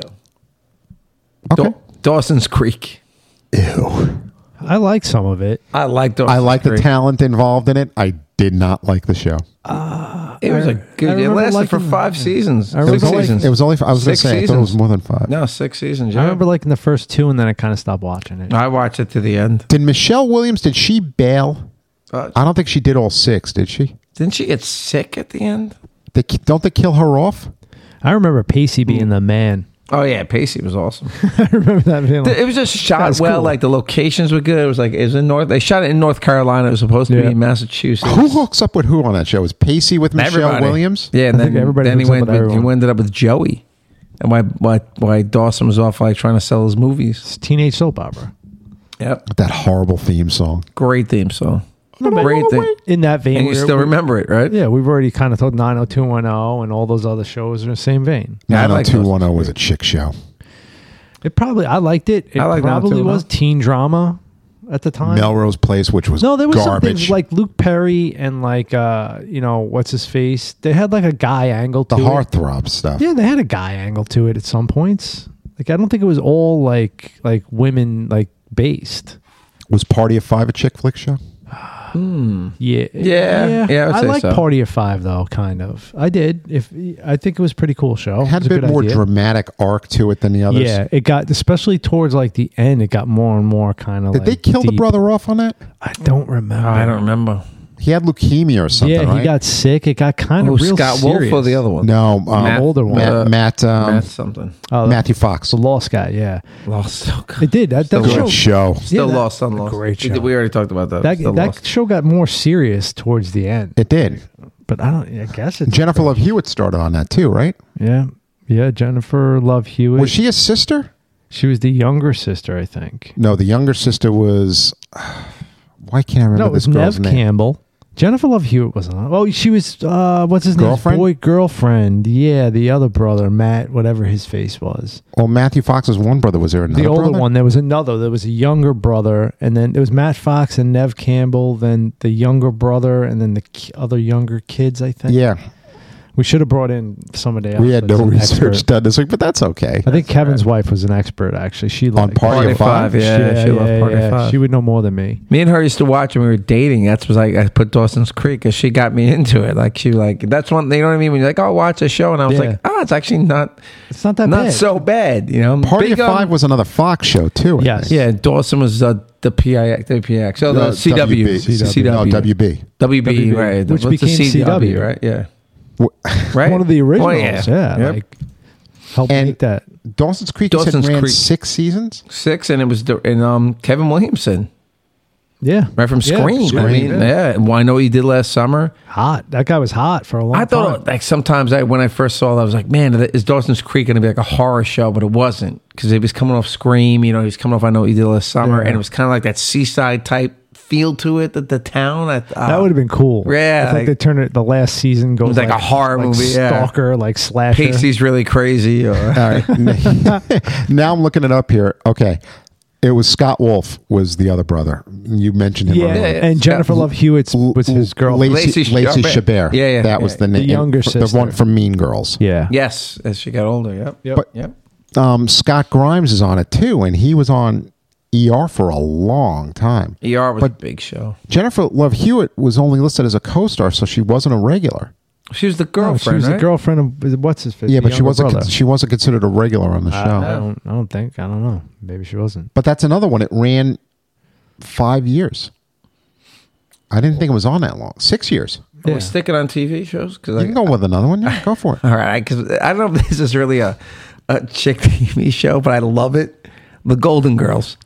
Speaker 3: Okay,
Speaker 1: Daw- Dawson's Creek.
Speaker 3: ew.
Speaker 2: I like some of it.
Speaker 1: I like Dawson's
Speaker 3: I like the
Speaker 1: Creek.
Speaker 3: talent involved in it. I did not like the show.
Speaker 1: It was a good. It
Speaker 2: remember
Speaker 1: lasted for
Speaker 2: liking-
Speaker 1: five seasons.
Speaker 2: I
Speaker 3: It
Speaker 1: Six
Speaker 3: was, only,
Speaker 1: seasons.
Speaker 3: it was only. I was going to
Speaker 1: Six
Speaker 3: say. I thought it was
Speaker 1: seasons.
Speaker 3: more than five.
Speaker 1: no six seasons. Yeah. Uh,
Speaker 2: I remember liking the first two, and then I kind of stopped watching it.
Speaker 1: I watched it to the end.
Speaker 3: Did Michelle Williams? Did she bail?
Speaker 1: Uh,
Speaker 3: I don't think she did all six. Did she?
Speaker 1: didn't she get sick at the end?
Speaker 3: They ki- don't they kill her off?
Speaker 2: I remember Pacey being the man.
Speaker 1: Oh yeah, Pacey was awesome.
Speaker 2: I remember that being like,
Speaker 1: it was just shot
Speaker 2: was
Speaker 1: well.
Speaker 2: cool.
Speaker 1: Like the locations were good. It was like it was in North. They shot it in North Carolina. It was supposed to be
Speaker 2: Yeah.
Speaker 1: in Massachusetts.
Speaker 3: Who hooks up with who on that show? Is Pacey with Michelle
Speaker 1: Everybody.
Speaker 3: Williams?
Speaker 1: Yeah, and
Speaker 2: I
Speaker 1: then,
Speaker 2: think everybody
Speaker 1: then he
Speaker 2: hooks up
Speaker 1: went.
Speaker 2: with
Speaker 1: With,
Speaker 2: everyone.
Speaker 1: he ended up with Joey, and why why why Dawson was off like trying to sell his movies.
Speaker 2: it's teenage soap opera.
Speaker 1: Yep,
Speaker 3: That horrible theme song.
Speaker 1: great theme song.
Speaker 2: but-
Speaker 1: Great thing.
Speaker 2: In that vein,
Speaker 1: And you
Speaker 2: we're-
Speaker 1: still
Speaker 2: we-
Speaker 1: remember it, right?
Speaker 2: Yeah, we've already kind of told 90210 and all those other shows in the same vein.
Speaker 1: Yeah, I like those.
Speaker 3: 90210 was a chick show.
Speaker 2: It probably I liked it. It
Speaker 1: I like
Speaker 2: probably
Speaker 1: 90210.
Speaker 2: was teen drama at the time.
Speaker 3: Melrose Place, which was
Speaker 2: No, there was some
Speaker 3: garbage.
Speaker 2: things like Luke Perry and like uh, you know what's his face. They had like a guy angle to
Speaker 3: the
Speaker 2: it.
Speaker 3: heartthrob stuff.
Speaker 2: Yeah, they had a guy angle to it at some points. Like I don't think it was all like like women like based.
Speaker 3: Was Party of Five a chick flick show?
Speaker 2: Yeah,
Speaker 1: Yeah, yeah, I would
Speaker 2: I,
Speaker 1: say
Speaker 2: like
Speaker 1: so.
Speaker 2: Party of Five though, kind of. I did. If I think it was Oh, a pretty cool show.
Speaker 3: It had
Speaker 2: It's
Speaker 3: a bit
Speaker 2: good
Speaker 3: more
Speaker 2: idea.
Speaker 3: dramatic arc to it than the others.
Speaker 2: Yeah, it got especially towards like the end. It got more and more kind of.
Speaker 3: Did they kill the brother off on that?
Speaker 2: I don't remember.
Speaker 1: Oh, I don't remember.
Speaker 3: He had leukemia or something,
Speaker 2: Yeah,
Speaker 3: right?
Speaker 2: he got sick. It got kind of
Speaker 1: Oh,
Speaker 2: real
Speaker 1: Scott
Speaker 2: serious.
Speaker 1: Wolf or the other one?
Speaker 3: no, um,
Speaker 2: Matt- older one. Uh,
Speaker 3: Matt, Matt, um,
Speaker 1: Matt something.
Speaker 2: Oh,
Speaker 3: Matthew Fox.
Speaker 2: the Lost guy. Yeah,
Speaker 1: Lost. Oh, God.
Speaker 2: it did. That, that
Speaker 1: Still
Speaker 2: show
Speaker 3: Good show.
Speaker 1: Still
Speaker 2: Yeah, that-
Speaker 1: lost on lost.
Speaker 2: great
Speaker 1: We
Speaker 2: show.
Speaker 1: did- We already talked about that.
Speaker 2: that,
Speaker 1: Still
Speaker 2: that
Speaker 1: lost.
Speaker 2: show got more serious towards the end.
Speaker 3: It did.
Speaker 2: But I don't. I guess it's
Speaker 3: Jennifer Love Hewitt started on that too, right?
Speaker 2: Yeah, yeah. Jennifer Love Hewitt.
Speaker 3: Was she a sister?
Speaker 2: She was the younger sister, I think.
Speaker 3: No, the younger sister was. Why can't I remember
Speaker 2: No, it was
Speaker 3: this girl's
Speaker 2: Nev
Speaker 3: name?
Speaker 2: Campbell. Jennifer Love Hewitt wasn't on. Oh, she was. Uh, what's his
Speaker 3: Girlfriend?
Speaker 2: name? Boy girlfriend. Yeah, the other brother, Matt, whatever his face was.
Speaker 3: Well, Oh, Matthew Fox's one brother was there. Another
Speaker 2: the older
Speaker 3: brother?
Speaker 2: one. There was another. There was a younger brother, and then it was Matt Fox and Nev Campbell. Then the younger brother, and then the ki- other younger kids. I think.
Speaker 3: Yeah,
Speaker 2: We should have brought in somebody else.
Speaker 3: we had
Speaker 2: that's
Speaker 3: no
Speaker 2: an
Speaker 3: research
Speaker 2: expert.
Speaker 3: done this week, but that's okay.
Speaker 2: I think Kevin's wife was an expert. Actually, she
Speaker 3: On
Speaker 2: liked
Speaker 3: Party of Five?
Speaker 1: Yeah, she loved Party of Five.
Speaker 2: She would know more than me.
Speaker 1: Me and her used to watch when we were dating. That's was like I put Dawson's Creek because she got me into it. Like she like that's one. You know what I mean? When you're like, oh, watch a show, and I was
Speaker 2: Yeah.
Speaker 1: like, oh, it's actually not
Speaker 2: It's not that
Speaker 1: not
Speaker 2: bad.
Speaker 1: so bad. You know,
Speaker 3: Party
Speaker 1: Big
Speaker 3: of Five
Speaker 1: on-
Speaker 3: was another Fox show too. I
Speaker 2: um, Yes.
Speaker 3: think.
Speaker 1: yeah, Dawson was uh, the PIX, the PIX, so Oh, the
Speaker 3: Uh,
Speaker 1: CW,
Speaker 3: WB.
Speaker 1: CW,
Speaker 3: No, WB.
Speaker 1: WB,
Speaker 2: WB,
Speaker 1: right? What's
Speaker 2: which
Speaker 1: the
Speaker 2: became CW.
Speaker 1: right? Yeah,
Speaker 3: W-
Speaker 1: right.
Speaker 2: One of the originals.
Speaker 1: Oh,
Speaker 2: yeah.
Speaker 1: Yep.
Speaker 2: Like help
Speaker 3: And-
Speaker 2: make that.
Speaker 3: Dawson's Creek you said
Speaker 1: Dawson's
Speaker 3: ran
Speaker 1: Creek.
Speaker 3: six seasons.
Speaker 1: six, and it was the- and um Kevin Williamson
Speaker 2: Yeah.
Speaker 1: right from
Speaker 2: Yeah,
Speaker 1: Scream. I
Speaker 3: Scream,
Speaker 1: mean, yeah. Well, I know what he did last summer.
Speaker 2: Hot. That guy was hot for a long
Speaker 1: I thought
Speaker 2: time.
Speaker 1: like sometimes I when I first saw that I was like, man, is Dawson's Creek gonna be like a horror show? But it wasn't because it was coming off Scream. You know, he was coming off I know what you did last summer,
Speaker 2: Yeah.
Speaker 1: and it was kind of like that seaside type feel to it. That the town, I, uh,
Speaker 2: that would have been cool.
Speaker 1: Yeah,
Speaker 2: If, like,
Speaker 1: like-
Speaker 2: they turned it. The last season goes
Speaker 1: was like a horror
Speaker 2: like
Speaker 1: movie, yeah.
Speaker 2: Stalker, like slasher.
Speaker 1: Pacey's really crazy. Or,
Speaker 3: All right. now I'm looking it up here. Okay, it was Scott Wolf was the other brother. You mentioned him.
Speaker 2: Yeah.
Speaker 3: earlier.
Speaker 1: yeah,
Speaker 2: And
Speaker 1: it's
Speaker 2: Jennifer
Speaker 1: got-
Speaker 2: Love Hewitt was his girl.
Speaker 3: Lacey,
Speaker 1: Lacey
Speaker 3: Lacey
Speaker 1: Chabert.
Speaker 3: Chabert.
Speaker 1: Yeah, yeah.
Speaker 3: That was the name.
Speaker 2: younger
Speaker 3: the one
Speaker 2: sister.
Speaker 3: from Mean Girls.
Speaker 2: yeah.
Speaker 1: yes, as she got older. Yep.
Speaker 2: Yep.
Speaker 3: But-
Speaker 1: Yep.
Speaker 3: um, Scott Grimes is on it too, and he was on ER for a long time.
Speaker 1: ER was a big show.
Speaker 3: Jennifer Love Hewitt was only listed as a co-star, so she wasn't a regular.
Speaker 1: She was the
Speaker 2: No,
Speaker 1: girlfriend.
Speaker 2: Oh, she was
Speaker 1: right?
Speaker 2: the girlfriend of what's his face?
Speaker 3: Yeah,
Speaker 2: the
Speaker 3: but she
Speaker 2: younger
Speaker 3: wasn't.
Speaker 2: brother.
Speaker 3: Con- she wasn't considered a regular on the
Speaker 2: I,
Speaker 3: show.
Speaker 2: I don't. I don't think. I don't know. Maybe she wasn't.
Speaker 3: But that's another one. It ran five years. I didn't think it was on that long. Six years.
Speaker 1: Are we sticking on TV shows? Cause
Speaker 3: You
Speaker 1: I,
Speaker 3: can go with another one. Yeah, go for it.
Speaker 1: all right, because I don't know if this is really a, a chick TV show, but I love it. The Golden Girls.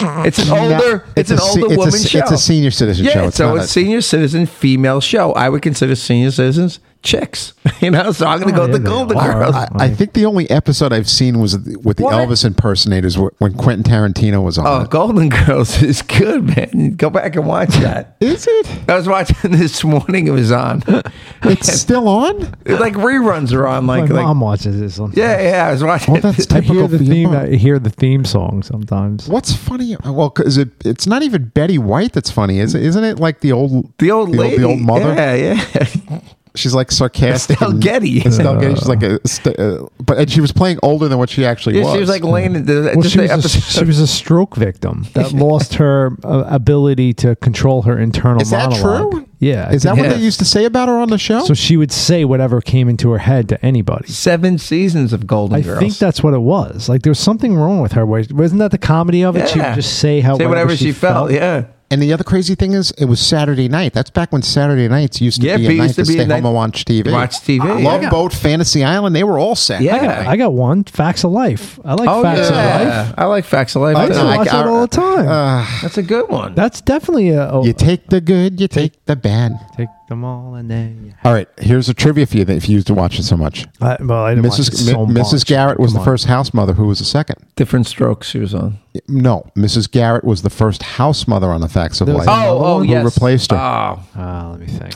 Speaker 1: It's an
Speaker 3: No,
Speaker 1: older. it's, an
Speaker 3: a se-
Speaker 1: older
Speaker 3: it's a
Speaker 1: woman
Speaker 3: se-
Speaker 1: show.
Speaker 3: It's a senior citizen
Speaker 1: yeah,
Speaker 3: show. It's
Speaker 1: so
Speaker 3: not
Speaker 1: it's
Speaker 3: a-
Speaker 1: senior citizen female show. I would consider senior citizens chicks. You know, so I'm going to go
Speaker 2: Oh,
Speaker 1: with
Speaker 2: yeah,
Speaker 1: the
Speaker 2: they
Speaker 1: Golden
Speaker 2: are.
Speaker 1: Girls.
Speaker 3: I, I think the only episode I've seen was with the
Speaker 1: What?
Speaker 3: Elvis impersonators wh- when Quentin Tarantino was on.
Speaker 1: Oh,
Speaker 3: it.
Speaker 1: Golden Girls is good, man. Go back and watch that.
Speaker 3: Is it?
Speaker 1: I was watching this morning. It was on.
Speaker 3: It's still on.
Speaker 1: like reruns are on. Like,
Speaker 2: My
Speaker 1: like
Speaker 2: mom watches this. Sometimes.
Speaker 1: yeah, yeah. I was watching.
Speaker 3: Well, that's
Speaker 2: I hear
Speaker 3: typical
Speaker 2: the
Speaker 3: for your
Speaker 2: theme.
Speaker 3: mom.
Speaker 2: I hear the theme song sometimes.
Speaker 3: What's funny? Well, because it, it's not even Betty White that's funny, is it? Isn't it like the old
Speaker 1: the old
Speaker 3: the
Speaker 1: lady,
Speaker 3: the old mother?
Speaker 1: Yeah, yeah.
Speaker 3: She's like sarcastic.
Speaker 1: Estelle
Speaker 3: and-
Speaker 1: Getty.
Speaker 3: Estelle Getty. She's like a, st- uh, but and she was playing older than what she actually
Speaker 1: yeah
Speaker 3: was.
Speaker 1: she was like laying. in The,
Speaker 2: Well,
Speaker 1: just
Speaker 2: she
Speaker 1: the
Speaker 2: was, a,
Speaker 1: episode.
Speaker 2: she was a stroke victim that lost her uh, ability to control her internal
Speaker 3: Is that
Speaker 2: monologue.
Speaker 3: true?
Speaker 2: Yeah. I
Speaker 3: Is that
Speaker 2: think-
Speaker 3: what
Speaker 1: Yeah.
Speaker 3: they used to say about her on the show?
Speaker 2: so she would say whatever came into her head to anybody.
Speaker 1: Seven seasons of Golden
Speaker 2: I
Speaker 1: Girls.
Speaker 2: think that's what it was. Like there was something wrong with her. Where, wasn't that the comedy of it? She would just say how
Speaker 1: say whatever, she, felt. Yeah,
Speaker 3: and the other crazy thing is, it was Saturday night. That's back when Saturday nights used to
Speaker 1: Yeah,
Speaker 3: be a
Speaker 1: it
Speaker 3: night
Speaker 1: used
Speaker 3: to,
Speaker 1: to be
Speaker 3: stay
Speaker 1: a
Speaker 3: home
Speaker 1: night-
Speaker 3: and watch TV.
Speaker 1: watch TV,
Speaker 3: Ah,
Speaker 1: yeah.
Speaker 3: Love Boat, Fantasy Island. They were all Saturday.
Speaker 1: Yeah.
Speaker 3: night.
Speaker 2: I got one. Facts of life. I like
Speaker 1: Oh
Speaker 2: facts of life.
Speaker 1: yeah, I like Facts of Life.
Speaker 3: I
Speaker 2: I used to
Speaker 1: too.
Speaker 3: know.
Speaker 2: watch that all the time.
Speaker 1: uh, That's a good one.
Speaker 2: That's definitely a. a-
Speaker 3: You take the good, you take the bad.
Speaker 2: take them all and then. you-
Speaker 3: All right, here's a trivia for you that if you used to watch it so much.
Speaker 2: I, well, I didn't watch it
Speaker 3: Mrs.
Speaker 2: so
Speaker 3: Mi- Mrs.
Speaker 2: much.
Speaker 3: Garrett was
Speaker 2: Come
Speaker 3: the
Speaker 2: on.
Speaker 3: first house mother who was the second.
Speaker 1: Different strokes she was on.
Speaker 3: No, Mrs. Garrett was the first house mother on the Facts of
Speaker 2: There was
Speaker 3: Life.
Speaker 2: another
Speaker 1: Oh, oh,
Speaker 2: one?
Speaker 3: who
Speaker 1: yes.
Speaker 3: replaced her?
Speaker 1: Oh,
Speaker 2: Ah, let me think.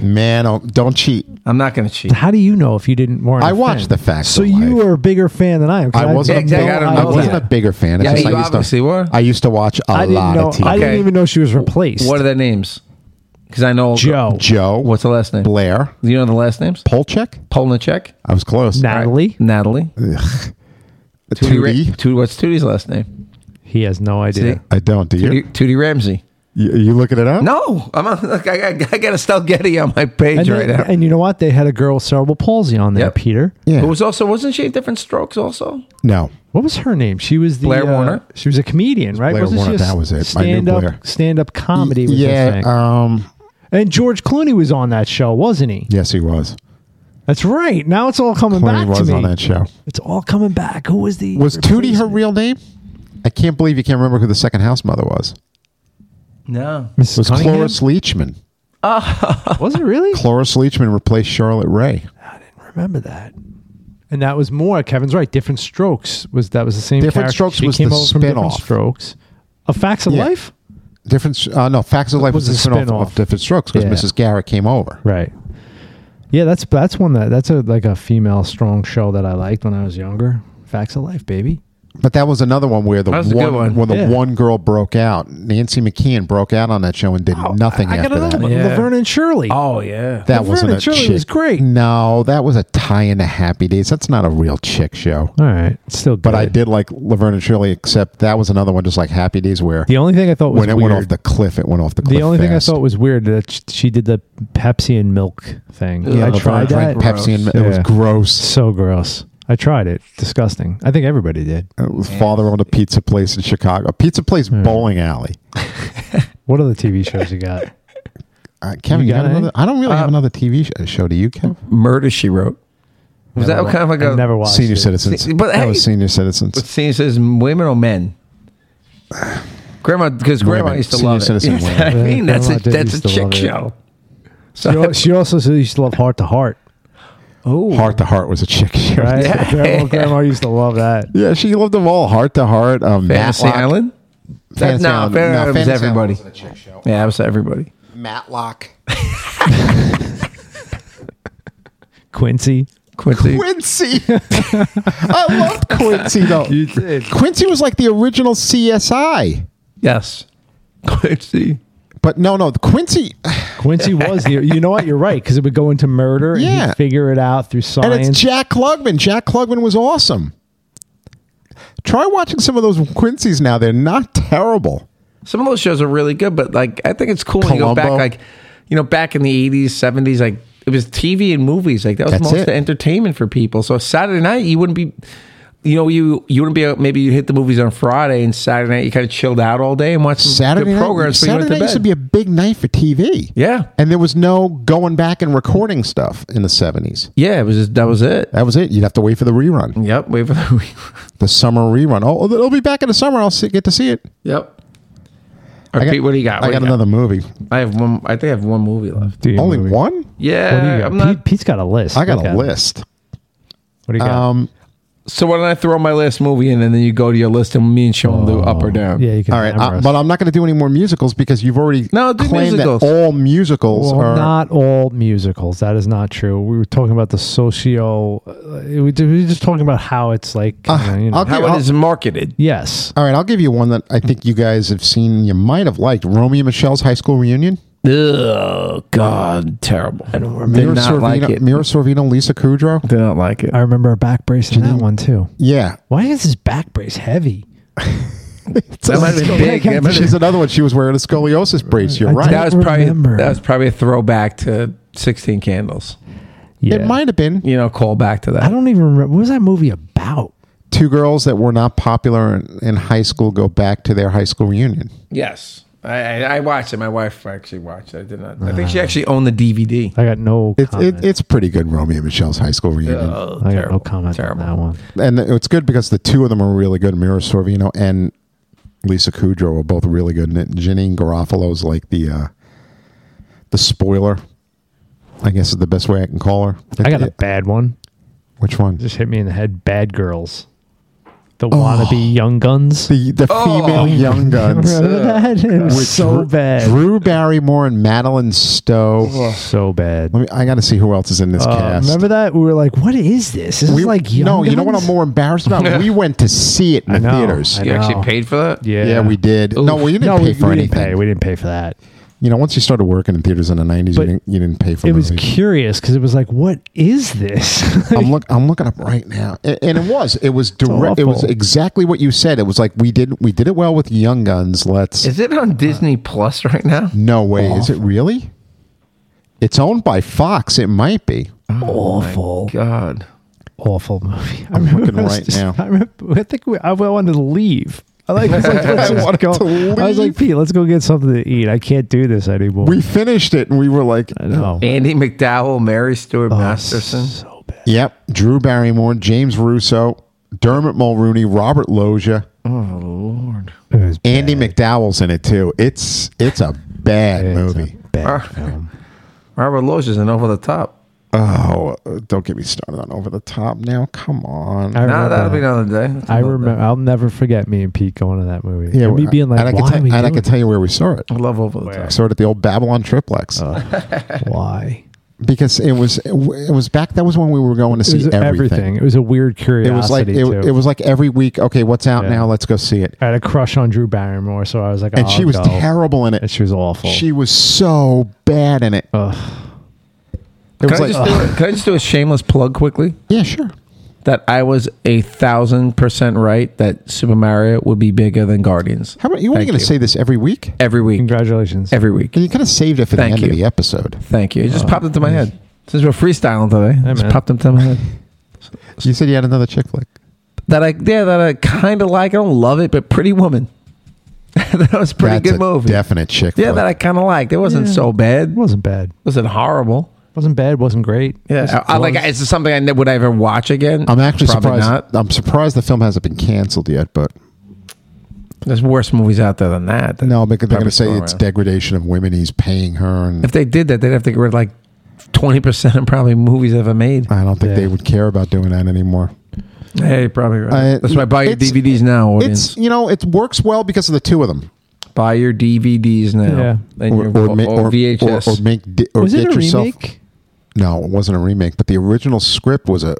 Speaker 3: Man, oh, don't cheat.
Speaker 1: I'm not going to cheat.
Speaker 2: How do you know if you didn't weren't?
Speaker 3: I
Speaker 2: a
Speaker 3: watched
Speaker 2: fan?
Speaker 3: the Facts
Speaker 2: So
Speaker 3: of
Speaker 2: you
Speaker 3: Life.
Speaker 2: were a bigger fan than I am. 'cause
Speaker 3: I wasn't.
Speaker 1: Yeah, exactly.
Speaker 2: no
Speaker 1: I don't
Speaker 3: I
Speaker 1: know
Speaker 3: wasn't
Speaker 1: that.
Speaker 3: a bigger fan. It's
Speaker 1: Yeah,
Speaker 3: just
Speaker 1: you
Speaker 3: I used to-
Speaker 1: obviously were.
Speaker 3: I used to watch a
Speaker 2: I didn't
Speaker 3: lot
Speaker 2: know.
Speaker 3: of TV.
Speaker 2: I didn't
Speaker 1: Okay.
Speaker 2: even know she was replaced.
Speaker 1: What are their names? Because I know
Speaker 2: Joe,
Speaker 3: Joe,
Speaker 1: What's the last name?
Speaker 3: Blair,
Speaker 1: You know the last names?
Speaker 3: Polchek.
Speaker 1: Polnicek,
Speaker 3: I was close. Uh,
Speaker 2: Natalie.
Speaker 1: Natalie. Tootie,
Speaker 3: Tootie.
Speaker 1: Ra- Tootie- what's Tootie's last name?
Speaker 2: He has no idea.
Speaker 1: See?
Speaker 3: I don't. Do you?
Speaker 1: Tootie, Tootie Ramsey.
Speaker 3: You, you looking it up?
Speaker 1: No, I'm on, look, I, I, I got Estelle Getty on my page
Speaker 2: And,
Speaker 1: right
Speaker 2: they-
Speaker 1: now.
Speaker 2: and you know what? They had a girl with cerebral palsy on there.
Speaker 1: Yep.
Speaker 2: Peter.
Speaker 3: Yeah.
Speaker 1: Who was also wasn't she at different strokes also?
Speaker 3: No.
Speaker 2: What was her name? She was the
Speaker 1: Blair
Speaker 2: uh,
Speaker 1: Warner?
Speaker 2: She was a comedian, right?
Speaker 3: Blair
Speaker 2: Wasn't
Speaker 3: Warner,
Speaker 2: she a
Speaker 3: that was it. I knew
Speaker 2: Stand
Speaker 3: Blair.
Speaker 2: up, stand up comedy. Was her
Speaker 3: yeah.
Speaker 2: thing.
Speaker 3: Um.
Speaker 2: and George Clooney was on that show, wasn't he?
Speaker 3: Yes, he was.
Speaker 2: That's right. Now it's all coming
Speaker 3: Clooney
Speaker 2: back to
Speaker 3: was
Speaker 2: me.
Speaker 3: on that show.
Speaker 2: It's all coming back. Who was the
Speaker 3: Was Tootie her
Speaker 2: replacement?
Speaker 3: real name? I can't believe you can't remember who the second house mother was.
Speaker 1: No.
Speaker 3: It was
Speaker 2: Mrs. Cunningham?
Speaker 3: Cloris Leachman.
Speaker 2: Was it really?
Speaker 3: Cloris Leachman replaced Charlotte Ray.
Speaker 2: remember that. And that was more. Kevin's right. Different Strokes was that was the same.
Speaker 3: Different
Speaker 2: character.
Speaker 3: Strokes
Speaker 2: she
Speaker 3: was
Speaker 2: came
Speaker 3: the
Speaker 2: over from Different
Speaker 3: spin-off.
Speaker 2: Strokes. Of Facts of
Speaker 3: Yeah.
Speaker 2: Life.
Speaker 3: Different. Uh, no, Facts of Life was, a
Speaker 2: was a
Speaker 3: spin off
Speaker 2: spin-off.
Speaker 3: of Different Strokes because
Speaker 2: Yeah.
Speaker 3: Mrs. Garrett came over.
Speaker 2: Right. Yeah, that's that's one that that's a like a female strong show that I liked when I was younger. Facts of Life, baby.
Speaker 3: But that was another one where the
Speaker 1: That was a
Speaker 3: one,
Speaker 1: good one.
Speaker 3: when the
Speaker 2: Yeah.
Speaker 3: one girl broke out. Nancy McKeon broke out on that show and did nothing
Speaker 2: Oh, I, I
Speaker 3: after
Speaker 2: got another
Speaker 3: that.
Speaker 2: one.
Speaker 1: Yeah.
Speaker 2: Laverne and Shirley.
Speaker 1: Oh yeah.
Speaker 3: That
Speaker 2: Laverne
Speaker 3: wasn't a
Speaker 2: and Shirley
Speaker 3: chick.
Speaker 2: was great.
Speaker 3: Mm. No, that was a tie into Happy Days. That's not a real chick show.
Speaker 2: All right, still. Good.
Speaker 3: But I did like Laverne and Shirley, except that was another one just like Happy Days where
Speaker 2: The only thing I thought was
Speaker 3: when it
Speaker 2: weird,
Speaker 3: went off the cliff, it went off the
Speaker 2: the
Speaker 3: cliff.
Speaker 2: only thing I
Speaker 3: fast.
Speaker 2: thought was weird that sh- she did the Pepsi and milk thing.
Speaker 1: Yeah,
Speaker 2: I
Speaker 1: Laverne
Speaker 2: tried
Speaker 3: drank
Speaker 2: that.
Speaker 1: Pepsi.
Speaker 3: Pepsi and it was
Speaker 2: Yeah.
Speaker 3: gross.
Speaker 2: So gross. I tried it. Disgusting. I think everybody did.
Speaker 3: It was father owned a pizza place in Chicago, a pizza place
Speaker 2: Hmm.
Speaker 3: bowling alley.
Speaker 2: What other TV shows you got?
Speaker 3: Uh, Kevin, you,
Speaker 2: You
Speaker 3: got,
Speaker 2: got any?
Speaker 3: another? I don't really
Speaker 1: Um,
Speaker 3: have another TV show. uh, show do you, Kevin?
Speaker 1: Murder she wrote. Was
Speaker 2: Never
Speaker 1: that kind of
Speaker 2: wa-
Speaker 1: like
Speaker 2: I
Speaker 1: a
Speaker 2: never watched
Speaker 3: Senior
Speaker 2: it.
Speaker 3: citizens.
Speaker 1: See, but
Speaker 3: that
Speaker 1: hey-
Speaker 3: was senior citizens.
Speaker 1: What scene says women or men? Grandma, because grandma
Speaker 3: Women.
Speaker 1: used to
Speaker 3: Senior
Speaker 1: love it.
Speaker 3: citizen
Speaker 1: Yes,
Speaker 3: women.
Speaker 1: I mean,
Speaker 2: Yeah,
Speaker 1: that's a
Speaker 2: grandma did
Speaker 1: that's a
Speaker 2: used to
Speaker 1: chick
Speaker 2: love it.
Speaker 1: show.
Speaker 2: She,
Speaker 1: So
Speaker 2: al- she also said she used to love Heart to Heart.
Speaker 1: oh,
Speaker 3: Heart to Heart was a chick show.
Speaker 2: Right? Grandma, grandma used to love that.
Speaker 3: Yeah, she loved them all. Heart to Heart. Um,
Speaker 1: Fantasy
Speaker 3: Matlock.
Speaker 1: Island.
Speaker 3: Fantasy
Speaker 1: no,
Speaker 3: Island-
Speaker 1: Fair Island was
Speaker 3: Fantasy Island
Speaker 1: everybody.
Speaker 3: wasn't a chick show.
Speaker 1: Yeah, that was everybody.
Speaker 3: Matlock.
Speaker 2: Quincy.
Speaker 1: Quincy.
Speaker 3: Quincy. I loved Quincy though.
Speaker 2: You did.
Speaker 3: Quincy was like the original CSI.
Speaker 1: Yes. Quincy.
Speaker 3: But no, no, the Quincy,
Speaker 2: Quincy was the. You know what? You're right because it would go into murder and
Speaker 3: Yeah.
Speaker 2: he'd figure it out through science.
Speaker 3: and it's Jack Klugman. Jack Klugman was awesome. Try watching some of those Quincy's now. They're not terrible.
Speaker 1: Some of those shows are really good, but like I think it's cool when you go back,
Speaker 3: Columbo.
Speaker 1: like you know, back in the eighties, seventies, like it was TV and movies. Like that was
Speaker 3: That's
Speaker 1: most
Speaker 3: it.
Speaker 1: of the entertainment for people. So Saturday night, you wouldn't be, you know, you you wouldn't be out. Maybe you hit the movies on Friday, and Saturday night you kind of chilled out all day and watched some
Speaker 3: Saturday
Speaker 1: good
Speaker 3: night,
Speaker 1: programs. before
Speaker 3: Saturday night
Speaker 1: you went
Speaker 3: used
Speaker 1: to
Speaker 3: to
Speaker 1: bed.
Speaker 3: be a big night for TV.
Speaker 1: yeah,
Speaker 3: And there was no going back and recording stuff in the 70s.
Speaker 1: yeah. It was just that was it.
Speaker 3: That was it. You'd have to wait for the rerun,
Speaker 1: Yep, wait for the week.
Speaker 3: the summer rerun. Oh, it'll be back in the summer. I'll see, get to see it.
Speaker 1: Yep. All right,
Speaker 3: got-
Speaker 1: Pete, what do you got? What
Speaker 3: I
Speaker 1: do
Speaker 3: got
Speaker 1: you
Speaker 3: another movie.
Speaker 1: I have one. I think I have one movie left.
Speaker 2: Do you
Speaker 3: Only
Speaker 2: movie?
Speaker 3: one?
Speaker 1: Yeah,
Speaker 2: What do you got?
Speaker 1: Uh, I'm not.
Speaker 2: Pete, Pete's got a list.
Speaker 3: I got
Speaker 2: Look
Speaker 3: a
Speaker 2: at it.
Speaker 3: list.
Speaker 2: What do you got?
Speaker 3: Um,
Speaker 1: So why don't I throw my last movie in, and then you go to your list, and me and Sean do up or down.
Speaker 2: Oh, yeah, you can.
Speaker 3: all right.
Speaker 2: hammer
Speaker 3: uh,
Speaker 2: us.
Speaker 3: but I'm not going to do any more musicals because you've already
Speaker 1: No, do
Speaker 3: claimed
Speaker 1: musicals.
Speaker 3: that all musicals
Speaker 2: Well,
Speaker 3: are.
Speaker 2: not all musicals. That is not true. We were talking about the socio. uh, We we were just talking about how it's like. kinda, you know.
Speaker 3: Uh, okay.
Speaker 1: How it
Speaker 3: I'll-
Speaker 1: is marketed.
Speaker 2: Yes.
Speaker 3: All right, I'll give you one that I think you guys have seen. You might have liked Romeo and Michelle's High School Reunion.
Speaker 1: Oh God, terrible. I don't remember. Did
Speaker 3: Mira
Speaker 1: not
Speaker 3: Sorvino,
Speaker 1: like it.
Speaker 3: Mira Sorvino, Lisa Kudrow.
Speaker 1: Did not like it.
Speaker 2: I remember a back brace in that one too.
Speaker 3: Yeah,
Speaker 2: Why is his back brace heavy?
Speaker 1: That might have been big. That might have
Speaker 3: she's another one. She was wearing a scoliosis brace. You're
Speaker 2: I
Speaker 3: right.
Speaker 2: don't
Speaker 1: that was probably
Speaker 2: remember.
Speaker 1: that was probably a throwback to Sixteen Candles.
Speaker 2: Yeah.
Speaker 3: It might have been
Speaker 1: You know, call back to
Speaker 2: I
Speaker 1: that.
Speaker 2: don't even remember. What was that movie about?
Speaker 3: two girls that were not popular in, in high school go back to their high school reunion.
Speaker 1: Yes, I, I, I watched it. My wife actually watched it. I did not. I think she actually owned the DVD.
Speaker 2: I got no.
Speaker 3: It's
Speaker 2: comment.
Speaker 3: it, it's pretty good, Romeo and Michelle's high school reunion,
Speaker 1: Oh,
Speaker 2: I got
Speaker 1: terrible.
Speaker 2: no comment
Speaker 1: Terrible.
Speaker 2: on that one.
Speaker 3: and it's good because the two of them are really good. Mira Sorvino and Lisa Kudrow are both really good. in it. Jenny Garofalo's like the uh, the spoiler. I guess is the best way I can call her.
Speaker 2: I got a bad one.
Speaker 3: Which one?
Speaker 2: Just hit me in the head. Bad girls. The wannabe young guns.
Speaker 3: Oh. The the female young guns.
Speaker 2: Remember that? It was
Speaker 3: With
Speaker 2: so
Speaker 3: Drew-
Speaker 2: bad.
Speaker 3: Drew Barrymore and Madeline Stowe.
Speaker 2: so bad.
Speaker 3: Let me, I got to see who else is in this
Speaker 2: Uh,
Speaker 3: cast.
Speaker 2: remember that? We were like, what is this? This
Speaker 3: we,
Speaker 2: is like young
Speaker 3: no, you know what
Speaker 2: Guns?
Speaker 3: I'm more embarrassed about? we went to see it in
Speaker 2: I
Speaker 3: the
Speaker 2: know,
Speaker 3: theaters.
Speaker 2: I
Speaker 1: You
Speaker 2: know.
Speaker 1: actually paid for that?
Speaker 2: Yeah.
Speaker 3: yeah. we did. No, well, you didn't
Speaker 2: No,
Speaker 3: pay
Speaker 2: we,
Speaker 3: for
Speaker 2: we
Speaker 3: anything.
Speaker 2: didn't pay. We didn't pay for that.
Speaker 3: you know, once you started working in theaters in the '90s, you
Speaker 2: But
Speaker 3: didn't, you didn't pay for
Speaker 2: It was
Speaker 3: movies.
Speaker 2: curious because it was like, what is this?
Speaker 3: I'm look. I'm looking up right now, A- and, it was. It was direct. It was
Speaker 2: awful.
Speaker 3: exactly what you said. It was like we did. We did it well with Young Guns. Let's.
Speaker 1: Is it on Disney Plus right now?
Speaker 3: no way. Is it really? It's owned by Fox. It might be.
Speaker 2: awful,
Speaker 1: God.
Speaker 2: awful movie. I remember
Speaker 3: looking
Speaker 2: I was
Speaker 3: right now.
Speaker 2: I, remember, I think we, I wanted to leave. I like. I was like, let's just
Speaker 3: wanted
Speaker 2: go.
Speaker 3: to
Speaker 2: I was
Speaker 3: leave.
Speaker 2: like, Pete, let's go get something to eat. I can't do this anymore.
Speaker 3: We finished it, and we were like,
Speaker 2: I know.
Speaker 1: Andy McDowell, Mary Stewart
Speaker 2: Oh,
Speaker 1: Masterson.
Speaker 2: So bad.
Speaker 3: Yep. Drew Barrymore, James Russo, Dermot Mulrooney, Robert Loggia,
Speaker 1: Oh Lord.
Speaker 2: It was
Speaker 3: Andy McDowell's in it too. It's it's a bad
Speaker 2: bad. It's a
Speaker 3: movie.
Speaker 2: bad
Speaker 1: Ah.
Speaker 2: film.
Speaker 1: Robert Loge is an over the top.
Speaker 3: Oh, uh, don't get me started on over the top now. Come on.
Speaker 2: I
Speaker 1: No,
Speaker 2: remember
Speaker 1: that'll be another day. That's
Speaker 2: I
Speaker 1: another
Speaker 2: remember. I'll never forget me and Pete going to that movie. Yeah,
Speaker 3: well,
Speaker 2: me being like,
Speaker 3: and I
Speaker 2: why
Speaker 3: can
Speaker 2: are
Speaker 3: tell,
Speaker 2: we
Speaker 3: and I
Speaker 2: doing
Speaker 3: can tell you where we saw it.
Speaker 1: day. I love over the top.
Speaker 3: We saw it at the old Babylon Triplex
Speaker 2: Uh. this? why?
Speaker 3: because it was it was back. That was when we were going to
Speaker 2: It was
Speaker 3: see everything.
Speaker 2: It was a weird
Speaker 3: It
Speaker 2: curiosity.
Speaker 3: was like it,
Speaker 2: too.
Speaker 3: it was like every week. Okay, what's out
Speaker 2: Yeah.
Speaker 3: now? Let's go see it.
Speaker 2: I had a crush on Drew Barrymore, so I was like,
Speaker 3: And
Speaker 2: "I'll
Speaker 3: she was
Speaker 2: go."
Speaker 3: terrible in
Speaker 2: And
Speaker 3: it.
Speaker 2: she was awful.
Speaker 3: She was so bad in it.
Speaker 2: Ugh.
Speaker 3: It
Speaker 1: Can
Speaker 3: was
Speaker 1: I,
Speaker 3: like,
Speaker 1: just do a, can I just do a shameless plug quickly?
Speaker 3: yeah, sure.
Speaker 1: That I was a thousand percent right that Super Mario would be bigger than Guardians
Speaker 3: How about you? Only
Speaker 1: Thank
Speaker 3: going to
Speaker 1: you.
Speaker 3: say this every week?
Speaker 1: every week.
Speaker 2: Congratulations.
Speaker 1: Every week.
Speaker 3: And you kind of saved it for
Speaker 1: Thank
Speaker 3: the end of
Speaker 1: you.
Speaker 3: the episode.
Speaker 1: Thank you. It
Speaker 3: Oh,
Speaker 1: just popped into my head. Since we're freestyling today, it
Speaker 2: man.
Speaker 1: just popped into my head.
Speaker 3: You said you had another chick flick.
Speaker 1: That I yeah, that I kinda like. I don't love it, but Pretty Woman. that was a pretty
Speaker 3: That's
Speaker 1: good
Speaker 3: a
Speaker 1: movie.
Speaker 3: Definite chick flick.
Speaker 1: yeah, that I kinda liked. It wasn't
Speaker 2: Yeah.
Speaker 1: so bad.
Speaker 2: It wasn't bad.
Speaker 1: wasn't horrible.
Speaker 2: Wasn't bad. Wasn't great.
Speaker 1: Yeah, I, I like. Is this something I ne- would I ever watch again?
Speaker 3: I'm actually
Speaker 1: Probably
Speaker 3: surprised.
Speaker 1: Not.
Speaker 3: I'm surprised the film hasn't been canceled yet, but
Speaker 1: There's worse movies out there than that.
Speaker 3: no, because they're
Speaker 1: Probably
Speaker 3: going to say
Speaker 1: still
Speaker 3: it's
Speaker 1: around.
Speaker 3: degradation of women. He's paying her, and
Speaker 1: If they did that, they'd have to get rid of like twenty percent of probably movies ever made.
Speaker 3: I don't think
Speaker 2: Yeah.
Speaker 3: they would care about doing that anymore.
Speaker 1: Hey, you're probably right.
Speaker 3: Uh,
Speaker 1: That's why buy your
Speaker 3: it's-
Speaker 1: DVDs now, audience.
Speaker 3: It's you know it works well because of the two of them,
Speaker 1: Buy your DVDs now.
Speaker 2: Yeah.
Speaker 1: And your, or,
Speaker 3: ma-
Speaker 1: or VHS.
Speaker 3: or, or make di- or
Speaker 2: was
Speaker 3: get
Speaker 2: it a
Speaker 3: yourself.
Speaker 2: remake?
Speaker 3: No, it wasn't a remake, but the original script was a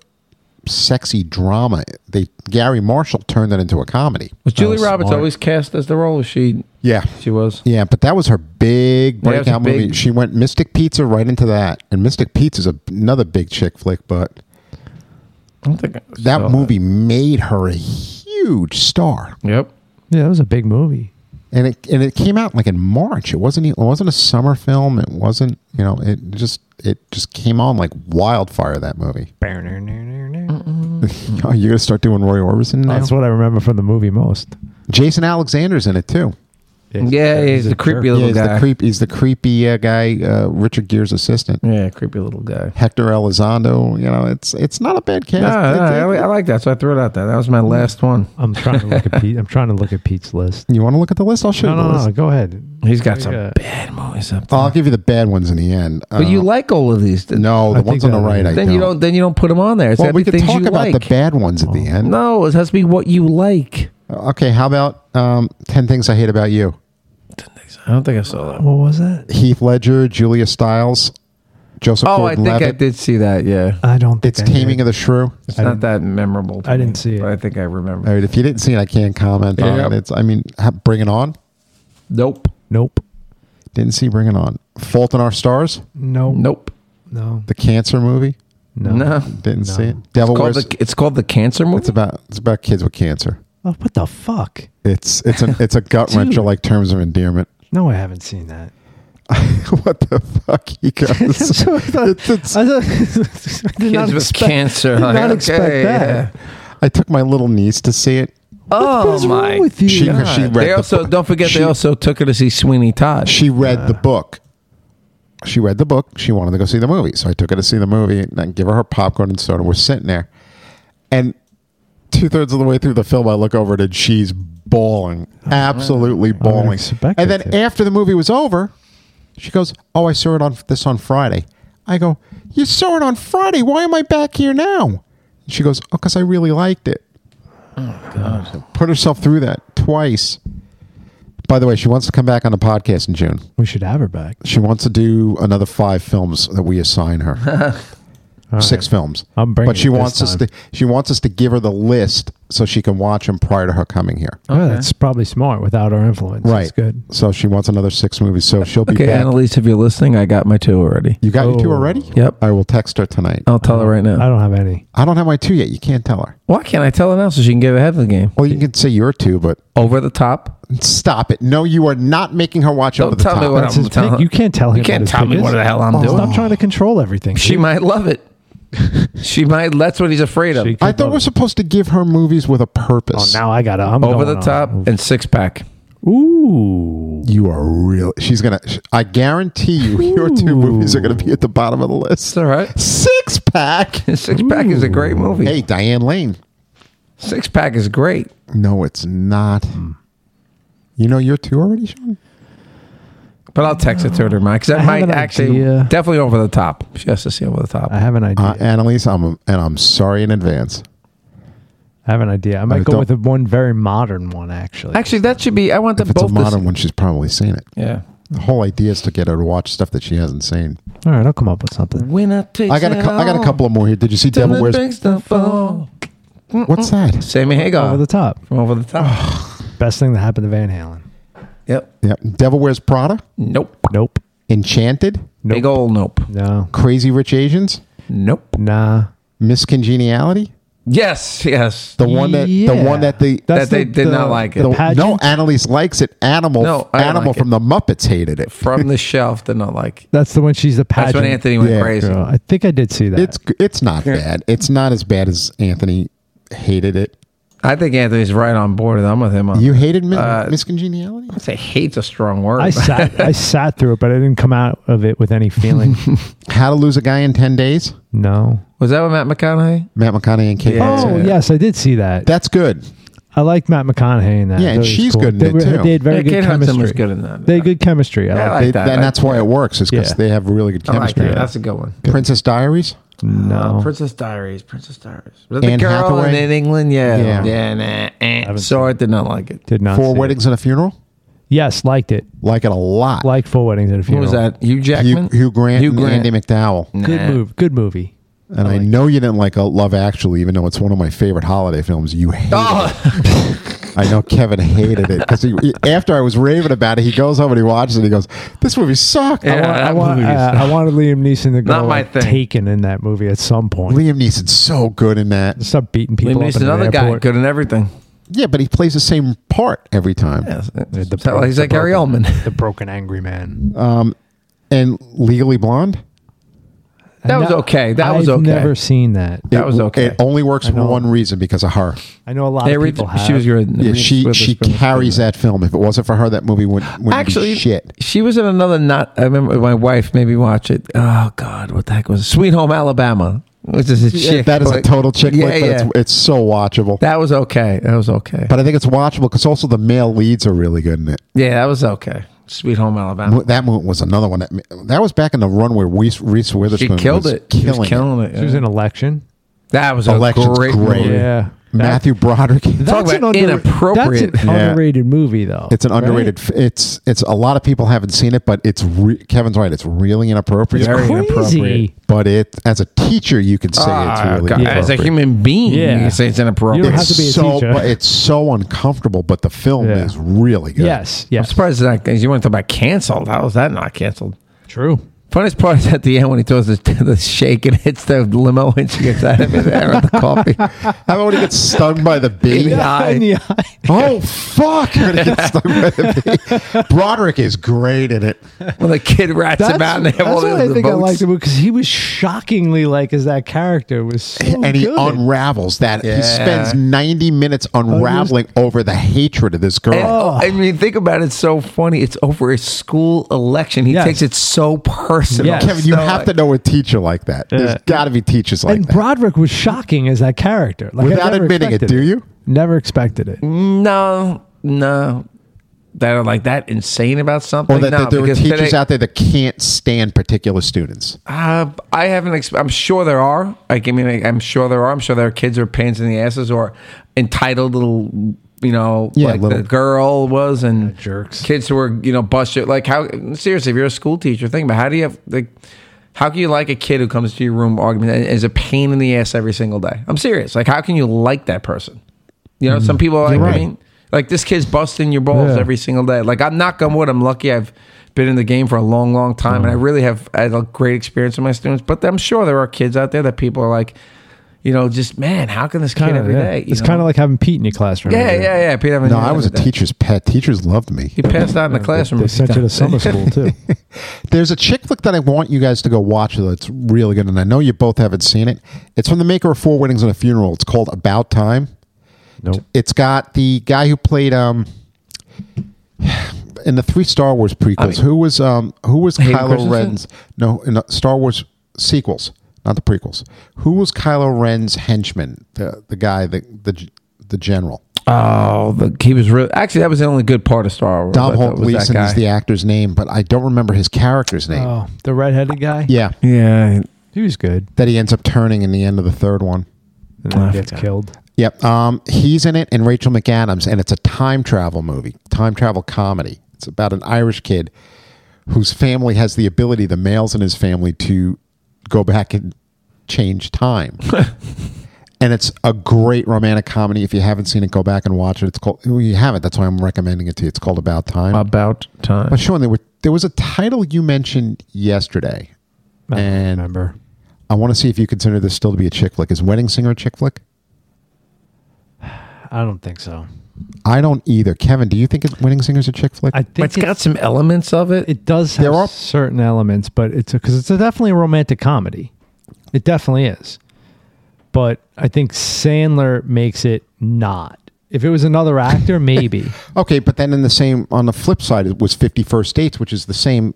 Speaker 3: sexy drama. They Gary Marshall turned it into a comedy.
Speaker 1: was Julie
Speaker 2: was
Speaker 1: Roberts
Speaker 2: smart.
Speaker 1: always cast as the role? She
Speaker 3: Yeah,
Speaker 1: she was.
Speaker 3: Yeah, but that was her big
Speaker 1: Yeah, it was a
Speaker 3: breakout movie.
Speaker 1: big-
Speaker 3: She went Mystic Pizza right into that, and Mystic Pizza is another big chick flick. But
Speaker 1: I don't think I
Speaker 3: that
Speaker 1: saw
Speaker 3: movie made her a huge huge star.
Speaker 1: Yep.
Speaker 2: Yeah, that was a big movie.
Speaker 3: And it and it came out like in March. It wasn't e- it wasn't a summer film. It wasn't, you know, it just it just came on like wildfire that movie. Oh, you're gonna start doing Roy Orbison now.
Speaker 2: That's what I remember from the movie most.
Speaker 3: Jason Alexander's in it too.
Speaker 1: Yeah, he's,
Speaker 2: a
Speaker 1: the creepy
Speaker 2: jerk.
Speaker 1: little
Speaker 3: Yeah, he's
Speaker 1: guy.
Speaker 3: the creep. He's the creepy uh, guy, uh, Richard Gere's assistant,
Speaker 1: yeah, creepy little guy.
Speaker 3: Hector Elizondo. You know, it's it's not a bad cast.
Speaker 1: No, no,
Speaker 3: It's-
Speaker 1: Ah, I, li- I like that, so I threw it out there. That was my last one.
Speaker 2: I'm trying to look at Pete. I'm trying to look at Pete's list.
Speaker 3: you want to look at the list? I'll show
Speaker 2: No,
Speaker 3: you the
Speaker 2: no,
Speaker 3: list. Oh,
Speaker 2: no. Go ahead.
Speaker 1: He's got some
Speaker 2: Yeah.
Speaker 1: bad movies up there.
Speaker 3: I'll give you the bad ones in the end.
Speaker 1: but you
Speaker 3: Uh,
Speaker 1: like all of these. Then,
Speaker 3: no the
Speaker 2: I think
Speaker 3: ones on the
Speaker 2: that-
Speaker 3: right. I
Speaker 1: then you don't. Then you don't put them on there. It's
Speaker 3: Well,
Speaker 1: gotta
Speaker 3: we
Speaker 1: be
Speaker 3: could
Speaker 1: things
Speaker 3: talk
Speaker 1: you
Speaker 3: about
Speaker 1: like. Oh.
Speaker 3: the bad ones at the end.
Speaker 1: No, it has to be what you like.
Speaker 3: Okay, how about um, ten things I hate about you?
Speaker 1: I don't think I saw that.
Speaker 2: What was that?
Speaker 3: Heath Ledger, Julia Stiles, Joseph
Speaker 1: Oh, I think I
Speaker 3: Gordon-Levitt.
Speaker 1: did see that. Yeah,
Speaker 2: I don't. Think
Speaker 3: It's
Speaker 2: I
Speaker 3: Taming
Speaker 2: did.
Speaker 3: of the Shrew.
Speaker 1: it's
Speaker 2: I
Speaker 1: not
Speaker 2: didn't-
Speaker 1: that memorable. to
Speaker 2: I
Speaker 1: me,
Speaker 2: didn't see it.
Speaker 1: but I think I remember.
Speaker 3: All right, if you didn't see it, I can't comment
Speaker 1: Yeah.
Speaker 3: on it. It's, I mean, ha- Bring It On.
Speaker 1: Nope.
Speaker 2: Nope.
Speaker 3: Didn't see Bring It On. Fault in Our Stars,
Speaker 2: Nope.
Speaker 1: Nope.
Speaker 2: No.
Speaker 3: the cancer movie.
Speaker 2: No.
Speaker 1: No.
Speaker 3: Didn't
Speaker 2: No.
Speaker 3: see it.
Speaker 1: It's
Speaker 3: Devil
Speaker 1: called
Speaker 3: Wears.
Speaker 1: the. It's called the cancer movie.
Speaker 3: it's about it's about kids with cancer.
Speaker 2: Oh, what the fuck?
Speaker 3: It's it's a it's a gut
Speaker 2: Dude.
Speaker 3: wrencher like Terms of Endearment.
Speaker 2: No, I haven't seen that.
Speaker 3: what the fuck he goes?
Speaker 2: So I thought-
Speaker 3: It's- it's-
Speaker 2: I, thought- I did
Speaker 1: Kids
Speaker 2: not
Speaker 1: with
Speaker 2: expect,
Speaker 1: cancer.
Speaker 2: Did
Speaker 1: Like,
Speaker 2: not expect
Speaker 1: okay,
Speaker 2: that.
Speaker 1: yeah.
Speaker 3: I took my little niece to see it.
Speaker 1: Oh
Speaker 2: What's
Speaker 1: my
Speaker 2: wrong with you?
Speaker 3: She-
Speaker 2: God.
Speaker 3: she- read
Speaker 1: they
Speaker 3: the
Speaker 1: also
Speaker 3: book.
Speaker 1: don't forget
Speaker 3: She-
Speaker 1: they also took her to see Sweeney Todd.
Speaker 3: She read the book. She read the book. She wanted to go see the movie, so I took her to see the movie and I give her her popcorn and soda. We're sitting there, and two thirds of the way through the film, I look over it and she's bawling, absolutely bawling.
Speaker 2: expect
Speaker 3: And
Speaker 2: her
Speaker 3: then
Speaker 2: to.
Speaker 3: after the movie was over, she goes, "Oh, I saw it on this on Friday." I go, "You saw it on Friday? Why am I back here now?" She goes, "Oh, because I really liked it." Put herself through that twice. By the way, she wants to come back on the podcast in June.
Speaker 2: we should have her back.
Speaker 3: She wants to do another five films that we assign her.
Speaker 2: All
Speaker 3: Six films.
Speaker 2: I'm bringing
Speaker 3: But she
Speaker 2: it this
Speaker 3: wants us
Speaker 2: time.
Speaker 3: to she wants us to give her the list so she can watch them prior to her coming here.
Speaker 2: right. Yeah, that's probably smart without our influence.
Speaker 3: Right.
Speaker 2: That's good.
Speaker 3: So she wants another six movies. So she'll be
Speaker 1: okay,
Speaker 3: back.
Speaker 1: Annalise, if you're listening, I got my two already.
Speaker 3: You got your two
Speaker 2: Oh.
Speaker 3: already?
Speaker 1: Yep.
Speaker 3: I will text her tonight.
Speaker 1: I'll tell her right
Speaker 2: I
Speaker 1: now.
Speaker 2: don't have any.
Speaker 3: I don't have my two yet. You can't tell her.
Speaker 1: Why can't I tell her now so she can get ahead of the game?
Speaker 3: Well, you can say your two, but
Speaker 1: Over the top.
Speaker 3: stop it. No, you are not making her watch
Speaker 1: Don't
Speaker 3: over the
Speaker 1: tell
Speaker 3: top.
Speaker 1: me what
Speaker 2: That's
Speaker 1: I'm
Speaker 2: his
Speaker 1: telling-
Speaker 2: pick. You can't tell him.
Speaker 1: You can't
Speaker 2: his
Speaker 1: tell
Speaker 2: pick
Speaker 1: me
Speaker 2: is.
Speaker 1: what the hell
Speaker 3: Oh,
Speaker 1: I'm doing.
Speaker 2: Stop trying to control everything.
Speaker 1: She
Speaker 2: dude.
Speaker 1: might love it. she might. That's what he's afraid of.
Speaker 2: She could
Speaker 3: I thought
Speaker 2: love
Speaker 3: we're
Speaker 2: it.
Speaker 3: supposed to give her movies with a
Speaker 2: Oh,
Speaker 3: purpose.
Speaker 2: now I got to. I'm
Speaker 1: Over the
Speaker 2: going on.
Speaker 1: top and six pack.
Speaker 2: Ooh.
Speaker 3: You are real. She's gonna. sh- I guarantee you, your two
Speaker 2: Ooh.
Speaker 3: movies are gonna be at the bottom of the list.
Speaker 1: It's all right.
Speaker 3: Six pack.
Speaker 1: Six pack is a great movie.
Speaker 3: Hey, Diane Lane.
Speaker 1: Six pack is great.
Speaker 3: No, it's not.
Speaker 1: Hmm.
Speaker 3: You know your two already, Sean.
Speaker 1: But I'll text it to her tomorrow because
Speaker 2: I
Speaker 1: that
Speaker 2: have
Speaker 1: might
Speaker 2: an
Speaker 1: actually
Speaker 2: idea.
Speaker 1: definitely over the top. She has to see over the top.
Speaker 2: I have an idea.
Speaker 3: Uh, Annalise, I'm and I'm sorry in advance.
Speaker 2: I have an idea. I might
Speaker 3: I
Speaker 2: go
Speaker 3: don't-
Speaker 2: with a one very modern one, actually.
Speaker 1: actually, that should be. I want them
Speaker 3: If it's a
Speaker 1: both.
Speaker 3: modern
Speaker 1: to,
Speaker 3: one, she's probably seen it.
Speaker 1: yeah.
Speaker 3: The whole idea is to get her to watch stuff that she hasn't seen.
Speaker 2: All right, I'll come up with something.
Speaker 1: Winner takes
Speaker 3: I got a,
Speaker 1: it
Speaker 3: cou- I got a
Speaker 1: all.
Speaker 3: couple of more here. Did you see
Speaker 1: Till
Speaker 3: Devil
Speaker 1: it
Speaker 3: Wears?
Speaker 1: breaks the fall.
Speaker 3: What's that?
Speaker 1: Sammy Hagar
Speaker 2: Over the top.
Speaker 1: from over the top.
Speaker 2: Best thing that happened to Van Halen.
Speaker 1: yep.
Speaker 3: Yep. Devil Wears Prada.
Speaker 1: Nope.
Speaker 2: Nope.
Speaker 3: Enchanted.
Speaker 2: Nope.
Speaker 1: Big old nope.
Speaker 2: No.
Speaker 3: Crazy Rich Asians.
Speaker 1: Nope.
Speaker 2: Nah.
Speaker 3: Miss Congeniality.
Speaker 1: Yes. Yes.
Speaker 3: The one that
Speaker 2: Yeah.
Speaker 3: the one that the
Speaker 1: That
Speaker 2: That's
Speaker 1: they
Speaker 2: the-
Speaker 1: did
Speaker 2: the-
Speaker 1: not like it.
Speaker 2: the
Speaker 1: The-
Speaker 2: pageant?
Speaker 3: no Annalise likes it. Animal
Speaker 1: No, I
Speaker 3: Animal
Speaker 1: like it.
Speaker 3: from the Muppets hated it.
Speaker 1: From the shelf, they're not like.
Speaker 2: That's the one she's the
Speaker 1: That's
Speaker 2: pageant.
Speaker 1: when Anthony went
Speaker 3: Yeah,
Speaker 1: crazy.
Speaker 2: girl. I think I did see that.
Speaker 3: It's it's not bad. It's not as bad as Anthony hated it.
Speaker 1: I think Anthony's right on board. and I'm with him on.
Speaker 3: You hated Mi-
Speaker 1: Uh,
Speaker 3: Miss Congeniality?
Speaker 1: I say hate's a strong word.
Speaker 2: I sat I sat through it, but I didn't come out of it with any feeling.
Speaker 3: How to Lose a Guy in 10 Days?
Speaker 2: no.
Speaker 1: Was that with Matt McConaughey?
Speaker 3: Matt McConaughey and Kate.
Speaker 1: Yeah. uh,
Speaker 3: Hudson.
Speaker 2: Oh yes, I did see that.
Speaker 3: That's good.
Speaker 2: I like Matt McConaughey in that.
Speaker 3: Yeah, and
Speaker 2: That was
Speaker 3: she's good in
Speaker 2: They
Speaker 3: it,
Speaker 2: were-
Speaker 3: too.
Speaker 2: They had very
Speaker 1: Yeah,
Speaker 2: good
Speaker 1: Kate
Speaker 2: chemistry.
Speaker 1: Hudson was good in that.
Speaker 2: They had good chemistry. I
Speaker 1: Yeah, I
Speaker 2: like
Speaker 1: like
Speaker 3: They-
Speaker 1: that.
Speaker 3: and that's why it works, is because
Speaker 2: Yeah.
Speaker 3: they have really good
Speaker 1: I like
Speaker 3: chemistry.
Speaker 1: that. That's a good one.
Speaker 3: Princess Diaries?
Speaker 1: Uh,
Speaker 2: no.
Speaker 1: Princess Diaries. Princess Diaries. Was that the
Speaker 3: Anne
Speaker 1: girl
Speaker 3: Hathaway?
Speaker 1: in, in England? Yeah.
Speaker 3: Yeah.
Speaker 1: Yeah. nah, eh.
Speaker 2: haven't
Speaker 1: So I did not like it.
Speaker 2: did not.
Speaker 3: Four
Speaker 2: see it.
Speaker 3: Weddings and a Funeral?
Speaker 2: Yes, liked it.
Speaker 3: Like it a lot.
Speaker 2: Like four weddings at a
Speaker 1: Who
Speaker 2: funeral.
Speaker 1: was that? Hugh
Speaker 3: Hugh,
Speaker 1: Jackman?
Speaker 3: Hugh Grant
Speaker 1: Hugh Grant.
Speaker 3: and Andy McDowell.
Speaker 2: Good
Speaker 1: Nah.
Speaker 2: move. Good movie.
Speaker 3: And I, know you didn't like uh, Love Actually, even though it's one of my favorite holiday films. You hate
Speaker 1: Oh,
Speaker 3: it. I know Kevin hated it because after I was raving about it, he goes home and he watches it. and He goes, "This movie sucked."
Speaker 1: Yeah,
Speaker 2: I,
Speaker 1: that
Speaker 2: want,
Speaker 1: movie is-
Speaker 2: uh, I wanted Liam Neeson to go
Speaker 1: Not my
Speaker 2: like,
Speaker 1: thing.
Speaker 2: taken in that movie at some point.
Speaker 3: Liam Neeson's so good in that.
Speaker 2: Stop beating people
Speaker 1: Liam
Speaker 2: up
Speaker 1: Neeson's
Speaker 2: in an
Speaker 1: another guy,
Speaker 2: airport.
Speaker 1: good in everything.
Speaker 3: Yeah, but he plays the same part every time.
Speaker 1: Yes.
Speaker 2: The
Speaker 1: Sound like he's
Speaker 2: the
Speaker 1: like Gary
Speaker 2: broken-
Speaker 1: Oldman.
Speaker 2: the broken angry man.
Speaker 3: Uh, Um, And Legally Blonde,
Speaker 1: That was
Speaker 2: No,
Speaker 1: okay. That
Speaker 2: I've
Speaker 1: was okay.
Speaker 2: never seen that.
Speaker 1: That was okay.
Speaker 3: it only works for
Speaker 2: know.
Speaker 3: one reason because of her.
Speaker 2: I know a lot
Speaker 1: They
Speaker 2: of
Speaker 1: re-
Speaker 2: people have.
Speaker 1: she was your
Speaker 3: Yeah, she she carries that film. If it wasn't for her, that movie would wouldn't
Speaker 1: Actually,
Speaker 3: be shit.
Speaker 1: she was in another. Not I remember my wife made me watch it. Oh God, what the heck was it? Sweet Home Alabama? Which is a
Speaker 3: Yeah,
Speaker 1: chick
Speaker 3: that is a
Speaker 1: flick.
Speaker 3: total chick
Speaker 1: Yeah,
Speaker 3: flick, but
Speaker 1: yeah.
Speaker 3: it's, it's so watchable.
Speaker 1: that was okay. That was okay.
Speaker 3: but I think it's watchable because also the male leads are really good in it.
Speaker 1: yeah, that was okay. Sweet Home Alabama.
Speaker 3: Mo- That movie was another one. That, that was back in the run where Reese, Reese
Speaker 1: She
Speaker 3: Witherspoon
Speaker 1: killed
Speaker 3: was
Speaker 1: it. She
Speaker 3: killing
Speaker 1: was
Speaker 3: it.
Speaker 1: killing it.
Speaker 2: She was
Speaker 1: yeah.
Speaker 2: in election.
Speaker 1: that was a
Speaker 3: Election's
Speaker 1: great.
Speaker 3: great.
Speaker 1: movie.
Speaker 2: Yeah.
Speaker 3: Matthew Broderick.
Speaker 1: Talk about inappropriate.
Speaker 2: That's an
Speaker 3: Yeah.
Speaker 2: underrated movie, though.
Speaker 3: It's an underrated. f It's it's a lot of people haven't seen it, but it's re, Kevin's right. It's really inappropriate.
Speaker 1: Very inappropriate.
Speaker 2: crazy.
Speaker 3: But it as a teacher, you could say
Speaker 1: Ah,
Speaker 3: it's really
Speaker 1: God, as a
Speaker 3: inappropriate.
Speaker 1: human being,
Speaker 2: Yeah.
Speaker 1: you can say it's inappropriate.
Speaker 2: You don't have to be a
Speaker 3: so,
Speaker 2: teacher.
Speaker 3: but it's so uncomfortable. But the film
Speaker 2: Yeah.
Speaker 3: is really good.
Speaker 2: Yes.
Speaker 1: I'm
Speaker 2: Yes.
Speaker 1: surprised it's not. You want to talk about canceled? How is that not canceled?
Speaker 2: True.
Speaker 1: Funniest part is at the end when he throws the, the shake and hits the limo and she gets out of it there with the coffee.
Speaker 3: How about when he gets stung by the bee?
Speaker 1: Yeah. Eye.
Speaker 2: In the eye.
Speaker 3: Oh fuck! When he gets stung by the bee. Broderick is great in it.
Speaker 1: When the kid rats him out and they
Speaker 2: that's
Speaker 1: have all
Speaker 2: what
Speaker 1: the,
Speaker 2: I
Speaker 1: the
Speaker 2: think I
Speaker 1: votes.
Speaker 2: liked about because he was shockingly like as that character was so
Speaker 3: and he
Speaker 2: Oh, good. Oh,
Speaker 3: unravels that. He
Speaker 1: Yeah.
Speaker 3: spends 90 minutes unraveling over the hatred of this girl.
Speaker 1: And, I mean, think about it. It's so funny. It's over a school election. He
Speaker 2: Yes.
Speaker 1: takes it so personal.
Speaker 2: Yes.
Speaker 3: Kevin, you
Speaker 1: So,
Speaker 3: have
Speaker 1: like,
Speaker 3: to know a teacher like that. There's
Speaker 2: Yeah.
Speaker 3: got to be teachers like
Speaker 2: and
Speaker 3: that.
Speaker 2: Broderick was shocking as that character. Like, I
Speaker 3: Without
Speaker 2: never
Speaker 3: admitting it,
Speaker 2: expected
Speaker 3: do you?
Speaker 2: Never expected it.
Speaker 1: No, no. That are like that insane about something.
Speaker 3: Or that,
Speaker 1: no,
Speaker 3: that there are
Speaker 1: because
Speaker 3: teachers
Speaker 1: today-
Speaker 3: out there that can't stand particular students.
Speaker 1: Uh, I haven't. Exp- I'm sure there are. Like, I mean, I, I'm sure there are. I'm sure there are kids who are pains in the asses or entitled little, you know,
Speaker 3: Yeah,
Speaker 1: like
Speaker 3: little-
Speaker 1: the girl was and
Speaker 2: jerks.
Speaker 1: Kids who were, you know, busted. Like, how seriously? If you're a school teacher, think about how do you have like. How can you like a kid who comes to your room arguing and is a pain in the ass every single day? I'm serious. Like, how can you like that person? You know, some people are like,
Speaker 3: right.
Speaker 1: I mean, like this kid's busting your balls
Speaker 2: Yeah.
Speaker 1: every single day. Like I'm knock on wood, I'm lucky I've been in the game for a long, long time, and I really have had a great experience with my students. But I'm sure there are kids out there that people are like, you know, just man, how can this kid
Speaker 2: Kinda,
Speaker 1: every day?
Speaker 2: yeah.
Speaker 1: You
Speaker 2: It's
Speaker 1: know?
Speaker 2: kind of like having Pete in your classroom.
Speaker 1: yeah, yeah, yeah, Peter,
Speaker 3: No, I was a teacher's pet. Teachers loved me.
Speaker 1: He passed out in the classroom.
Speaker 2: They
Speaker 1: a few
Speaker 2: sent you to
Speaker 1: times.
Speaker 2: summer school too.
Speaker 3: There's a chick flick that I want you guys to go watch that's really good, and I know you both haven't seen it. It's from the maker of Four Weddings and a Funeral. It's called About Time.
Speaker 2: nope.
Speaker 3: It's got the guy who played um in the three Star Wars prequels.
Speaker 1: I mean-
Speaker 3: who was um who was
Speaker 1: Hayden
Speaker 3: Kylo
Speaker 1: Christensen?
Speaker 3: Ren's no in the Star Wars sequels, not the prequels. Who was Kylo Ren's henchman? The the guy the the the general.
Speaker 1: Oh, the, he was really actually that was the only good part of Star Wars. I
Speaker 3: Dom
Speaker 1: thought,
Speaker 3: Holt
Speaker 1: was that
Speaker 3: Gleason
Speaker 1: guy.
Speaker 3: is the actor's name, but I don't remember his character's name.
Speaker 2: Oh, the redheaded guy.
Speaker 3: Yeah,
Speaker 1: yeah.
Speaker 2: he was good.
Speaker 3: that he ends up turning in the end of the third one.
Speaker 2: And then
Speaker 1: I
Speaker 2: gets
Speaker 1: forgot.
Speaker 2: killed.
Speaker 3: Yep. Um, he's in it and Rachel McAdams, and it's a time travel movie, time travel comedy. It's about an Irish kid whose family has the ability, the males in his family, to go back and change time. and it's a great romantic comedy. If you haven't seen it, go back and watch it. It's called, well, you haven't. That's why I'm recommending it to you. It's called About Time.
Speaker 1: About time.
Speaker 3: but Sean, there, were, there was a title you mentioned yesterday.
Speaker 2: I don't
Speaker 3: And-
Speaker 2: remember.
Speaker 3: I want to see if you consider this still to be a chick flick. Is Wedding Singer a chick flick?
Speaker 2: I don't think so.
Speaker 3: I don't either. Kevin, do you think it- Wedding Singer's a chick flick?
Speaker 2: I think
Speaker 1: But it's got
Speaker 2: it's-
Speaker 1: some elements of it.
Speaker 2: it does have
Speaker 3: There are-
Speaker 2: certain elements, but it's because it's a definitely a romantic comedy. It definitely is. But I think Sandler makes it not. If it was another actor, maybe.
Speaker 3: Okay, but then in the same on the flip side, it was Fifty First Dates, which is the same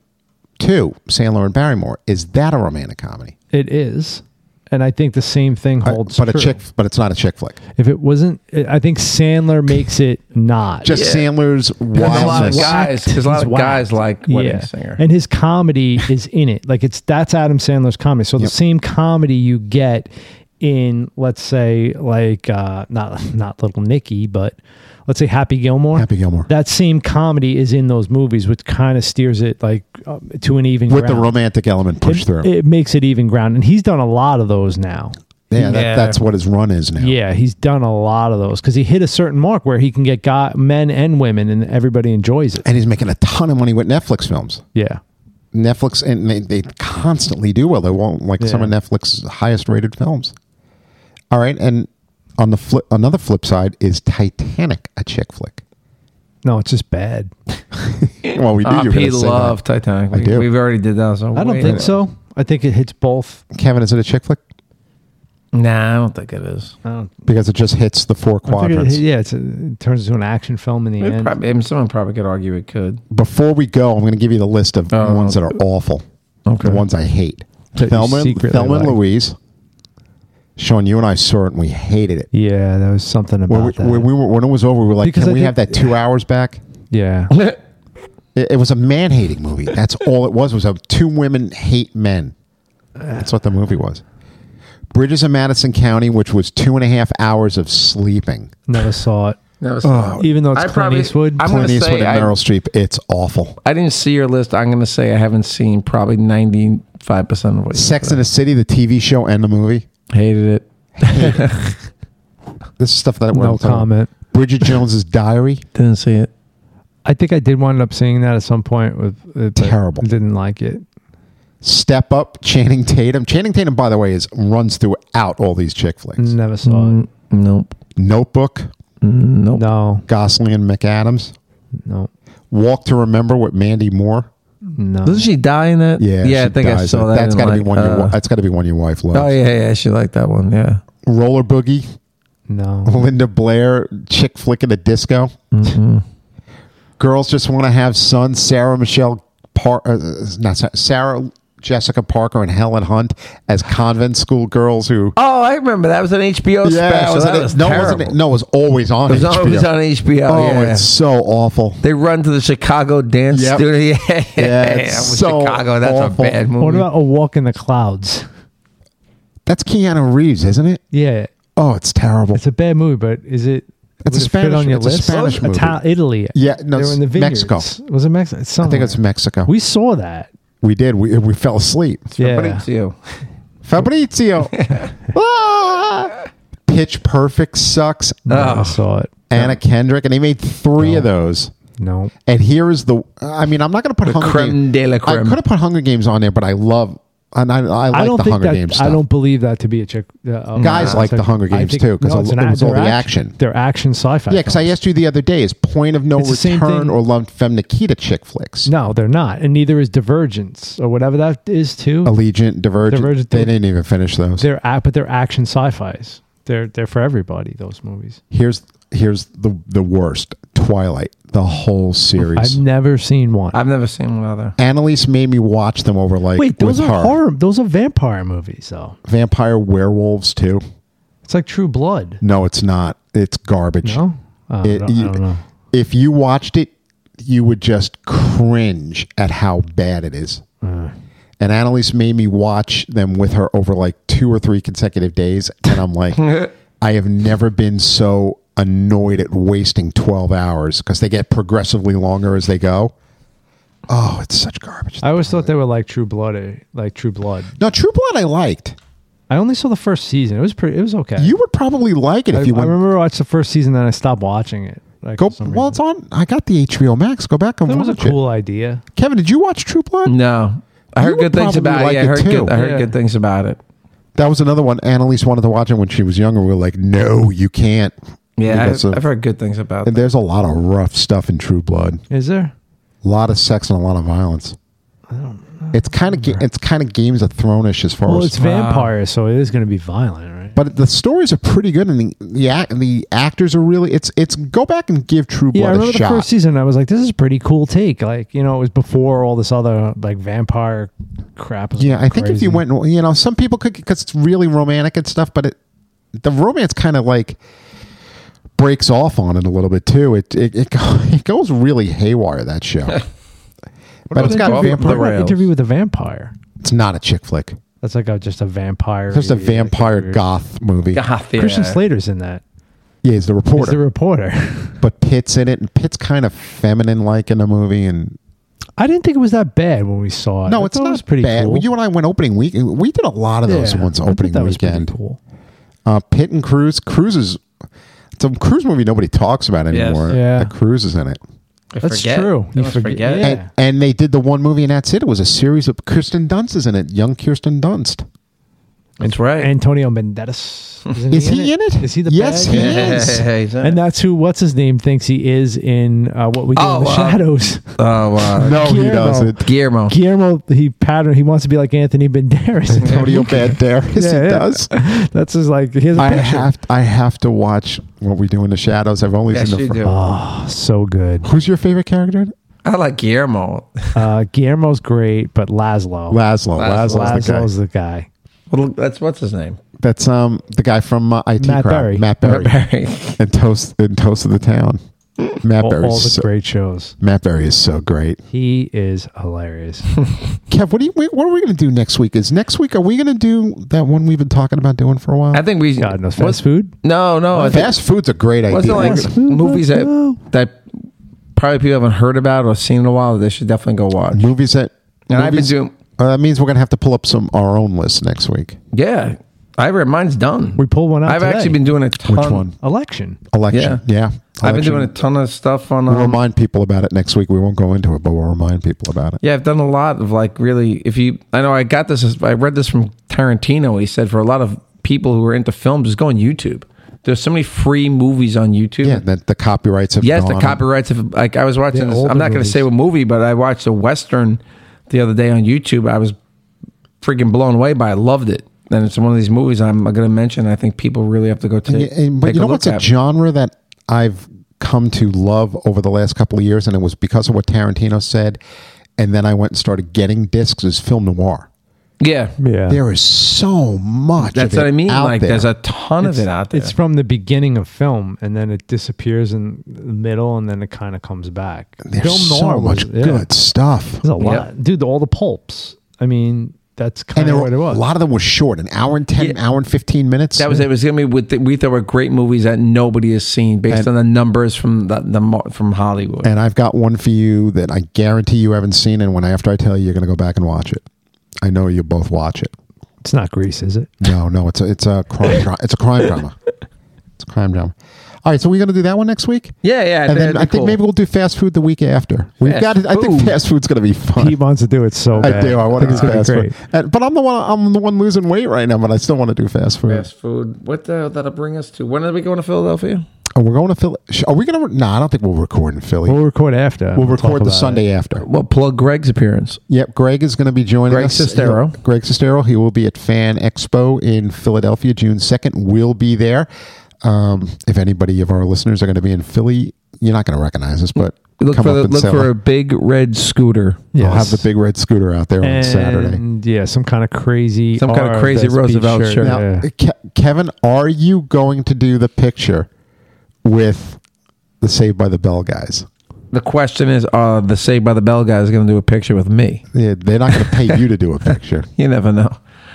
Speaker 3: too. Sandler and Barrymore is that a romantic comedy?
Speaker 2: it is. And I think the same thing
Speaker 3: Uh,
Speaker 2: holds
Speaker 3: but
Speaker 2: true. Uh,
Speaker 3: a chick, but it's not a chick flick.
Speaker 2: If it wasn't, I think Sandler makes it not.
Speaker 3: Just Sandler's
Speaker 1: There's a lot of
Speaker 3: wildness.
Speaker 2: guy-
Speaker 1: guys. There's a
Speaker 2: He's
Speaker 1: lot of
Speaker 2: whacked.
Speaker 1: guys like Wedding Singer.
Speaker 2: And his comedy is in it. Like it's that's Adam Sandler's comedy. So the same comedy you get in let's say like uh not not little Nicky, but let's say Happy Gilmore.
Speaker 3: Happy Gilmore.
Speaker 2: That same comedy is in those movies which kind of steers it like uh, to an even
Speaker 3: with the
Speaker 2: ground.
Speaker 3: romantic element pushed through.
Speaker 2: it, it makes it even ground and he's done a lot of those now.
Speaker 3: yeah, that,
Speaker 1: Yeah.
Speaker 3: that's what his run is now.
Speaker 2: Yeah, he's done a lot of those cuz he hit a certain mark where he can get guy, men and women and everybody enjoys it.
Speaker 3: And he's making a ton of money with Netflix films.
Speaker 2: Yeah.
Speaker 3: Netflix and they, they constantly do well. They won't like some of Netflix's highest rated films. All right, and on the flip, another flip side is Titanic, a chick flick.
Speaker 2: No, it's just bad.
Speaker 3: Well, we knew you were going
Speaker 1: RP
Speaker 3: to say
Speaker 1: love Titanic.
Speaker 3: I
Speaker 1: We,
Speaker 3: do.
Speaker 1: We've already did that. So
Speaker 2: I don't
Speaker 1: wait a
Speaker 2: think
Speaker 1: minute.
Speaker 2: so. I think it hits both.
Speaker 3: that. Kevin, is it a chick flick?
Speaker 1: Nah, I don't think it is.
Speaker 2: I don't.
Speaker 3: Because it just hits the four
Speaker 2: I think it-
Speaker 3: quadrants.
Speaker 2: yeah, it's a, it turns into an action film in the
Speaker 1: It
Speaker 2: end.
Speaker 1: probably- I mean, someone probably could argue it could.
Speaker 3: Before we go, I'm going to give you the list of
Speaker 1: Oh.
Speaker 3: ones that are awful,
Speaker 1: Okay.
Speaker 3: the ones I hate.
Speaker 2: That you
Speaker 3: Thelma,
Speaker 2: secretly
Speaker 3: Thelma and
Speaker 2: like.
Speaker 3: Louise. Sean, you and I saw it and we hated it.
Speaker 2: Yeah, there was something about
Speaker 3: When, we,
Speaker 2: that.
Speaker 3: when, we were, when it was over, we were like,
Speaker 2: Because
Speaker 3: can
Speaker 2: I
Speaker 3: we
Speaker 2: think-
Speaker 3: have that two hours back?
Speaker 2: yeah,
Speaker 3: It, it was a man hating movie. That's all it was. It was a two women hate men. That's what the movie was. Bridges in Madison County, which was two and a half hours of sleeping.
Speaker 2: never saw it.
Speaker 1: Never
Speaker 3: Oh,
Speaker 1: saw it.
Speaker 2: Even though it's
Speaker 1: I
Speaker 2: Clint
Speaker 1: probably-
Speaker 2: Eastwood,
Speaker 1: I'm
Speaker 3: Clint
Speaker 1: gonna
Speaker 3: Eastwood
Speaker 1: say
Speaker 3: and
Speaker 1: I-
Speaker 3: Meryl Streep. It's awful.
Speaker 1: I didn't see your list. I'm going to say I haven't seen probably 95% of what you
Speaker 3: Sex in the City, the TV show and the movie.
Speaker 1: Hated it.
Speaker 3: This is stuff that we're
Speaker 2: no
Speaker 3: not talking about.
Speaker 2: comment.
Speaker 3: Bridget Jones's Diary.
Speaker 1: Didn't see it.
Speaker 2: I think I did wind up seeing that at some point. With uh, but
Speaker 3: Terrible.
Speaker 2: didn't like it.
Speaker 3: Step Up, Channing Tatum. Channing Tatum, by the way, is runs throughout all these chick flicks.
Speaker 2: Never saw it.
Speaker 1: Mm, Nope. Mm,
Speaker 3: Notebook,
Speaker 1: Nope.
Speaker 2: No,
Speaker 3: Gosling and McAdams.
Speaker 2: no,
Speaker 3: Walk to Remember with Mandy Moore.
Speaker 2: no.
Speaker 1: Doesn't she die in that?
Speaker 3: Yeah,
Speaker 1: Yeah, I
Speaker 3: she
Speaker 1: think I
Speaker 3: dies.
Speaker 1: saw that.
Speaker 3: That's
Speaker 1: in,
Speaker 3: got to
Speaker 1: like,
Speaker 3: be one. your,
Speaker 1: uh,
Speaker 3: wi- that's got to be one your wife loves.
Speaker 1: Oh, yeah, yeah. She liked that one. Yeah.
Speaker 3: Roller Boogie,
Speaker 2: no.
Speaker 3: Linda Blair, chick flick in the disco.
Speaker 1: Mhm.
Speaker 3: Girls just want to have Son, Sarah Michelle Par- uh, not Sa- Sarah Jessica Parker and Helen Hunt as convent school girls who.
Speaker 1: Oh, I remember that was an HBO
Speaker 3: it
Speaker 1: special.
Speaker 3: was
Speaker 1: that
Speaker 3: an-
Speaker 1: was
Speaker 3: no, it
Speaker 1: terrible.
Speaker 3: wasn't, no, it was always on.
Speaker 1: It was
Speaker 3: HBO.
Speaker 1: on, it was on HBO.
Speaker 3: oh,
Speaker 1: yeah.
Speaker 3: it's so awful.
Speaker 1: They run to the Chicago dance
Speaker 3: Yep.
Speaker 1: studio. Yeah,
Speaker 3: Yeah,
Speaker 1: I
Speaker 3: it's
Speaker 1: was
Speaker 3: so
Speaker 1: Chicago. That's
Speaker 3: awful.
Speaker 1: a bad movie.
Speaker 2: What about A Walk in the Clouds?
Speaker 3: That's Keanu Reeves, isn't it?
Speaker 2: Yeah,
Speaker 3: Oh, it's terrible.
Speaker 2: it's a bad movie, but is it?
Speaker 3: It's
Speaker 2: would
Speaker 3: a
Speaker 2: it fit
Speaker 3: Spanish-
Speaker 2: on your
Speaker 3: it's a
Speaker 2: list.
Speaker 3: Spanish
Speaker 2: Ital- Italy.
Speaker 3: yeah, no,
Speaker 2: they
Speaker 3: it's
Speaker 2: were in the vineyards.
Speaker 3: Mexico.
Speaker 2: Was it Mexico? It's
Speaker 3: I think
Speaker 1: Oh,
Speaker 2: somewhere.
Speaker 3: it's Mexico. We,
Speaker 2: We saw that.
Speaker 3: did. We, we fell asleep.
Speaker 1: But
Speaker 2: Yeah.
Speaker 1: it's you.
Speaker 3: Fabrizio. Ah! Pitch Perfect sucks.
Speaker 2: No, I
Speaker 1: Oh.
Speaker 2: saw it.
Speaker 3: Anna Kendrick, and he made three
Speaker 2: Oh.
Speaker 3: of those.
Speaker 2: No.
Speaker 3: And here is the. I mean, I'm not going to put Hunger
Speaker 1: creme
Speaker 3: Games.
Speaker 1: de la
Speaker 3: I
Speaker 1: creme.
Speaker 3: could have put Hunger Games on there, but I love. And I, I like
Speaker 2: I don't
Speaker 3: the
Speaker 2: think
Speaker 3: Hunger
Speaker 2: that.
Speaker 3: Games
Speaker 2: I
Speaker 3: stuff.
Speaker 2: don't believe that to be a chick. Uh, um,
Speaker 3: Guys like the Hunger
Speaker 2: I
Speaker 3: Games, too, 'cause
Speaker 2: it's
Speaker 3: it
Speaker 2: an
Speaker 3: was all
Speaker 2: they're
Speaker 3: the
Speaker 2: act-
Speaker 3: action.
Speaker 2: They're action sci-fi.
Speaker 3: yeah, because I
Speaker 2: films.
Speaker 3: asked you the other day: is Point of No
Speaker 2: It's the same
Speaker 3: Return
Speaker 2: thing.
Speaker 3: or La Femme Nikita chick flicks?
Speaker 2: No, they're not, and neither is Divergence or whatever that is too.
Speaker 3: Oh. Allegiant, Divergent.
Speaker 2: Divergent,
Speaker 3: they
Speaker 2: they-
Speaker 3: didn't even finish those.
Speaker 2: They're a- but they're action sci-fi's. They're they're for everybody. Those movies.
Speaker 3: Here's here's the the worst: Twilight, the
Speaker 2: Oh,
Speaker 3: whole series.
Speaker 2: I've never seen one.
Speaker 1: I've never seen one other.
Speaker 3: Annalise made me watch them over like
Speaker 2: Wait, those
Speaker 3: with
Speaker 2: are
Speaker 3: her.
Speaker 2: horror. Those are vampire movies, though.
Speaker 3: vampire werewolves too.
Speaker 2: It's like True Blood.
Speaker 3: No, it's not. It's garbage.
Speaker 2: No, Uh,
Speaker 3: It-
Speaker 2: I, don't, I
Speaker 3: you-
Speaker 2: don't know.
Speaker 3: If you watched it, you would just cringe at how bad it is.
Speaker 2: Uh.
Speaker 3: And Annalise made me watch them with her over like two or three consecutive days, and I'm like, I have never been so annoyed at wasting 12 hours because they get progressively longer as they go. Oh, it's such garbage.
Speaker 2: I always thought they were like True Blood, eh, like True Blood.
Speaker 3: No, True Blood, I liked.
Speaker 2: I only saw the first season. It was pretty. It was okay.
Speaker 3: You would probably like it
Speaker 2: I,
Speaker 3: if you
Speaker 2: I
Speaker 3: went
Speaker 2: remember I watched the first season, then I stopped watching it. Like,
Speaker 3: Go
Speaker 2: for some
Speaker 3: well. It's
Speaker 2: reason.
Speaker 3: on. I got the HBO Max. Go back and
Speaker 2: that
Speaker 3: watch
Speaker 2: was a
Speaker 3: it.
Speaker 2: cool Mm. idea.
Speaker 3: Kevin, did you watch True Blood?
Speaker 1: No. I
Speaker 3: You
Speaker 1: heard
Speaker 3: would
Speaker 1: good things
Speaker 3: probably
Speaker 1: about
Speaker 3: like
Speaker 1: it. Yeah, I
Speaker 3: it
Speaker 1: heard
Speaker 3: too.
Speaker 1: good. I heard
Speaker 2: Yeah.
Speaker 1: good things about it.
Speaker 3: That was another one. Annalise wanted to watch it when she was younger. We were like, no, you can't.
Speaker 1: Yeah,
Speaker 3: Because
Speaker 1: I've,
Speaker 3: of-
Speaker 1: I've heard good things about
Speaker 3: and
Speaker 1: it.
Speaker 3: there's a lot of rough stuff in True Blood.
Speaker 2: Is there?
Speaker 3: A lot of sex and a lot of violence. It's kind of it's kind of Games of Throneish as far
Speaker 2: Well,
Speaker 3: as.
Speaker 2: it's vampires, so it is going to be violent, right?
Speaker 3: but the stories are pretty good, and the the, act, the actors are really. It's it's go back and give True
Speaker 2: yeah, I
Speaker 3: Blood a
Speaker 2: remember the
Speaker 3: shot.
Speaker 2: first season. I was like, "This is a pretty cool take." Like, you know, it was before all this other like vampire crap. was
Speaker 3: Yeah, I think if
Speaker 2: crazy.
Speaker 3: you went, and- you know, some people could because it's really romantic and stuff, but it the romance kind of like breaks off on it a little bit too. It it it, go- it goes really haywire that show. but
Speaker 1: about
Speaker 3: it's got
Speaker 1: Golf with
Speaker 3: vampire.
Speaker 1: the
Speaker 2: What about
Speaker 1: rails.
Speaker 2: interview with a vampire.
Speaker 3: It's not a chick flick.
Speaker 2: That's like a, just a vampire.
Speaker 3: It's just a
Speaker 2: like
Speaker 3: vampire
Speaker 2: weird-
Speaker 3: goth movie.
Speaker 1: Goth, yeah.
Speaker 2: Christian Slater's in that.
Speaker 3: Yeah, he's the
Speaker 2: He's the
Speaker 3: reporter,
Speaker 2: reporter.
Speaker 3: but Pitt's in it, and Pitt's kind of feminine like in the movie. And
Speaker 2: I didn't think it was that bad when we saw it.
Speaker 3: no,
Speaker 2: I
Speaker 3: it's
Speaker 2: thought
Speaker 3: not
Speaker 2: it was pretty
Speaker 3: bad.
Speaker 2: cool.
Speaker 3: You and I went opening week. We did a lot of those ones
Speaker 2: I thought
Speaker 3: opening
Speaker 2: that was pretty
Speaker 3: weekend.
Speaker 2: cool.
Speaker 3: Uh, Pitt and Cruz. Cruz is it's a Cruz movie nobody talks about
Speaker 1: Yes.
Speaker 3: anymore.
Speaker 2: Yeah.
Speaker 3: That Cruz is in it.
Speaker 1: I
Speaker 2: That's
Speaker 1: forget.
Speaker 2: true.
Speaker 1: I
Speaker 2: You
Speaker 1: almost
Speaker 2: forget-
Speaker 1: forget.
Speaker 2: yeah.
Speaker 1: it.
Speaker 3: And, and they did the one movie, and that's it. It was a series of Kirsten Dunst is in it. Young Kirsten Dunst.
Speaker 1: That's right.
Speaker 2: Antonio Banderas. Isn't
Speaker 3: Is he in it?
Speaker 2: Is he the
Speaker 3: Yes,
Speaker 2: bad
Speaker 3: he
Speaker 2: guy?
Speaker 3: is.
Speaker 2: And that's who what's his name thinks he is in uh, what we do
Speaker 1: Oh,
Speaker 2: in the
Speaker 1: uh,
Speaker 2: shadows.
Speaker 1: oh, uh,
Speaker 3: No, he
Speaker 2: Guillermo.
Speaker 3: doesn't.
Speaker 1: Guillermo.
Speaker 2: Guillermo, he pattern. He wants to be like Anthony Banderas.
Speaker 3: Antonio Banderas.
Speaker 2: Yeah,
Speaker 3: he
Speaker 2: yeah.
Speaker 3: does.
Speaker 2: That's his like. He has a
Speaker 3: I
Speaker 2: picture.
Speaker 3: have. I have to watch what we do in the shadows. I've only
Speaker 1: Yes,
Speaker 3: seen the.
Speaker 1: you
Speaker 3: fir-
Speaker 1: do.
Speaker 2: Oh, so good.
Speaker 3: Who's your favorite character?
Speaker 1: I like Guillermo.
Speaker 2: Uh, Guillermo's great, but Laszlo.
Speaker 3: Laszlo.
Speaker 1: Laszlo's
Speaker 3: Laszlo's, the guy.
Speaker 2: Laszlo's the guy.
Speaker 1: Well, that's what's his name.
Speaker 3: That's um the guy from uh, IT
Speaker 2: Matt
Speaker 3: Crowd.
Speaker 2: Berry.
Speaker 3: Matt Berry.
Speaker 1: Barry.
Speaker 3: and toast and toast of the town. Matt
Speaker 2: All,
Speaker 3: Berry.
Speaker 2: all
Speaker 3: is
Speaker 2: the
Speaker 3: So,
Speaker 2: great shows.
Speaker 3: Matt Berry is so great.
Speaker 2: He is hilarious.
Speaker 3: Kev, what do you, what are we going to do next week? Is next week are we going to do that one we've been talking about doing for a while?
Speaker 1: I think we.
Speaker 2: God knows.
Speaker 1: What's-
Speaker 2: Fast food.
Speaker 1: No, no. I think-
Speaker 3: Fast food's a great
Speaker 1: What's
Speaker 3: idea.
Speaker 1: the like
Speaker 2: Fast food,
Speaker 1: movies
Speaker 2: let's
Speaker 1: that
Speaker 2: go.
Speaker 1: that probably people haven't heard about or seen in a while? That they should definitely go watch. And
Speaker 3: movies that
Speaker 1: I've been
Speaker 3: movies-
Speaker 1: doing.
Speaker 3: Uh, that means we're going to have to pull up some our own list next week.
Speaker 1: Yeah, I read mine's done.
Speaker 2: We pulled one out
Speaker 1: I've
Speaker 2: today.
Speaker 1: actually been doing a ton.
Speaker 3: Which one?
Speaker 2: Election.
Speaker 3: Election. Yeah.
Speaker 1: I've been
Speaker 3: Election.
Speaker 1: doing a ton of stuff on.
Speaker 3: We'll
Speaker 1: Um,
Speaker 3: remind people about it next week. We won't go into it, but we'll remind people about it.
Speaker 1: yeah, I've done a lot of like really. If you, I know I got this. as- I read this from Tarantino. He said for a lot of people who are into films, just go on YouTube. There's so many free movies on YouTube.
Speaker 3: Yeah, that the copyrights have
Speaker 1: Yes, the
Speaker 3: gone.
Speaker 1: copyrights of like I was watching.
Speaker 2: The
Speaker 1: This,
Speaker 2: older
Speaker 1: I'm not going to
Speaker 2: movies.
Speaker 1: say what movie, but I watched a western the other day on YouTube. I was freaking blown away by. it. I loved it, and it's one of these movies I'm going to mention. I think people really have to go
Speaker 3: And
Speaker 1: take.
Speaker 3: you- and- but
Speaker 1: take
Speaker 3: you
Speaker 1: a
Speaker 3: know
Speaker 1: look
Speaker 3: what's a
Speaker 1: at.
Speaker 3: genre that I've come to love over the last couple of years, and it was because of what Tarantino said, and then I went and started getting discs is film noir.
Speaker 1: yeah,
Speaker 2: Yeah.
Speaker 3: There is so much.
Speaker 1: that's
Speaker 3: of
Speaker 1: what
Speaker 3: it
Speaker 1: I mean.
Speaker 3: out
Speaker 1: Like,
Speaker 3: there.
Speaker 1: there's a ton of it out there.
Speaker 2: It's from the beginning of film, and then it disappears in the middle, and then it kind of comes back.
Speaker 3: There's
Speaker 2: film
Speaker 3: so
Speaker 2: noir
Speaker 3: much
Speaker 2: was- yeah.
Speaker 3: good stuff.
Speaker 2: There's a lot,
Speaker 1: Yep.
Speaker 2: dude. All the pulps. I mean, that's
Speaker 3: And
Speaker 2: kind
Speaker 3: there
Speaker 2: of
Speaker 3: were,
Speaker 2: what it
Speaker 3: a
Speaker 2: was.
Speaker 3: lot of them were short, an hour and ten, an hour and fifteen minutes.
Speaker 1: that was it. Was going to be with the, we thought were great movies that nobody has seen based on the numbers from the, the mar- from Hollywood.
Speaker 3: And I've got one for you that I guarantee you haven't seen, and when I, after I tell you, you're going to go back and watch it. I know you both watch it.
Speaker 2: It's not Greece, is it?
Speaker 3: No, no, it's a it's a crime dra- it's a crime drama. It's a crime drama. All right, so we're gonna do that one next week,
Speaker 1: yeah, yeah.
Speaker 3: and then
Speaker 1: that'd be
Speaker 3: I think
Speaker 1: cool.
Speaker 3: maybe we'll do fast food the week after. We've
Speaker 1: Fast
Speaker 3: got. it. I think
Speaker 1: food.
Speaker 3: fast food's gonna be
Speaker 2: He
Speaker 3: fun.
Speaker 2: wants to do it so
Speaker 3: I
Speaker 2: bad.
Speaker 3: do. I want to do
Speaker 2: it's gonna be
Speaker 3: fast food,
Speaker 2: great.
Speaker 3: And- but I'm the one. I'm the one losing weight right now, but I still want to do fast food.
Speaker 1: fast food. What the hell that'll bring us to? When are we going to Philadelphila?
Speaker 3: Oh, we're going to Philly. sh- Are we gonna? re- No, I don't think we'll record in Philly. We'll,
Speaker 2: We'll record after. We'll, talk
Speaker 3: record the
Speaker 2: about
Speaker 3: Sunday
Speaker 2: it.
Speaker 3: after.
Speaker 1: Well, plug Greg's appearance.
Speaker 3: Yep, Greg is going to be joining
Speaker 1: Greg
Speaker 3: us.
Speaker 1: Sestero.
Speaker 3: He'll- Greg Sestero. He will be at Fan Expo in Philadelphia, June second. We'll be there. Um, if anybody of our listeners are going to be in Philly, you're not going to recognize us, but
Speaker 1: Look
Speaker 3: come
Speaker 1: for
Speaker 3: up
Speaker 1: the,
Speaker 3: and
Speaker 1: look
Speaker 3: say
Speaker 1: for
Speaker 3: hello.
Speaker 1: a big red scooter.
Speaker 3: I'll have
Speaker 2: Yes.
Speaker 3: the big red scooter out there on
Speaker 2: and,
Speaker 3: Saturday.
Speaker 2: Yeah, some kind of crazy,
Speaker 1: Some kind of crazy
Speaker 2: RFSB
Speaker 1: Roosevelt shirt.
Speaker 3: Now,
Speaker 2: Yeah.
Speaker 3: Ke- Kevin, are you going to do the picture with the Saved by the Bell guys?
Speaker 1: The question is, uh, the Saved by the Bell guy is going to do a picture with me.
Speaker 3: Yeah, they're not going to pay you to do a picture.
Speaker 1: You never know.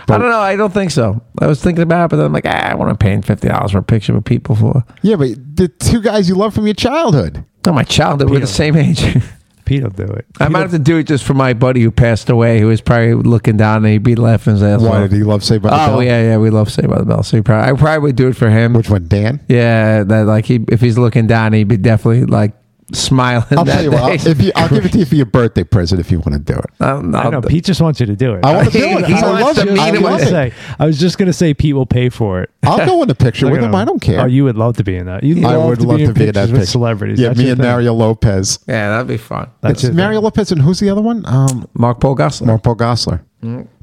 Speaker 3: But-
Speaker 1: I don't know. I don't think so. I was thinking about it, but then I'm like, ah, I want to pay fifty dollars for a picture with people for.
Speaker 3: Yeah, but the two guys you love from your childhood.
Speaker 1: No, my childhood. We're the same age.
Speaker 2: Pete will do it.
Speaker 1: I might have to do it just for my buddy who passed away, who was probably looking down and he'd be laughing his ass
Speaker 3: Why
Speaker 1: off.
Speaker 3: did he love Saved by the
Speaker 1: oh
Speaker 3: Bell?
Speaker 1: yeah, yeah. We love Saved by the Bell. So he probably, I probably would do it for him.
Speaker 3: Which one, Dan?
Speaker 1: yeah, that like he if he's looking down, he'd be definitely like smiling.
Speaker 3: I'll
Speaker 1: that
Speaker 3: tell you
Speaker 1: day.
Speaker 3: what. I'll, if you, I'll give it to you for your birthday present if you want to do it.
Speaker 1: I'll-
Speaker 2: I
Speaker 1: I'll-
Speaker 2: know Pete just wants you to do it.
Speaker 3: I want to
Speaker 1: He-
Speaker 3: do it.
Speaker 1: he wants
Speaker 3: I love
Speaker 1: to
Speaker 3: it.
Speaker 1: meet
Speaker 3: I
Speaker 1: him
Speaker 3: love
Speaker 1: with-
Speaker 3: it.
Speaker 2: say, I was just gonna say Pete will pay for it.
Speaker 3: I'll go in the picture
Speaker 2: Look
Speaker 3: with
Speaker 2: at
Speaker 3: him. I don't care.
Speaker 2: Oh, you would love to be in that. You
Speaker 3: I would
Speaker 2: to
Speaker 3: love
Speaker 2: be
Speaker 3: to
Speaker 2: in
Speaker 3: be in that
Speaker 2: pictures
Speaker 3: picture.
Speaker 2: with celebrities.
Speaker 3: Yeah,
Speaker 2: That's
Speaker 3: me
Speaker 2: your
Speaker 3: and
Speaker 2: thing.
Speaker 3: Mario Lopez.
Speaker 1: Yeah, that'd be fun.
Speaker 2: That's your
Speaker 3: it's
Speaker 2: thing.
Speaker 3: Mario Lopez and who's the other one? Um,
Speaker 1: Mark Paul Gosselaar.
Speaker 3: Mark Paul Gossler.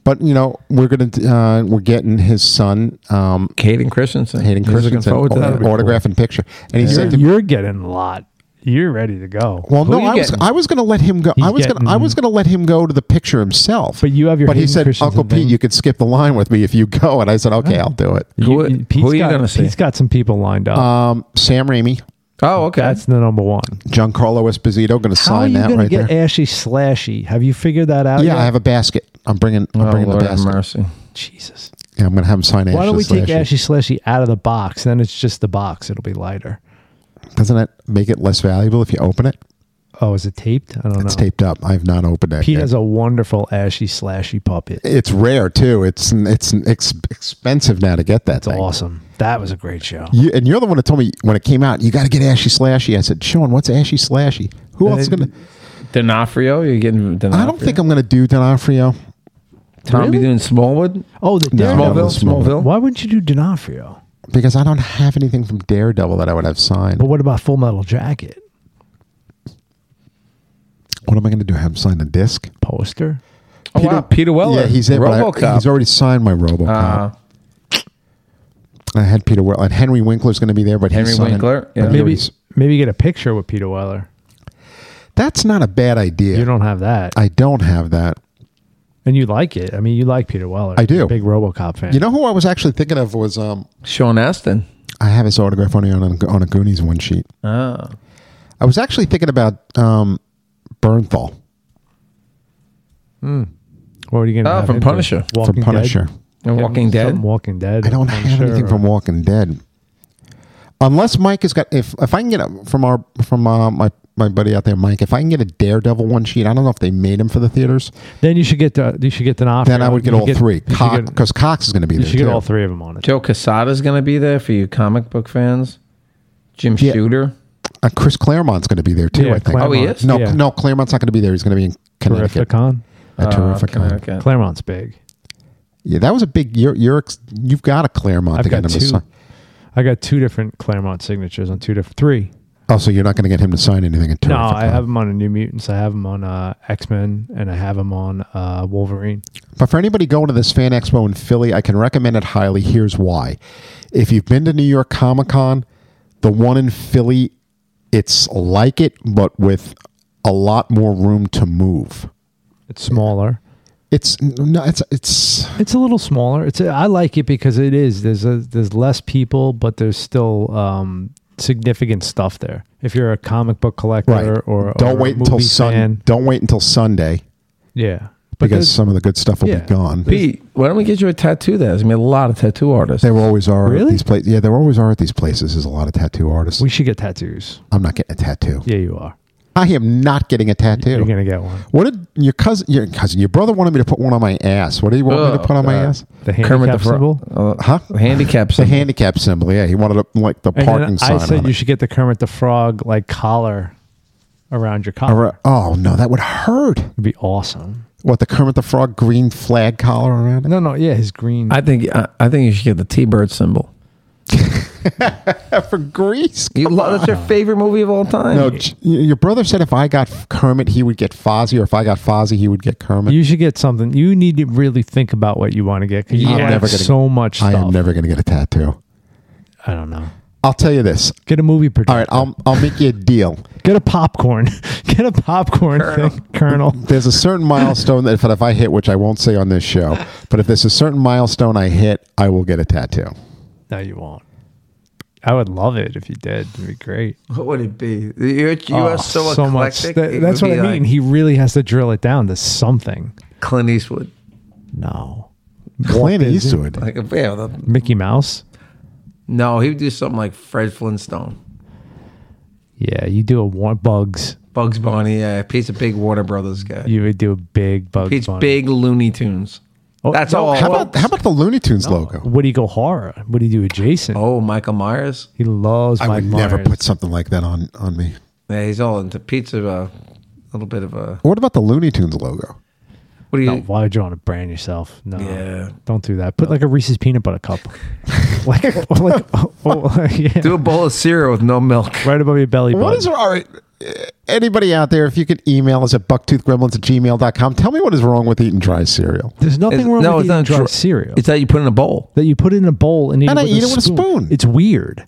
Speaker 3: But you know, we're gonna uh, we're getting his son um,
Speaker 1: Caden Christensen.
Speaker 3: Hayden
Speaker 1: He's
Speaker 3: Christensen Oh,
Speaker 1: Looking forward to that.
Speaker 3: autograph and picture, and he said to me,
Speaker 2: You're, you're getting a lot. You're ready to go.
Speaker 3: "Well,
Speaker 1: Who
Speaker 3: no,
Speaker 1: you
Speaker 3: I was
Speaker 1: getting?
Speaker 3: I was gonna let him go.
Speaker 2: He's
Speaker 3: I was
Speaker 2: getting-
Speaker 3: gonna I was gonna let him go to the picture himself.
Speaker 2: But you have your
Speaker 3: But he
Speaker 2: Hayden
Speaker 3: said,
Speaker 2: Christensen
Speaker 3: Uncle Pete,
Speaker 2: thing.
Speaker 3: you could skip the line with me if you go. And I said, okay, I'll do it.
Speaker 1: Who-
Speaker 2: You-
Speaker 1: who are you
Speaker 2: got,
Speaker 1: gonna see?
Speaker 2: Pete's got some people lined up.
Speaker 3: Um, Sam Raimi,
Speaker 1: Oh, okay.
Speaker 2: That's the number one.
Speaker 3: Giancarlo Esposito, gonna
Speaker 2: How are
Speaker 3: sign
Speaker 2: you
Speaker 3: that
Speaker 2: going
Speaker 3: right
Speaker 2: to get
Speaker 3: there.
Speaker 2: ashy slashy? Have you figured that out?
Speaker 3: Yeah,
Speaker 2: yet?
Speaker 3: I have a basket. I'm bringing. I'm
Speaker 1: oh,
Speaker 3: bringing
Speaker 1: Lord
Speaker 3: the
Speaker 1: have
Speaker 3: basket.
Speaker 1: mercy.
Speaker 2: Jesus.
Speaker 3: Yeah, I'm gonna have him sign it.
Speaker 2: Why don't we take ashy slashy out of the box? Then it's just the box. It'll be lighter.
Speaker 3: Doesn't it make it less valuable if you open it?
Speaker 2: Oh, is it taped? I don't
Speaker 3: It's
Speaker 2: know.
Speaker 3: taped up. I've not opened it.
Speaker 2: Pete
Speaker 3: yet.
Speaker 2: has a wonderful ashy slashy puppet.
Speaker 3: it's rare too. It's it's ex- expensive now to get that.
Speaker 2: It's
Speaker 3: thing.
Speaker 2: awesome. That was a great show.
Speaker 3: You, and you're the one that told me when it came out, you got to get Ashy Slashy. I said, Sean, what's Ashy Slashy? Who else is
Speaker 2: Uh,
Speaker 3: gonna?
Speaker 1: D'Onofrio, you're getting D'Onofrio.
Speaker 3: I don't think I'm gonna do D'Onofrio.
Speaker 1: Tom, you doing Smallwood?
Speaker 2: Oh, the
Speaker 3: No,
Speaker 2: Daredevil.
Speaker 3: no,
Speaker 1: Smallville? Smallville?
Speaker 2: Why wouldn't you do D'Onofrio?
Speaker 3: because I don't have anything from Daredevil that I would have signed.
Speaker 2: But what about Full Metal Jacket
Speaker 3: What am I going to do? Have him sign a disc?
Speaker 2: poster?
Speaker 1: Oh, wow. Peter Weller.
Speaker 3: yeah, he's there. but I-
Speaker 1: RoboCop.
Speaker 3: he's Ah, already signed my RoboCop.
Speaker 1: Uh,
Speaker 3: I had Peter Weller. And Henry Winkler's going to be there, but
Speaker 1: Henry
Speaker 3: he's signing-
Speaker 1: Winkler,
Speaker 3: but he
Speaker 1: yeah.
Speaker 3: already
Speaker 2: Maybe
Speaker 3: s-
Speaker 2: maybe get a picture with Peter Weller.
Speaker 3: that's not a bad idea.
Speaker 2: You don't have that,
Speaker 3: I don't have that.
Speaker 2: and you like it. I mean, you like Peter Weller.
Speaker 3: I do.
Speaker 2: You're a big RoboCop fan.
Speaker 3: You know who I was actually thinking of was um.
Speaker 1: Sean Astin.
Speaker 3: I have his autograph on on a, on a Goonies one sheet.
Speaker 1: Oh.
Speaker 3: Ah. I was actually thinking about um, Bernthal
Speaker 2: what are you going to?
Speaker 1: Oh,
Speaker 2: have
Speaker 1: from
Speaker 2: him do?
Speaker 1: Punisher. From
Speaker 3: from
Speaker 2: Walking
Speaker 3: Punisher.
Speaker 2: Dead?
Speaker 1: And Walking Dead.
Speaker 2: Something Walking Dead.
Speaker 3: I don't have
Speaker 2: Punisher
Speaker 3: anything
Speaker 2: or-
Speaker 3: from Walking Dead, unless Mike has got. If if I can get a, from our from uh, my my buddy out there, Mike, if I can get a Daredevil one sheet, I don't know if they made him for the theaters.
Speaker 2: Then you should get the, you should get D'Onofrio.
Speaker 3: Then I would get
Speaker 2: You
Speaker 3: all three
Speaker 2: You should get,
Speaker 3: because Cox is going to be
Speaker 2: you
Speaker 3: there.
Speaker 2: should get
Speaker 3: too.
Speaker 2: all three of them on it.
Speaker 1: Joe Casada's going to be there for you comic book fans. Jim
Speaker 3: Yeah.
Speaker 1: Shooter.
Speaker 3: Uh, Chris Claremont's going to be there too.
Speaker 2: Yeah,
Speaker 3: I think.
Speaker 1: Claremont. Oh, he is?
Speaker 3: No,
Speaker 2: Yeah.
Speaker 3: no, Claremont's not going to be there. He's going to be in Connecticut.
Speaker 2: Terrificon.
Speaker 3: A terrific.
Speaker 1: Uh,
Speaker 3: con.
Speaker 1: okay, okay.
Speaker 2: Claremont's big.
Speaker 3: Yeah, that was a big. You're, you're ex- you've got a Claremont
Speaker 2: I've
Speaker 3: to get
Speaker 2: got
Speaker 3: him to
Speaker 2: two.
Speaker 3: sign.
Speaker 2: I got two different Claremont signatures on two different three.
Speaker 3: Oh, so you're not going to get him to sign anything at
Speaker 2: No,
Speaker 3: Terrific
Speaker 2: I
Speaker 3: Con.
Speaker 2: have them on a New Mutants. I have them on uh, X Men, and I have them on uh, Wolverine.
Speaker 3: But for anybody going to this fan expo in Philly, I can recommend it highly. Here's why. If you've been to New York Comic Con, the one in Philly, it's like it, but with a lot more room to move.
Speaker 2: It's smaller.
Speaker 3: It's no, it's it's
Speaker 2: It's a little smaller. It's a, I like it because it is there's a, there's less people, but there's still um, significant stuff there. If you're a comic book collector
Speaker 3: right.
Speaker 2: or
Speaker 3: don't
Speaker 2: or a
Speaker 3: wait until
Speaker 2: movie
Speaker 3: sun.
Speaker 2: fan,
Speaker 3: Don't wait until Sunday
Speaker 2: yeah,
Speaker 3: because
Speaker 2: there's-
Speaker 3: some of the good stuff will
Speaker 2: yeah.
Speaker 3: be gone.
Speaker 1: Pete, why don't we get you a tattoo there? There's going to be a lot of tattoo artists.
Speaker 3: There always are at
Speaker 2: Really?
Speaker 3: these places. Yeah, there always are at these places. There's a lot of tattoo artists.
Speaker 2: we should get tattoos.
Speaker 3: I'm not getting a tattoo.
Speaker 2: Yeah, you are.
Speaker 3: I am not getting a tattoo.
Speaker 2: You're gonna get one.
Speaker 3: What did your cousin, your cousin, your brother wanted me to put one on my ass? What do you want me to
Speaker 1: Oh,
Speaker 3: put on my
Speaker 1: God.
Speaker 3: ass?
Speaker 2: The
Speaker 1: Kermit the
Speaker 2: handicap
Speaker 1: Frog.
Speaker 2: symbol.
Speaker 1: Uh,
Speaker 3: Huh?
Speaker 1: handicap
Speaker 3: The
Speaker 1: symbol.
Speaker 3: handicap symbol. Yeah, he wanted a, like the
Speaker 2: And then
Speaker 3: parking sign.
Speaker 2: I said
Speaker 3: on
Speaker 2: you
Speaker 3: it.
Speaker 2: should get the Kermit the Frog like collar around your collar.
Speaker 3: Or, oh no, that would hurt.
Speaker 2: It'd be awesome.
Speaker 3: What the Kermit the Frog green flag collar around it
Speaker 2: No, no, yeah, his green.
Speaker 1: I think I, I think you should get the T-bird symbol.
Speaker 3: for Greece?
Speaker 1: You love, that's your
Speaker 2: Ah.
Speaker 1: favorite movie of all time.
Speaker 3: No, j- your brother said if I got Kermit, he would get Fozzie, or if I got Fozzie, he would get Kermit.
Speaker 2: You should get something. You need to really think about what you want to get. 'cause you
Speaker 3: I'm
Speaker 2: want
Speaker 3: never gonna-
Speaker 2: so much
Speaker 3: I
Speaker 2: stuff.
Speaker 3: am never going to get a tattoo.
Speaker 2: I don't know.
Speaker 3: I'll tell you this.
Speaker 2: Get a movie projector.
Speaker 3: All right, I'll I'll make you a deal.
Speaker 2: Get a popcorn. Get a popcorn thing, Colonel.
Speaker 3: there's a certain milestone that if, if I hit, which I won't say on this show, but if there's a certain milestone I hit, I will get a tattoo.
Speaker 2: No, you won't. I would love it if you did. It'd be great.
Speaker 1: What would it be? You're, you
Speaker 2: Oh,
Speaker 1: are so, eclectic.
Speaker 2: That-
Speaker 1: it
Speaker 2: that's
Speaker 1: would
Speaker 2: what I
Speaker 1: be
Speaker 2: mean.
Speaker 1: like
Speaker 2: he really has to drill it down to something.
Speaker 1: Clint Eastwood,
Speaker 2: No.
Speaker 3: Clint Eastwood.
Speaker 1: like yeah, the-
Speaker 2: Mickey Mouse?
Speaker 1: no, he would do something like Fred Flintstone,
Speaker 2: Yeah, you do a war- Bugs.
Speaker 1: Bugs Bunny, yeah, Pete's a big Warner Brothers guy.
Speaker 2: You would do a big Bugs
Speaker 1: Pete's
Speaker 2: Bunny.
Speaker 1: big Looney Tunes.
Speaker 2: Oh,
Speaker 1: that's
Speaker 2: no,
Speaker 1: all.
Speaker 3: How about how about the Looney Tunes logo?
Speaker 2: Would he go horror? Would he do a Jason?
Speaker 1: oh, Michael Myers.
Speaker 2: He loves
Speaker 3: I
Speaker 2: Mike
Speaker 3: would never
Speaker 2: Myers.
Speaker 3: put something like that on on me.
Speaker 1: Yeah, he's all into pizza. uh, A little bit of a
Speaker 3: What about the Looney Tunes logo?
Speaker 1: what do you?
Speaker 2: No, why would you want to brand yourself? No,
Speaker 1: Yeah.
Speaker 2: don't do that. Put like a Reese's peanut butter cup, like, like, oh, oh, yeah.
Speaker 1: Do a bowl of cereal with no milk.
Speaker 2: right above your belly button.
Speaker 3: What is all right? eh, Anybody out there, if you could email us at bucktoothgremlins at gmail.com, tell me what is wrong with eating dry cereal.
Speaker 2: There's nothing
Speaker 1: It's-
Speaker 2: wrong with eating
Speaker 1: not
Speaker 2: dry
Speaker 1: dry-
Speaker 2: cereal
Speaker 1: It's that you put in a bowl.
Speaker 2: that you put it in a bowl and eat
Speaker 3: And
Speaker 2: it
Speaker 3: I
Speaker 2: with,
Speaker 3: eat
Speaker 2: a,
Speaker 3: it with a
Speaker 2: spoon.
Speaker 3: spoon.
Speaker 2: It's weird.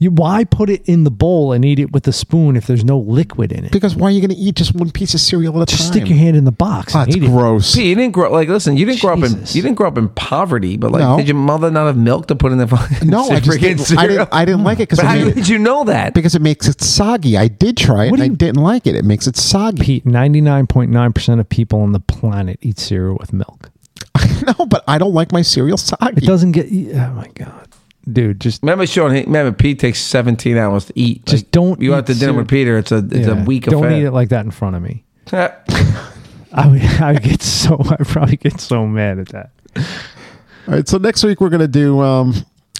Speaker 2: You why put it in the bowl and eat it with a spoon if there's no liquid in it?
Speaker 3: Because why are you going to eat just one piece of cereal at a
Speaker 2: Just
Speaker 3: time?
Speaker 2: stick your hand in the box
Speaker 3: Oh,
Speaker 2: and
Speaker 3: it's
Speaker 2: eat it.
Speaker 3: gross.
Speaker 1: See, you didn't grow like listen. You didn't grow up in
Speaker 2: Jesus.
Speaker 1: you didn't grow up in poverty, but like,
Speaker 3: No.
Speaker 1: did your mother not have milk to put in the fucking
Speaker 3: No, I just
Speaker 1: freaking
Speaker 3: didn't,
Speaker 1: cereal?
Speaker 3: I didn't, I didn't like it because
Speaker 1: but
Speaker 3: it,
Speaker 1: how
Speaker 3: made
Speaker 1: did
Speaker 3: it-
Speaker 1: you know that?
Speaker 3: because it makes it soggy. I did try it. And
Speaker 2: What do
Speaker 3: I
Speaker 2: you-
Speaker 3: didn't like it. It makes it soggy.
Speaker 2: Pete, ninety nine point nine percent of people on the planet eat cereal with milk.
Speaker 3: No, but I don't like my cereal
Speaker 2: It
Speaker 3: soggy.
Speaker 2: doesn't get. Oh my god, dude, just
Speaker 1: Remember, Sean. he- Remember, Pete takes seventeen hours to eat.
Speaker 2: Just
Speaker 1: Like,
Speaker 2: don't
Speaker 1: You
Speaker 2: eat
Speaker 1: out to dinner
Speaker 2: cereal.
Speaker 1: with Peter. It's a it's
Speaker 2: Yeah,
Speaker 1: a week
Speaker 2: Don't
Speaker 1: affair.
Speaker 2: eat it like that in front of me.
Speaker 1: it.
Speaker 2: I would, I would get so I probably get so mad at that.
Speaker 3: All right, so next week we're going to do um,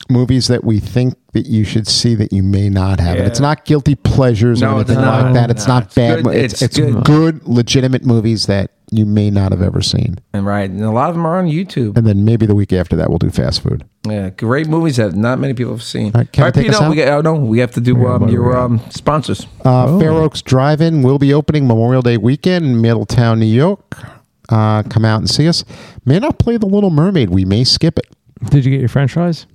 Speaker 3: movies that we think that you should see that you may not have. And
Speaker 1: Yeah.
Speaker 3: it's not guilty pleasures
Speaker 1: No,
Speaker 3: or
Speaker 1: it's
Speaker 3: anything
Speaker 1: not.
Speaker 3: like that. It's
Speaker 1: No,
Speaker 3: not
Speaker 1: it's
Speaker 3: bad.
Speaker 1: good-
Speaker 3: mo- It's,
Speaker 1: it's
Speaker 3: it's,
Speaker 1: good.
Speaker 3: good. legitimate movies that you may not have ever seen.
Speaker 1: And right, and a lot of them are on YouTube.
Speaker 3: And then maybe the week after that, we'll do fast food.
Speaker 1: Yeah, great movies that not many people have seen.
Speaker 3: All right, can I take us
Speaker 1: Pino,
Speaker 3: out?
Speaker 1: we got, oh, no, we have to do um, your um, sponsors.
Speaker 3: Uh,
Speaker 1: Oh.
Speaker 3: Fair Oaks Drive In will be opening Memorial Day weekend in Middletown, New York. Uh, come out and see us. May not play The Little Mermaid. We may skip it.
Speaker 2: Did you get your French fries?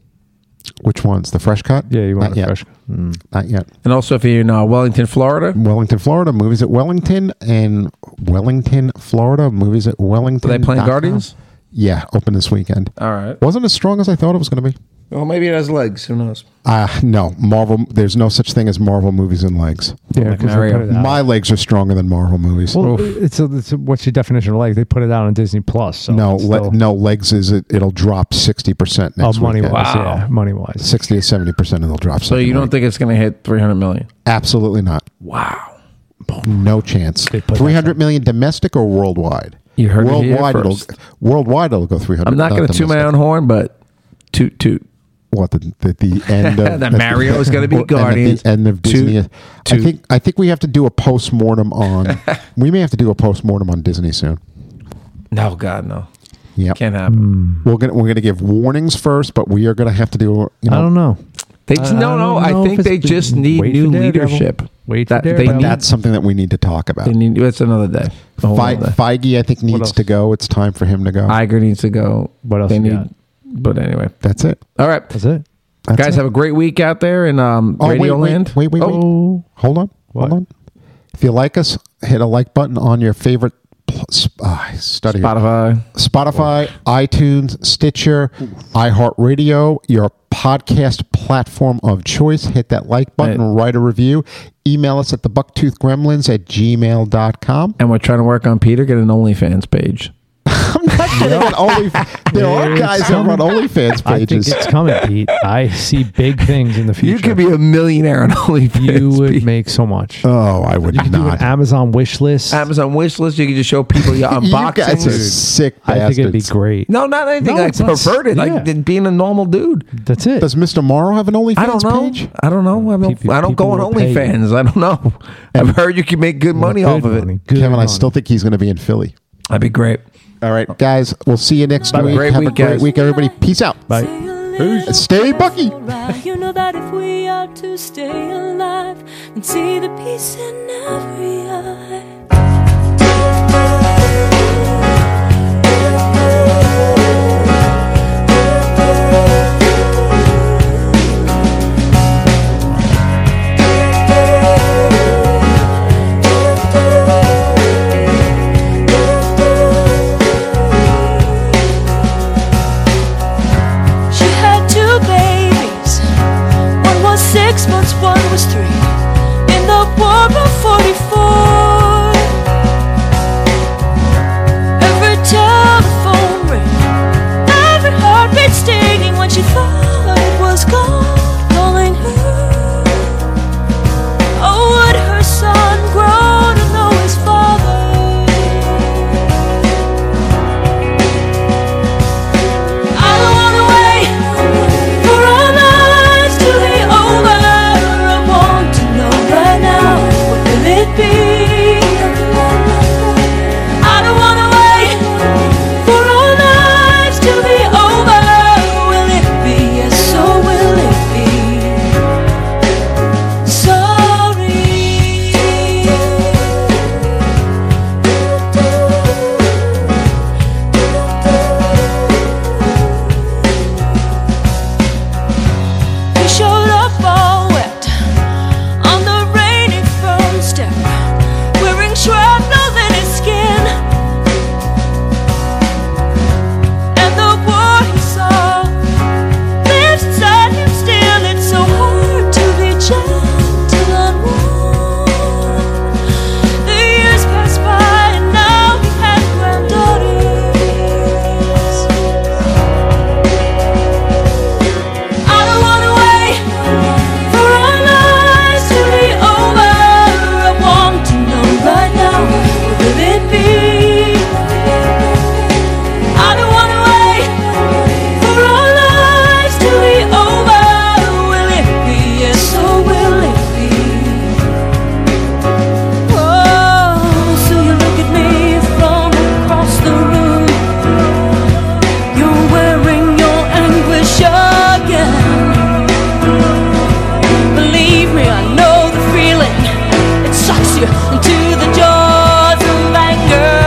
Speaker 3: Which one's the fresh cut?
Speaker 2: Yeah, you want
Speaker 3: not
Speaker 2: a
Speaker 3: yet.
Speaker 2: fresh? Mm.
Speaker 3: Not yet.
Speaker 1: And also, if you're in uh, Wellington, Florida,
Speaker 3: Wellington, Florida. Movies at Wellington and Wellington, Florida. Movies at Wellington.
Speaker 1: are they playing Guardians?
Speaker 3: Yeah, open this weekend.
Speaker 1: All right.
Speaker 3: Wasn't as strong as I thought it was going to be.
Speaker 1: Well, maybe it has legs. Who knows?
Speaker 3: Uh, no, Marvel. There's no such thing as Marvel movies and legs.
Speaker 2: Yeah,
Speaker 1: Like
Speaker 2: 'cause they
Speaker 1: Mario.
Speaker 2: put it out.
Speaker 3: My legs are stronger than Marvel movies.
Speaker 2: well, it's, a, it's a- what's your definition of like? They put it out on Disney Plus. So
Speaker 3: no,
Speaker 2: it's
Speaker 3: le-
Speaker 2: still-
Speaker 3: no legs is it, it'll drop sixty percent
Speaker 2: Oh,
Speaker 3: next
Speaker 2: money
Speaker 3: weekend.
Speaker 2: wise,
Speaker 1: Wow.
Speaker 2: yeah, money wise.
Speaker 3: Sixty to seventy percent it'll drop.
Speaker 1: So you don't
Speaker 3: think?
Speaker 1: think it's going to hit 300 million?
Speaker 3: Absolutely not.
Speaker 1: Wow.
Speaker 3: No chance.
Speaker 2: They put
Speaker 3: Three hundred million domestic or worldwide.
Speaker 1: You heard it here
Speaker 3: worldwide. it'll
Speaker 1: first.
Speaker 3: worldwide it'll go three hundred.
Speaker 1: I'm not going to toot my own horn, but toot toot.
Speaker 3: what the the, the end of
Speaker 1: That Mario is gonna be
Speaker 3: and at
Speaker 1: Guardians.
Speaker 3: the end of
Speaker 1: Two-
Speaker 3: Disney. I
Speaker 1: two.
Speaker 3: think I think we have to do a post mortem on. we may have to do a post mortem on Disney soon.
Speaker 1: No, God, no.
Speaker 3: Yeah,
Speaker 1: Can't happen.
Speaker 2: Hmm.
Speaker 3: we're gonna we're gonna give warnings first, but we are gonna have to do. You know,
Speaker 2: I don't know.
Speaker 1: They,
Speaker 2: I-
Speaker 1: no,
Speaker 2: I
Speaker 1: no.
Speaker 2: don't
Speaker 1: I
Speaker 2: know
Speaker 1: think
Speaker 2: if
Speaker 1: they
Speaker 2: it's-
Speaker 1: just need
Speaker 2: wait
Speaker 1: new
Speaker 2: for Daredevil.
Speaker 1: leadership.
Speaker 2: Wait for
Speaker 1: that, they
Speaker 2: Daredevil.
Speaker 1: need,
Speaker 3: that's something that we need to talk about.
Speaker 1: they need. That's another day. A whole
Speaker 3: Fe-
Speaker 1: other day.
Speaker 3: Feige, I think, needs
Speaker 2: else?
Speaker 3: to go. It's time for him to go.
Speaker 1: Iger needs to go.
Speaker 2: What else
Speaker 1: They
Speaker 2: you
Speaker 1: need.
Speaker 2: got?
Speaker 1: But anyway,
Speaker 3: that's it.
Speaker 1: all right,
Speaker 2: That's it.
Speaker 3: That's
Speaker 1: guys.
Speaker 3: it.
Speaker 1: Have a great week out there in um,
Speaker 3: Oh, wait,
Speaker 1: Radio
Speaker 3: wait,
Speaker 1: Land.
Speaker 3: wait, wait, wait.
Speaker 2: Oh,
Speaker 3: Hold on.
Speaker 2: What?
Speaker 3: Hold on. If you like us, hit a like button on your favorite pl- sp- ah, study
Speaker 1: Spotify.
Speaker 3: Spotify, iTunes, Stitcher, iHeartRadio, your podcast platform of choice. Hit that like button,
Speaker 1: Right.
Speaker 3: write a review, email us at the bucktoothgremlins at gmail.com.
Speaker 1: And we're trying to work on Peter get an OnlyFans page.
Speaker 3: I'm not kidding. on Only, there are
Speaker 2: It's
Speaker 3: guys that run OnlyFans
Speaker 2: I think
Speaker 3: pages.
Speaker 2: it's coming, Pete. I see big things in the future.
Speaker 1: You could be a millionaire on OnlyFans.
Speaker 2: You
Speaker 1: Pete. Uh,
Speaker 2: would make so much.
Speaker 3: oh, I would
Speaker 2: you could do an
Speaker 3: not.
Speaker 2: Amazon wish list.
Speaker 1: Amazon wish list. You could just show people your
Speaker 3: you guys are
Speaker 1: unboxings.
Speaker 3: sick
Speaker 2: I
Speaker 3: bastards.
Speaker 2: think it'd be great.
Speaker 1: No, not anything
Speaker 2: No,
Speaker 1: like
Speaker 2: it's not-
Speaker 1: perverted,
Speaker 2: yeah.
Speaker 1: like th- being a normal dude.
Speaker 2: That's it.
Speaker 3: Does Mr. Morrow have an OnlyFans
Speaker 1: I don't know.
Speaker 3: page?
Speaker 1: I don't know. I don't,
Speaker 2: People-
Speaker 1: I don't go on
Speaker 2: people will pay you.
Speaker 1: OnlyFans. I don't know. I've heard you can make good money
Speaker 2: Good
Speaker 1: off of it.
Speaker 2: money. Good
Speaker 3: Kevin, I
Speaker 2: money.
Speaker 3: still think he's going to be in Philly.
Speaker 1: That'd be great.
Speaker 3: All right, guys, we'll see you next
Speaker 1: Have a
Speaker 3: week.
Speaker 1: great
Speaker 3: Have a
Speaker 1: week,
Speaker 3: great
Speaker 1: guys.
Speaker 3: week, everybody. Peace out.
Speaker 2: Bye.
Speaker 4: Say a little
Speaker 3: Stay
Speaker 4: prayer
Speaker 3: Bucky.
Speaker 4: for us. You know that if we are to stay alive and see the peace in every eye. She had two babies. One was six months, one was three. In the war of 44. Every telephone ring, every heartbeat stinging when she thought it was gone, calling her. Oh, would her son grow to know his father? be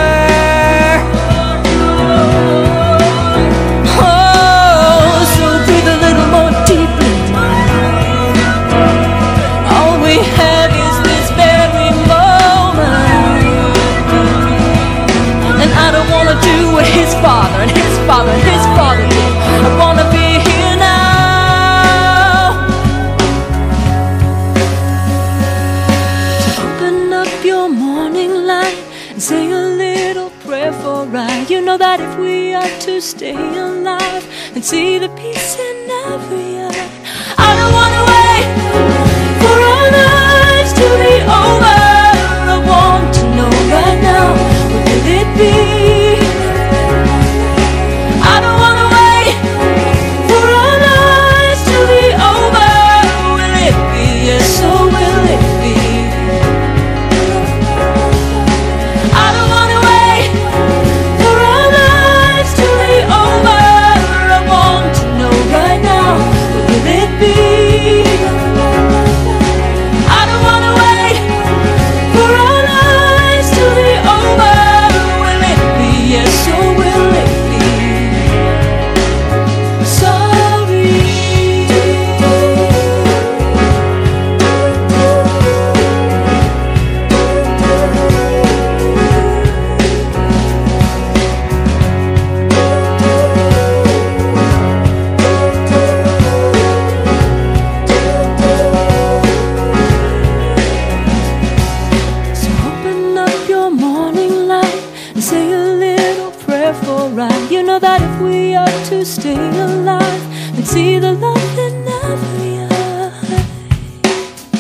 Speaker 4: Oh, to stay alive and see the peace in every eye. I don't wanna wait for our lives to be over. I want to know right now what will it be? I don't wanna wait for our lives to be over. Will it be? Yes, or will it be? I don't wanna wait for our lives to be over. I want to know right now, will it be? I don't wanna wait for our lives to be over. Will it be? Yes, or will it be? Sorry. So open up your morning light and say a little prayer for right. You know that if we are to stay alive and see the love in every eye.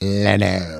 Speaker 3: Leno.